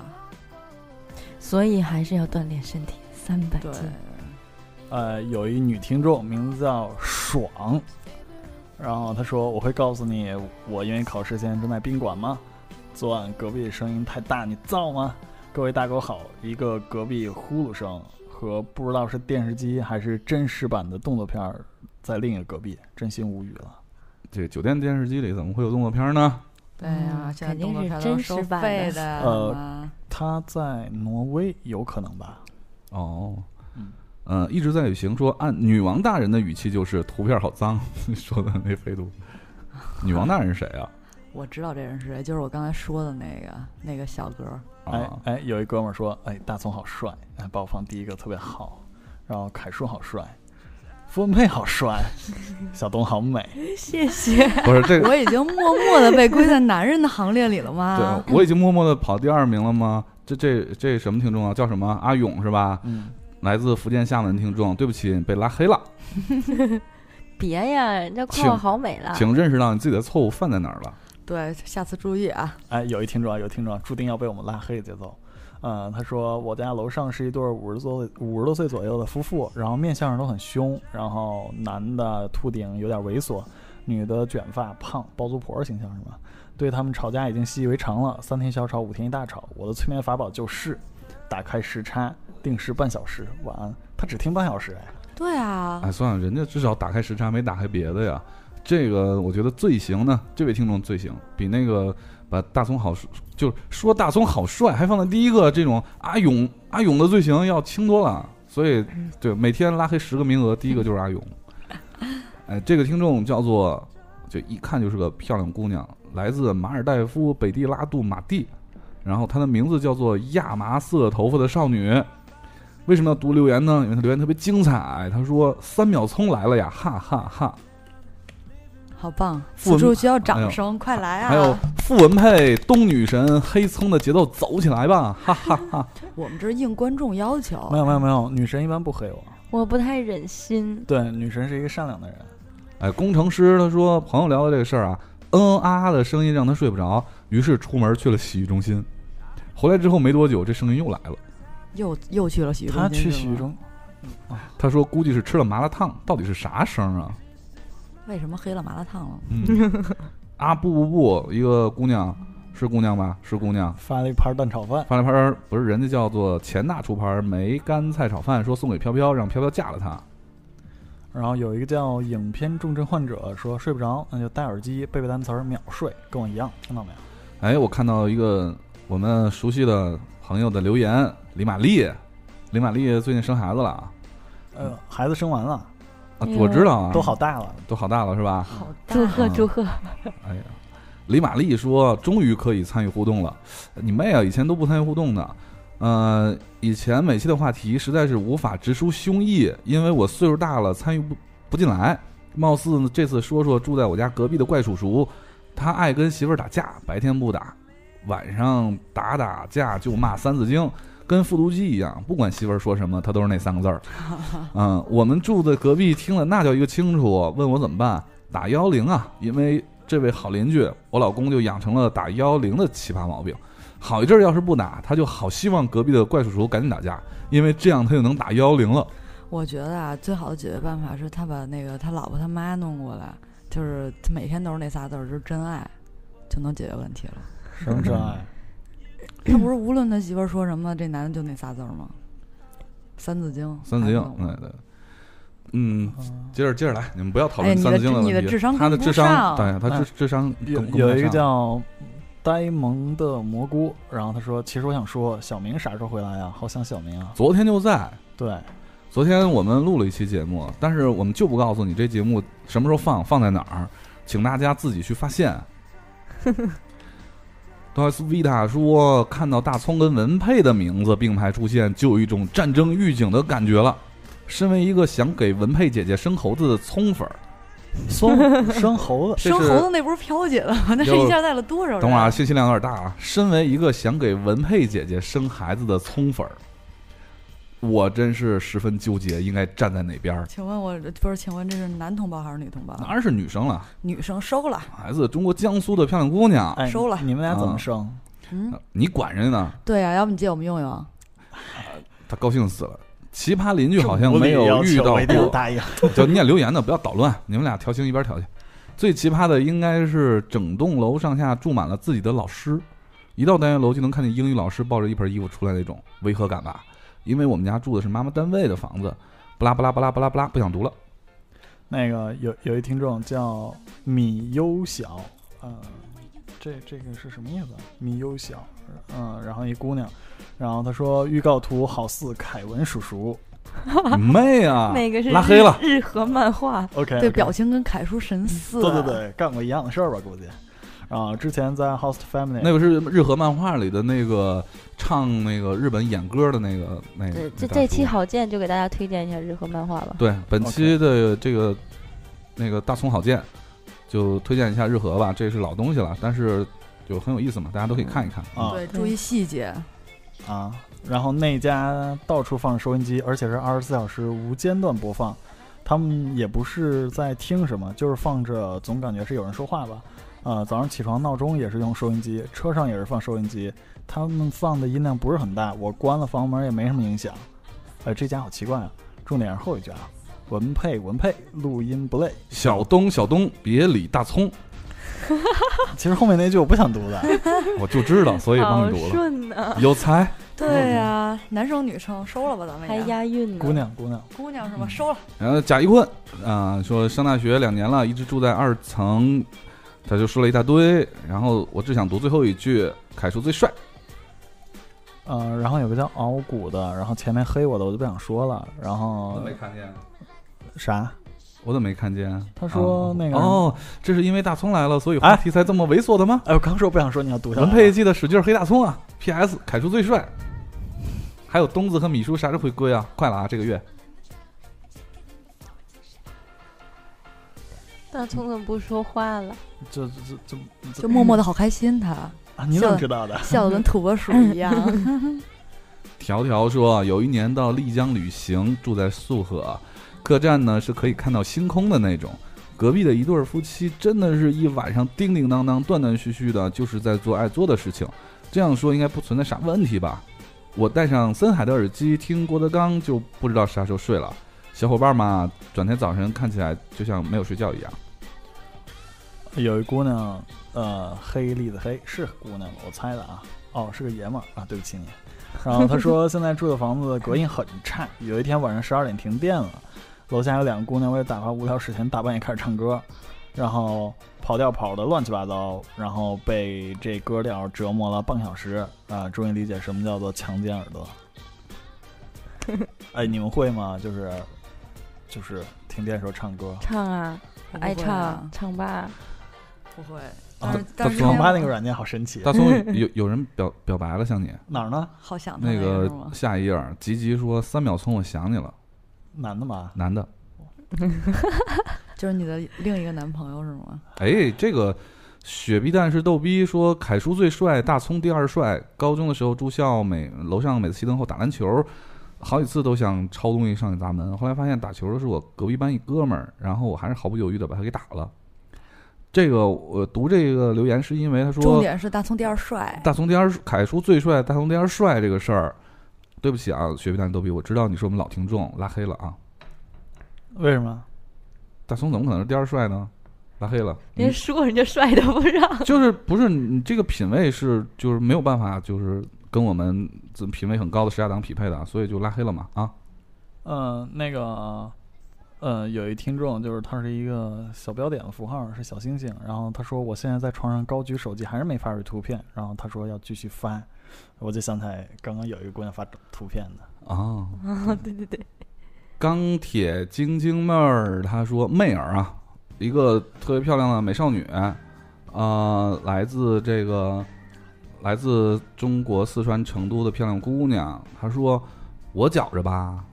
Speaker 2: 所以还是要锻炼身体，三百
Speaker 3: 对，
Speaker 2: 斤。
Speaker 4: 呃，有一女听众名字叫爽，然后她说：“我会告诉你，我因为考试现在正在宾馆吗？昨晚隔壁声音太大，你造吗？”各位大狗好，一个隔壁呼噜声和不知道是电视机还是真实版的动作片儿在另一个隔壁，真心无语了。
Speaker 1: 这酒店电视机里怎么会有动作片呢？
Speaker 3: 对呀、
Speaker 2: 嗯
Speaker 3: 现在
Speaker 2: 肯定
Speaker 3: 动作
Speaker 2: 是
Speaker 3: 片都
Speaker 2: 真
Speaker 3: 收
Speaker 2: 实版
Speaker 3: 费
Speaker 2: 的
Speaker 3: 的
Speaker 4: 呃
Speaker 3: 嘛
Speaker 4: 他在挪威有可能吧？
Speaker 1: 哦，
Speaker 4: 嗯
Speaker 1: 呃，一直在旅行说，按女王大人的语气就是图片好脏， <laughs> 说的那飞度。女王大人是谁啊？
Speaker 3: 我知道这人是谁，就是我刚才说的那个那个小哥。
Speaker 4: 哎
Speaker 1: 啊，
Speaker 4: 哎，有一哥们儿说，哎，大葱好帅，哎，把我放第一个特别好，然后凯叔好帅，傅文佩好帅，小东好美，
Speaker 2: 谢谢。
Speaker 1: 不是这个，
Speaker 3: 哎 <laughs> 我已经默默的被归在男人的行列里了吗？
Speaker 1: 对我已经默默的跑第二名了吗？这这这什么听众啊？叫什么？阿勇是吧？
Speaker 4: 嗯，
Speaker 1: 来自福建厦门听众，对不起，被拉黑了，
Speaker 2: 别呀，人家夸
Speaker 1: 请
Speaker 2: 我好美了。
Speaker 1: 请认识到你自己的错误犯在哪儿了。
Speaker 3: 对，下次注意啊！
Speaker 4: 哎，有一听众啊，有听众啊注定要被我们拉黑的节奏。嗯，他说我家楼上是一对五十多五十多岁左右的夫妇，然后面相上都很凶，然后男的秃顶有点猥琐，女的卷发胖，包租婆形象是吧？对他们吵架已经习以为常了，三天小吵，五天一大吵。我的催眠法宝就是打开时差，定时半小时，晚安。他只听半小时哎。
Speaker 3: 对啊，
Speaker 1: 哎，算了，人家至少打开时差，没打开别的呀。这个我觉得罪行呢，这位听众罪行比那个把大葱好，就是说大葱好帅，还放在第一个这种阿勇阿勇的罪行要轻多了。所以，对每天拉黑十个名额，第一个就是阿勇。哎，这个听众叫做，就一看就是个漂亮姑娘，来自马尔代夫北地拉杜马蒂，然后她的名字叫做亚麻色头发的少女。为什么要读留言呢？因为她留言特别精彩。她说：“三秒葱来了呀，哈哈哈！
Speaker 3: 好棒！
Speaker 1: 傅文
Speaker 3: 此处需要
Speaker 1: 哎呦
Speaker 3: 掌声，快来啊！
Speaker 1: 还有傅文佩、东女神、黑葱的节奏走起来吧，哈哈哈！
Speaker 3: 我们这是应观众要求
Speaker 4: 没，有没有没有，女神一般不黑哦我。
Speaker 2: 我不太忍心。
Speaker 4: 对，女神是一个善良的人。
Speaker 1: 哎，工程师他说朋友聊到这个事儿啊，嗯嗯啊啊的声音让他睡不着，于是出门去了洗浴中心。回来之后没多久，这声音又来了。
Speaker 3: 又又去了洗浴中
Speaker 4: 她
Speaker 3: 心，
Speaker 4: 去
Speaker 3: 是
Speaker 4: 洗浴
Speaker 3: 吗，
Speaker 4: 中，
Speaker 1: 他说估计是吃了麻辣烫，到底是啥声啊？
Speaker 3: 为什么黑了麻辣烫了？
Speaker 1: 嗯，啊不不不，一个姑娘是姑娘吧？是姑娘。
Speaker 4: 发了一盘蛋炒饭，
Speaker 1: 发了盘儿不是人家叫做钱大厨盘梅干菜炒饭，说送给飘飘，让飘飘嫁了他。
Speaker 4: 然后有一个叫影片重症患者说睡不着，那就戴耳机背背单词儿秒睡，跟我一样，听到没有？
Speaker 1: 哎，我看到一个我们熟悉的朋友的留言，李玛丽，李玛丽最近生孩子了啊，
Speaker 4: 呃，孩子生完了，
Speaker 1: 啊
Speaker 2: 哎呦
Speaker 1: 我知道啊，
Speaker 4: 都好大了，
Speaker 1: 都好大了是吧？
Speaker 3: 好大
Speaker 2: 祝贺
Speaker 1: 嗯
Speaker 2: 祝贺！
Speaker 1: 哎呀，李玛丽说终于可以参与互动了，你妹啊，以前都不参与互动的。呃，以前每期的话题实在是无法直抒胸臆，因为我岁数大了，参与不不进来。貌似这次说说住在我家隔壁的怪叔叔，他爱跟媳妇儿打架，白天不打，晚上打打架就骂《三字经》，跟复读机一样，不管媳妇儿说什么，他都是那三个字儿。嗯，我们住的隔壁听了那叫一个清楚，问我怎么办，打幺幺零啊，因为这位好邻居，我老公就养成了打幺幺零的奇葩毛病。好一阵儿要是不打，他就好希望隔壁的怪叔叔赶紧打架，因为这样他就能打幺幺零了。
Speaker 3: 我觉得啊，最好的解决办法是他把那个他老婆他妈弄过来，就是他每天都是那仨字儿，就是真爱，就能解决问题了。
Speaker 4: 什么真爱？
Speaker 3: 他不是无论他媳妇儿说什么，这男的就那仨字儿吗？三字经，
Speaker 1: 三字经
Speaker 3: 还，
Speaker 1: 哎
Speaker 3: 有
Speaker 1: 对，嗯，
Speaker 4: 嗯
Speaker 1: 接着接着来，你们不要讨
Speaker 3: 哦哎
Speaker 1: 论
Speaker 3: 你的
Speaker 1: 三字经
Speaker 3: 智
Speaker 1: 问题。
Speaker 3: 你的智商
Speaker 1: 他的
Speaker 3: 跟
Speaker 1: 智
Speaker 3: 不
Speaker 1: 商，
Speaker 3: 上嗯
Speaker 1: 对，他智智商
Speaker 4: 有
Speaker 1: 跟跟不
Speaker 4: 有一个
Speaker 1: 上
Speaker 4: 叫呆萌的蘑菇，然后他说，其实我想说，小明啥时候回来呀、好想小明啊。
Speaker 1: 昨天就在，
Speaker 4: <laughs> 对，
Speaker 1: 昨天我们录了一期节目，但是我们就不告诉你这节目什么时候放，放在哪儿，请大家自己去发现。d o s Vita 说，看到大葱跟文佩的名字并排出现，就有一种战争预警的感觉了。身为一个想给文佩姐姐生猴子的葱粉儿，
Speaker 4: 松生猴子，
Speaker 1: 这
Speaker 3: 生
Speaker 1: 是
Speaker 3: 猴子那不是飘姐了吗？那是
Speaker 1: 有
Speaker 3: 一下带了多少人？
Speaker 1: 等会儿啊，信息量有点大啊。身为一个想给文佩姐姐生孩子的葱粉儿，我真是十分纠结，应该站在哪边儿？
Speaker 3: 请问我不是？请问这是男同胞还是女同胞？啊
Speaker 1: 当然是女生了，
Speaker 3: 女生收了，
Speaker 1: 来自中国江苏的漂亮姑娘。呃
Speaker 4: 哎，
Speaker 3: 收了
Speaker 4: 你们俩怎么
Speaker 1: 啊
Speaker 4: 生？
Speaker 3: 嗯，
Speaker 1: 你管人家呢？
Speaker 3: 对呀、要不你借我们用用？
Speaker 1: 他高兴死了。奇葩邻居好像没有遇到
Speaker 4: 我一定要
Speaker 1: 过，
Speaker 4: 答应。
Speaker 1: 就你俩留言呢，不要捣乱，你们俩调情一边调去。最奇葩的应该是整栋楼上下住满了自己的老师，一到单元楼就能看见英语老师抱着一盆衣服出来那种违和感吧？因为我们家住的是妈妈单位的房子，不啦不啦不啦不啦不啦，不想读
Speaker 2: <laughs>
Speaker 1: 了。
Speaker 4: 那个有有一听众叫米优小，呃，这这个是什么意思啊？米优小，嗯、然后一姑娘，然后她说预告图好似凯文叔叔
Speaker 1: 你妹 <laughs>
Speaker 2: <laughs>
Speaker 1: 啊！
Speaker 2: 那个是
Speaker 1: 拉黑了，
Speaker 2: 日和漫画，
Speaker 4: ，OK，
Speaker 3: 对，表啊情跟凯叔神似。
Speaker 4: 对对，对，干过一样的事儿吧，估计。啊，之前在 Host Family
Speaker 1: 那个是日和漫画里的那个唱那个日本演歌的那个那个
Speaker 2: 对，
Speaker 1: 那
Speaker 2: 这
Speaker 1: 大叔
Speaker 2: 这
Speaker 1: 啊
Speaker 2: 期郝建就给大家推荐一下日和漫画吧。
Speaker 1: 对，本期的这个那个大葱好剑，就推荐一下日和吧，这是老东西了，但是就很有意思嘛，大家都可以看一看。
Speaker 4: 啊
Speaker 3: 对，注意细节。
Speaker 1: 嗯
Speaker 4: 啊，然后那家到处放着收音机，而且是二十四小时无间断播放。他们也不是在听什么，就是放着，总感觉是有人说话吧。呃，早上起床闹钟也是用收音机，车上也是放收音机。他们放的音量不是很大，我关了房门也没什么影响。呃，这家好奇怪啊！重点是后一句啊，文配文配，录音不累。
Speaker 1: 小东，小东，别理大葱，
Speaker 4: 其实后面那句我不想读的，
Speaker 1: 我就知道，所以帮你读了。
Speaker 2: 顺呢，
Speaker 1: 有才，
Speaker 3: 对呀、男生女生收了吧，咱
Speaker 2: <laughs>
Speaker 3: 们
Speaker 2: 还
Speaker 3: 也
Speaker 2: 押韵呢。
Speaker 4: 姑娘姑娘，
Speaker 3: 姑娘是吧？收了，
Speaker 1: 然后贾一坤啊、说上大学两年了，一直住在二层，他就说了一大堆。然后我只想读最后一句：凯叔最帅。
Speaker 4: 呃，然后有个叫敖古的，然后前面黑我的我就不想说了，然后
Speaker 1: 看见？
Speaker 4: 啥？
Speaker 1: 我怎么没看见？
Speaker 4: 他说
Speaker 1: 啊
Speaker 4: 那个
Speaker 1: 哦，这是因为大葱来了，所以
Speaker 4: 哎
Speaker 1: 话题才这么猥琐的吗？
Speaker 4: 哎，我刚说不想说，你要读下来
Speaker 1: 文
Speaker 4: 了。
Speaker 1: 佩记得使劲儿黑大葱啊！P.S. 凯叔最帅，还有东子和米叔啥时候回归啊？快了啊，这个月。
Speaker 2: 但聪聪不说话了，
Speaker 4: 这这这这
Speaker 3: 就默默的好开心，他
Speaker 4: 啊，你怎么知道的？
Speaker 3: 笑得跟土拨鼠一样。
Speaker 1: 条条说，啊有一年到丽江旅行，住在宿舍，啊客栈呢是可以看到星空的那种。隔壁的一对儿夫妻真的是一晚上叮叮当当、断断续续的，就是在做爱做的事情。这样说应该不存在啥问题吧？我戴上森海的耳机听郭德纲，就不知道啥时候睡了。小伙伴嘛，转天早晨看起来就像没有睡觉一样。
Speaker 4: 有一姑娘，呃，黑栗子黑是姑娘吗？我猜的啊。哦，是个爷们儿啊，对不起你。然后她说现在住的房子隔音很差，有一天晚上十二点停电了，楼下有两个姑娘为了打发无聊时间，大半夜开始唱歌，然后跑调跑的乱七八糟，然后被这歌调折磨了半个小时啊、终于理解什么叫做强奸耳朵。 <laughs> 哎，你们会吗？就是就是停电时候唱歌。
Speaker 2: <laughs> 唱啊，
Speaker 3: 我不
Speaker 2: 爱
Speaker 3: 会
Speaker 2: 唱
Speaker 3: 啊，
Speaker 2: 唱吧。
Speaker 1: 嗯
Speaker 3: 不会。
Speaker 1: 啊
Speaker 3: 但是
Speaker 1: 大
Speaker 3: 但是
Speaker 1: 壮
Speaker 4: 网
Speaker 3: 现
Speaker 4: 吧
Speaker 3: 在
Speaker 4: 那个软件好神奇，啊
Speaker 1: 大松
Speaker 3: <laughs>
Speaker 1: 有有人表表白了，向你
Speaker 4: 哪儿呢？
Speaker 3: 好想他
Speaker 1: 那
Speaker 3: 个
Speaker 1: 个
Speaker 3: 啊是吗？
Speaker 1: 下一页儿，吉吉说三秒从我想你了，
Speaker 4: 男的吧？
Speaker 1: 男的。
Speaker 3: 就是你的另一个男朋友是吗？
Speaker 1: 哎，这个雪碧蛋是逗逼说凯叔最帅，大葱第二帅。高中的时候住校，每楼上每次熄灯后打篮球，好几次都想抄东西上去砸门。后来发现打球的是我隔壁班一哥们儿，然后我还是毫不犹豫的把他给打了。这个我读这个留言是因为他
Speaker 3: 重
Speaker 1: 说
Speaker 3: 点是大葱第二帅，
Speaker 1: 大葱第二凯叔最帅，大葱第二帅这个事儿。对不起啊，雪碧蛋逗逼，我知道你是我们老听众，拉黑了啊。
Speaker 4: 为什么？
Speaker 1: 大葱怎么可能是第二帅呢？拉黑了，你
Speaker 2: <laughs> 连说人家帅都不让。 <laughs>
Speaker 1: 就是不是你这个品味是就是没有办法就是跟我们这品味很高的时下党匹配的，所以就拉黑了嘛啊。
Speaker 4: 嗯，那个，呃，有一听众就是他是一个小标点符号是小星星，然后他说我现在在床上高举手机还是没发出图片，然后他说要继续发，我就想起来刚刚有一个姑娘发图片的，
Speaker 1: 啊，
Speaker 2: 啊，对对对，
Speaker 1: 钢铁晶晶妹儿她说妹儿啊，一个特别漂亮的美少女，呃，来自这个来自中国四川成都的漂亮姑娘，她说我觉着吧，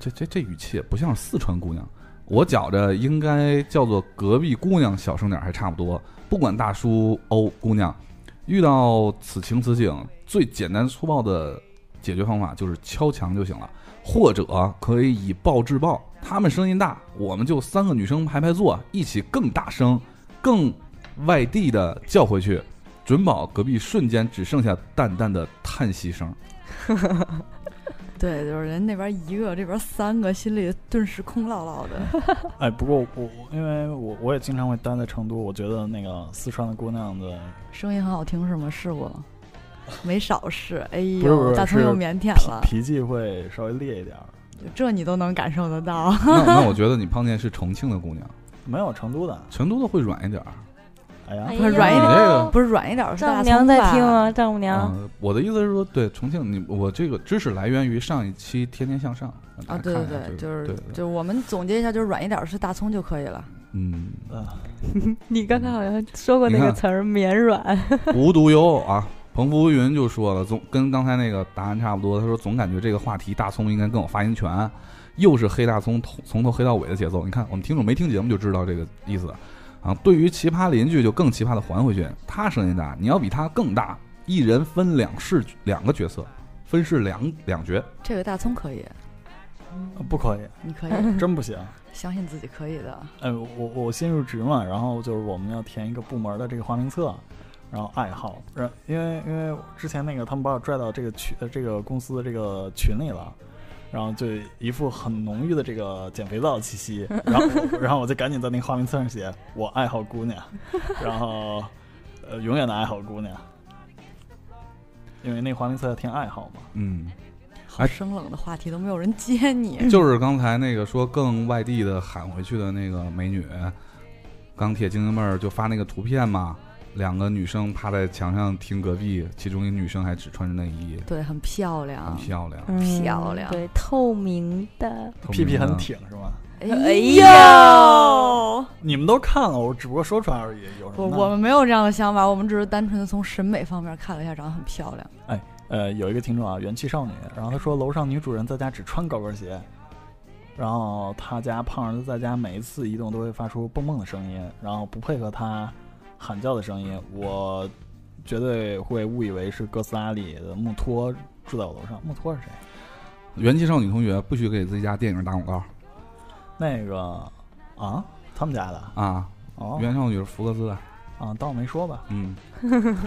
Speaker 1: 这这这语气也不像是四川姑娘，我觉着应该叫做隔壁姑娘小声点儿还差不多，不管大叔欧姑娘，遇到此情此景，最简单粗暴的解决方法就是敲墙就行了。或者可以以暴制暴，他们声音大，我们就三个女生排排坐，一起更大声、更外地的叫回去，准保隔壁瞬间只剩下淡淡的叹息
Speaker 3: <laughs>
Speaker 1: 声。
Speaker 3: 对，就是人那边一个，这边三个，心里顿时空落落的。
Speaker 4: 哎，不过我我因为我我也经常会待在成都，我觉得那个四川的姑娘的
Speaker 3: <laughs> 声音很好听是吗？试过吗？没少试。哎呦，
Speaker 4: 不是不是
Speaker 3: 大葱又
Speaker 4: 是
Speaker 3: 腼腆了，
Speaker 4: 脾脾气会稍微烈一点儿，
Speaker 3: 这你都能感受得到。 <laughs>
Speaker 1: 那那我觉得你碰见是重庆的姑娘，
Speaker 4: 没有成都的，
Speaker 1: 成都的会软一点儿。
Speaker 4: 哎
Speaker 1: 啊
Speaker 4: 呀，
Speaker 2: 哎
Speaker 3: 不是软一
Speaker 1: 点
Speaker 2: 呦
Speaker 3: 不是软一点儿是
Speaker 2: 丈
Speaker 3: 大
Speaker 2: 母娘
Speaker 3: 葱
Speaker 2: 在
Speaker 3: 吧
Speaker 2: 听？吗？丈母娘，
Speaker 1: 嗯我的意思是说，对重庆，你我这个知识来源于上一期《天天向上》
Speaker 3: 啊，对
Speaker 1: 大家
Speaker 3: 对
Speaker 1: 看一下
Speaker 3: 对，就
Speaker 1: 这个
Speaker 3: 是
Speaker 1: 对的
Speaker 3: 就是我们总结一下，就是软一点儿是大葱就可以了。
Speaker 1: 嗯，
Speaker 4: 呃
Speaker 2: 你刚才好像说过那
Speaker 1: 你
Speaker 2: 个
Speaker 1: 看
Speaker 2: 词儿“绵软
Speaker 1: 无独有偶啊，彭福云就说了，总跟刚才那个答案差不多。他说总感觉这个话题大葱应该更有发言权，又是黑大葱从从头黑到尾的节奏。你看我们听众没听节目就知道这个意思啊。对于奇葩邻居就更奇葩的还回去，他声音大，你要比他更大，一人分两饰两个角色，分饰两两角。
Speaker 3: 这个大葱可以，
Speaker 4: 不可以，
Speaker 3: 你可以
Speaker 4: 真不行。
Speaker 3: 相信自己可以的。
Speaker 4: 哎，我我我新入职嘛，然后就是我们要填一个部门的这个花名册，然后爱好，然因为因为之前那个他们把我拽到这个群呃这个公司的这个群里了，然后就一副很浓郁的这个减肥皂的气息，然后然后我就赶紧在那个花名册上写我爱好姑娘，然后呃永远的爱好姑娘，因为那个花名册要填爱好嘛，
Speaker 1: 嗯，
Speaker 3: 好
Speaker 1: 哎
Speaker 3: 生冷的话题都没有人接
Speaker 4: 嗯
Speaker 3: 你，
Speaker 1: 就是刚才那个说更外地的喊回去的那个美女，钢铁精灵妹儿就发那个图片嘛，两个女生趴在墙上听隔壁，其中一女生还只穿着内衣，
Speaker 3: 对，很漂
Speaker 1: 很
Speaker 3: 亮。
Speaker 1: 漂亮”，，
Speaker 2: 嗯
Speaker 3: 漂亮
Speaker 2: 对，透明的，
Speaker 1: 透
Speaker 4: 屁
Speaker 1: 明
Speaker 4: 屁
Speaker 1: 的
Speaker 4: 很。挺是吗？
Speaker 3: 哎
Speaker 2: 呦
Speaker 3: 呦，
Speaker 4: 你们都看了，我只不过说出来而已，有什
Speaker 3: 我
Speaker 4: 么呢？
Speaker 3: 我们没有这样的想法，我们只是单纯的从审美方面看了一下，长得很漂亮。
Speaker 4: 呃，有一个听众啊，元气少女，然后她说楼上女主人在家只穿高跟鞋，然后他家胖儿子在家每一次移动都会发出蹦蹦的声音，然后不配合他喊叫的声音，我绝对会误以为是哥斯拉里的木托住在我楼上。木托是谁？
Speaker 1: 元气少女同学不许给自己家电影打广告
Speaker 4: 那个啊，他们家的
Speaker 1: 啊！
Speaker 4: 哦
Speaker 1: 元气少女是福克斯的，
Speaker 4: 啊，当我没说吧。
Speaker 1: 嗯，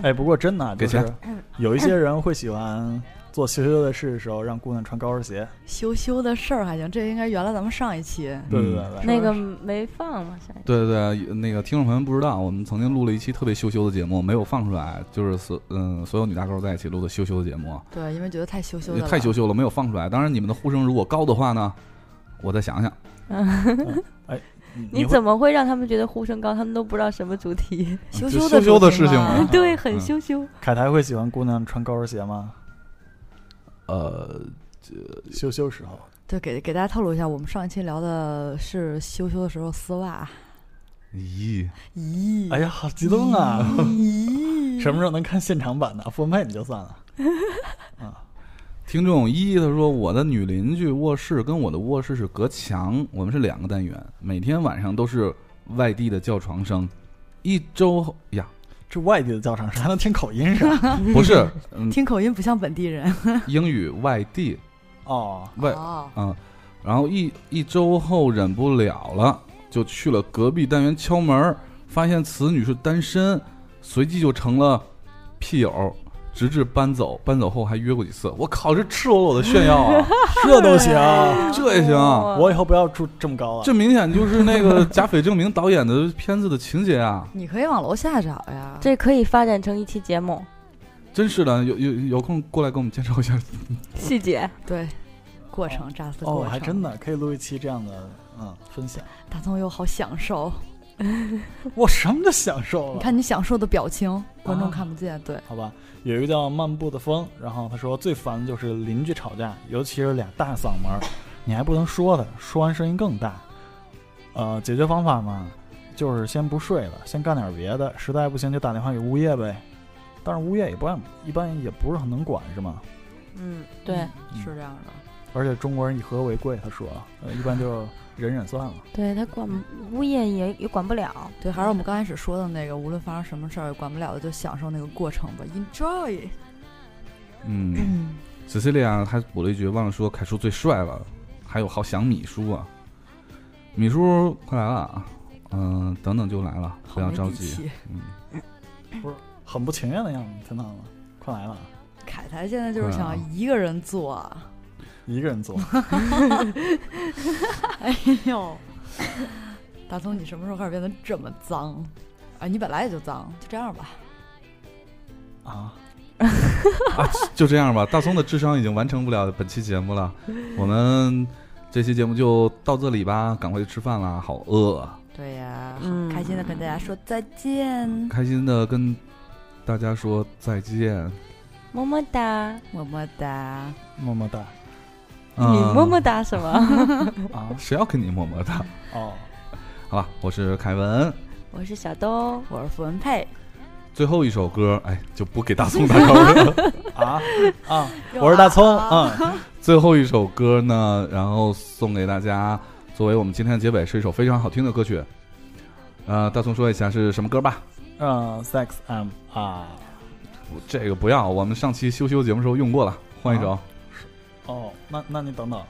Speaker 4: 哎，不过真的啊
Speaker 1: 给
Speaker 4: 就是有一些人会喜欢做羞羞的事的时候让姑娘穿高跟鞋。
Speaker 3: 羞羞的事儿还行，这应该原来咱们上一期
Speaker 4: 对对
Speaker 1: 嗯
Speaker 4: 对对，
Speaker 2: 那个没放嘛，下一
Speaker 1: 对对对，那个听众朋友们不知道，我们曾经录了一期特别羞羞的节目，没有放出来，就是所嗯所有女大高在一起录的羞羞的节目，
Speaker 3: 对，因为觉得太羞羞的
Speaker 1: 也
Speaker 3: 了，
Speaker 1: 太羞羞了，没有放出来。当然，你们的呼声如果高的话呢，我再想想。
Speaker 2: 你
Speaker 4: 会
Speaker 2: 怎么会让他们觉得呼声高？他们都不知道什么主题，
Speaker 3: 羞
Speaker 1: 就
Speaker 3: 羞
Speaker 1: 羞羞的
Speaker 3: 的
Speaker 1: 事情嘛
Speaker 3: 嘛。
Speaker 2: 对，很
Speaker 1: 嗯
Speaker 2: 羞羞。
Speaker 4: 凯台会喜欢姑娘穿高跟鞋吗？
Speaker 1: 呃，
Speaker 4: 羞羞时候，
Speaker 3: 对，给给大家透露一下，我们上一期聊的是羞羞的时候丝袜。
Speaker 1: 咦，
Speaker 3: 咦，
Speaker 4: 哎呀，好激动啊！ <laughs>
Speaker 3: 咦，
Speaker 4: 什么时候能看现场版的？啊分配你就算了。
Speaker 1: 听众一他说我的女邻居卧室跟我的卧室是隔墙，我们是两个单元，每天晚上都是外地的叫床声。一周后呀，
Speaker 4: 这外地的教场是还能听口音是吧？
Speaker 1: 不是，嗯，
Speaker 3: 听口音不像本地人。
Speaker 1: 英语外地
Speaker 4: 哦，
Speaker 1: 外
Speaker 3: 哦，
Speaker 1: 啊，然后一一周后忍不了了，就去了隔壁单元敲门儿，发现此女是单身，随即就成了屁友，直至搬走。搬走后还约过几次，我靠，这赤裸裸的炫耀啊，
Speaker 4: 这都行，
Speaker 1: 这也行
Speaker 2: 哦
Speaker 1: 啊！
Speaker 4: 我以后不要住这么高啊了。
Speaker 1: 这明显就是那个贾斐正明导演的片子的情节啊！
Speaker 3: 你可以往楼下找呀。
Speaker 2: 这可以发展成一期节目
Speaker 1: 真是的，有有有空过来给我们介绍一下。
Speaker 2: 细节。
Speaker 3: 对，过程扎丝过
Speaker 4: 哦，
Speaker 3: 程，
Speaker 4: 还真。的可以录一期这样的嗯分享。
Speaker 3: 大葱又好享受，
Speaker 4: 我什么都享受
Speaker 3: 你
Speaker 4: 了。
Speaker 3: 看你享受的表情，观众
Speaker 4: 啊
Speaker 3: 看不见。对，
Speaker 4: 好吧，有一个叫漫步的风，然后他说最烦的就是邻居吵架，尤其是俩大嗓门儿，你还不能说他，说完声音更大。呃，解决方法嘛，就是先不睡了，先干点别的，实在不行就打电话给物业呗。但是物业也不按，一般也不是很能管，是吗？
Speaker 2: 嗯，对
Speaker 3: 嗯，是这样的。
Speaker 4: 而且中国人以和为贵，他说，呃，一般就忍忍算了。
Speaker 2: 对他管物业也也管不了。
Speaker 3: 对，还是我们刚开始说的那个，无论发生什么事儿，也管不了的，就享受那个过程吧，enjoy。
Speaker 1: 嗯，c c 利亚还补了一句，忘了说凯叔最帅了，还有好想米叔啊，米叔快来了啊，嗯、等等就来了，不
Speaker 3: 好
Speaker 1: 要
Speaker 3: 没
Speaker 1: 着
Speaker 3: 底
Speaker 1: 急，
Speaker 3: 气。
Speaker 1: 嗯，
Speaker 4: 很不情愿的样子，听到了吗？快来吧，
Speaker 3: 凯台现在就是
Speaker 1: 对啊
Speaker 3: 想一个人做，
Speaker 4: 一个人做。
Speaker 3: 哎呦，大葱，你什么时候开始变得这么脏？啊，你本来也就脏，就这样吧。
Speaker 4: 啊，
Speaker 1: 就这样吧。大葱的智商已经完成不了本期节目了，我们这期节目就到这里吧，赶快去吃饭啦，好饿啊，
Speaker 3: 对呀、
Speaker 2: 嗯
Speaker 3: 开心的跟大家说再见，
Speaker 1: 开心的跟大家说再见，
Speaker 2: 么么哒，
Speaker 3: 么么哒。
Speaker 4: 么么哒
Speaker 2: 你
Speaker 1: 嗯
Speaker 2: 么么哒什么？
Speaker 4: 啊，
Speaker 1: 谁要跟你么么哒？
Speaker 4: 哦，
Speaker 1: 好吧，我是凯文，
Speaker 2: 我是小东，
Speaker 3: 我是符文佩，
Speaker 1: 最后一首歌，哎，就不给大葱
Speaker 2: <laughs>
Speaker 1: 打扰了。
Speaker 4: 啊啊，我是大葱，嗯。
Speaker 1: 最后一首歌呢，然后送给大家，作为我们今天的结尾，是一首非常好听的歌曲。呃，大葱说一下是什么歌吧？
Speaker 4: 嗯，Sex M 啊，
Speaker 1: 不这个不要，我们上期羞羞节目时候用过了，换一首。
Speaker 4: 啊哦，那那你等等，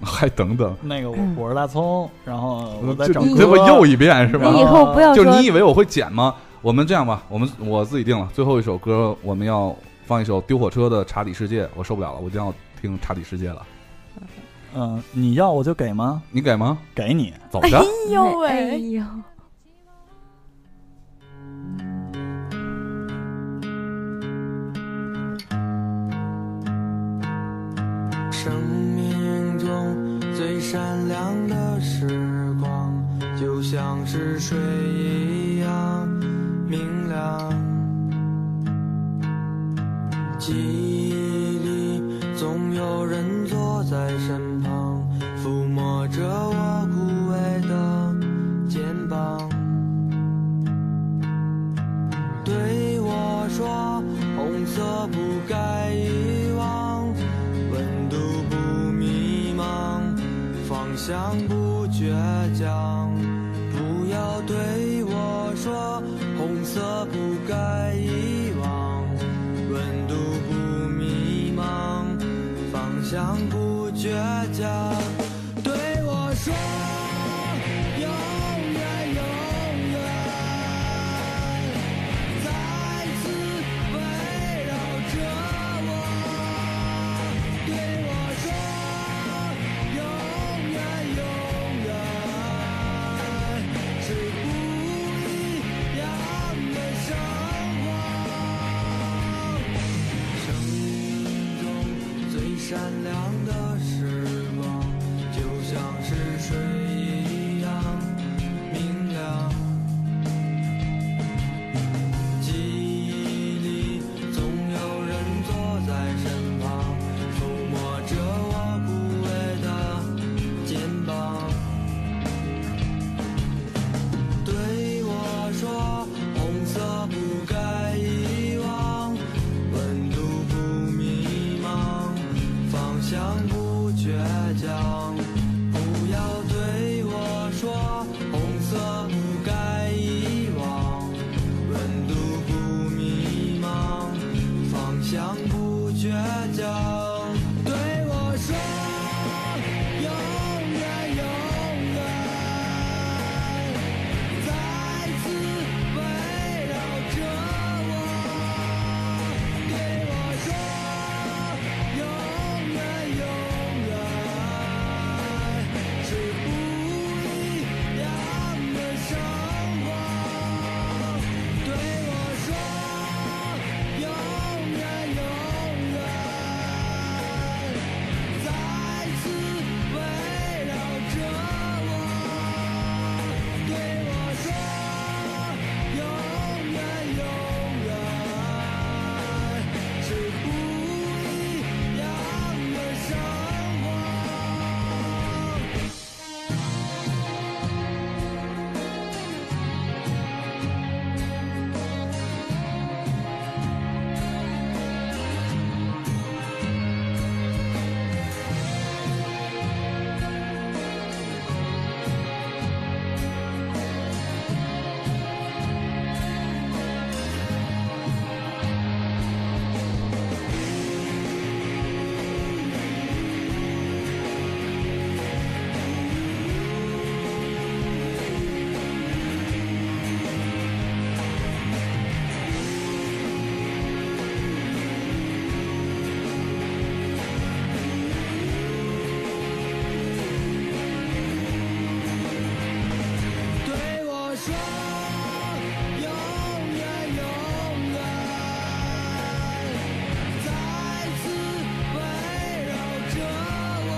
Speaker 1: 还等等，
Speaker 4: 那个我我是大葱，然后我再
Speaker 1: 嗯这
Speaker 4: 找
Speaker 1: 你
Speaker 4: 歌
Speaker 1: 这不又一遍是
Speaker 4: 吧
Speaker 1: 吗
Speaker 2: 你以？后不要
Speaker 1: 就
Speaker 2: 说
Speaker 1: 是你以为我会剪吗？我们这样吧，我们我自己定了，最后一首歌我们要放一首丢火车的《查理世界》，我受不了了，我一定要听《查理世界》了。
Speaker 4: 嗯，你要我就给吗？
Speaker 1: 你给吗？
Speaker 4: 给你，
Speaker 1: 走着。
Speaker 3: 哎呦喂
Speaker 2: 哎呦。
Speaker 5: 生命中最闪亮的时光，就像是水一样明亮。记忆里总有人坐在身旁，抚摸着我枯萎的肩膀，对我说：“红色不该遗忘。”温度不迷茫，放梦想不倔强，不要对我说红色不该遗忘，温度不迷茫，方向不倔强，对我说。永远，永远，再次围绕着我，对我说，永远，永远是不一样的生活。生命中最闪亮的时光，就像是水一样明亮。记忆里总有人坐在身旁，抚摸着我枯萎的肩膀，对我说：“红色不该遗忘，温度不迷茫，方向不倔强。”不要对我说：“红色不该遗忘。”温度不迷茫，方向不倔强。对我说，永远永远，再次围绕着我。对我说，永远永远是不一样的生活。对我说，永远永远，再次围绕着我。对我说，永远永远是不一样的生活。对我说，永远永远，再次围绕着我。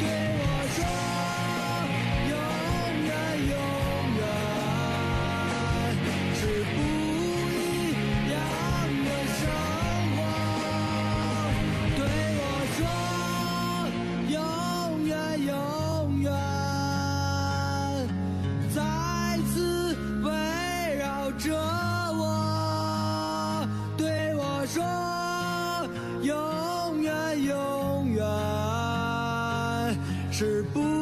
Speaker 5: 对我说，永远永远是不一样的生活。对我说，永远永远。再次围绕着我，对我说，永远永远是不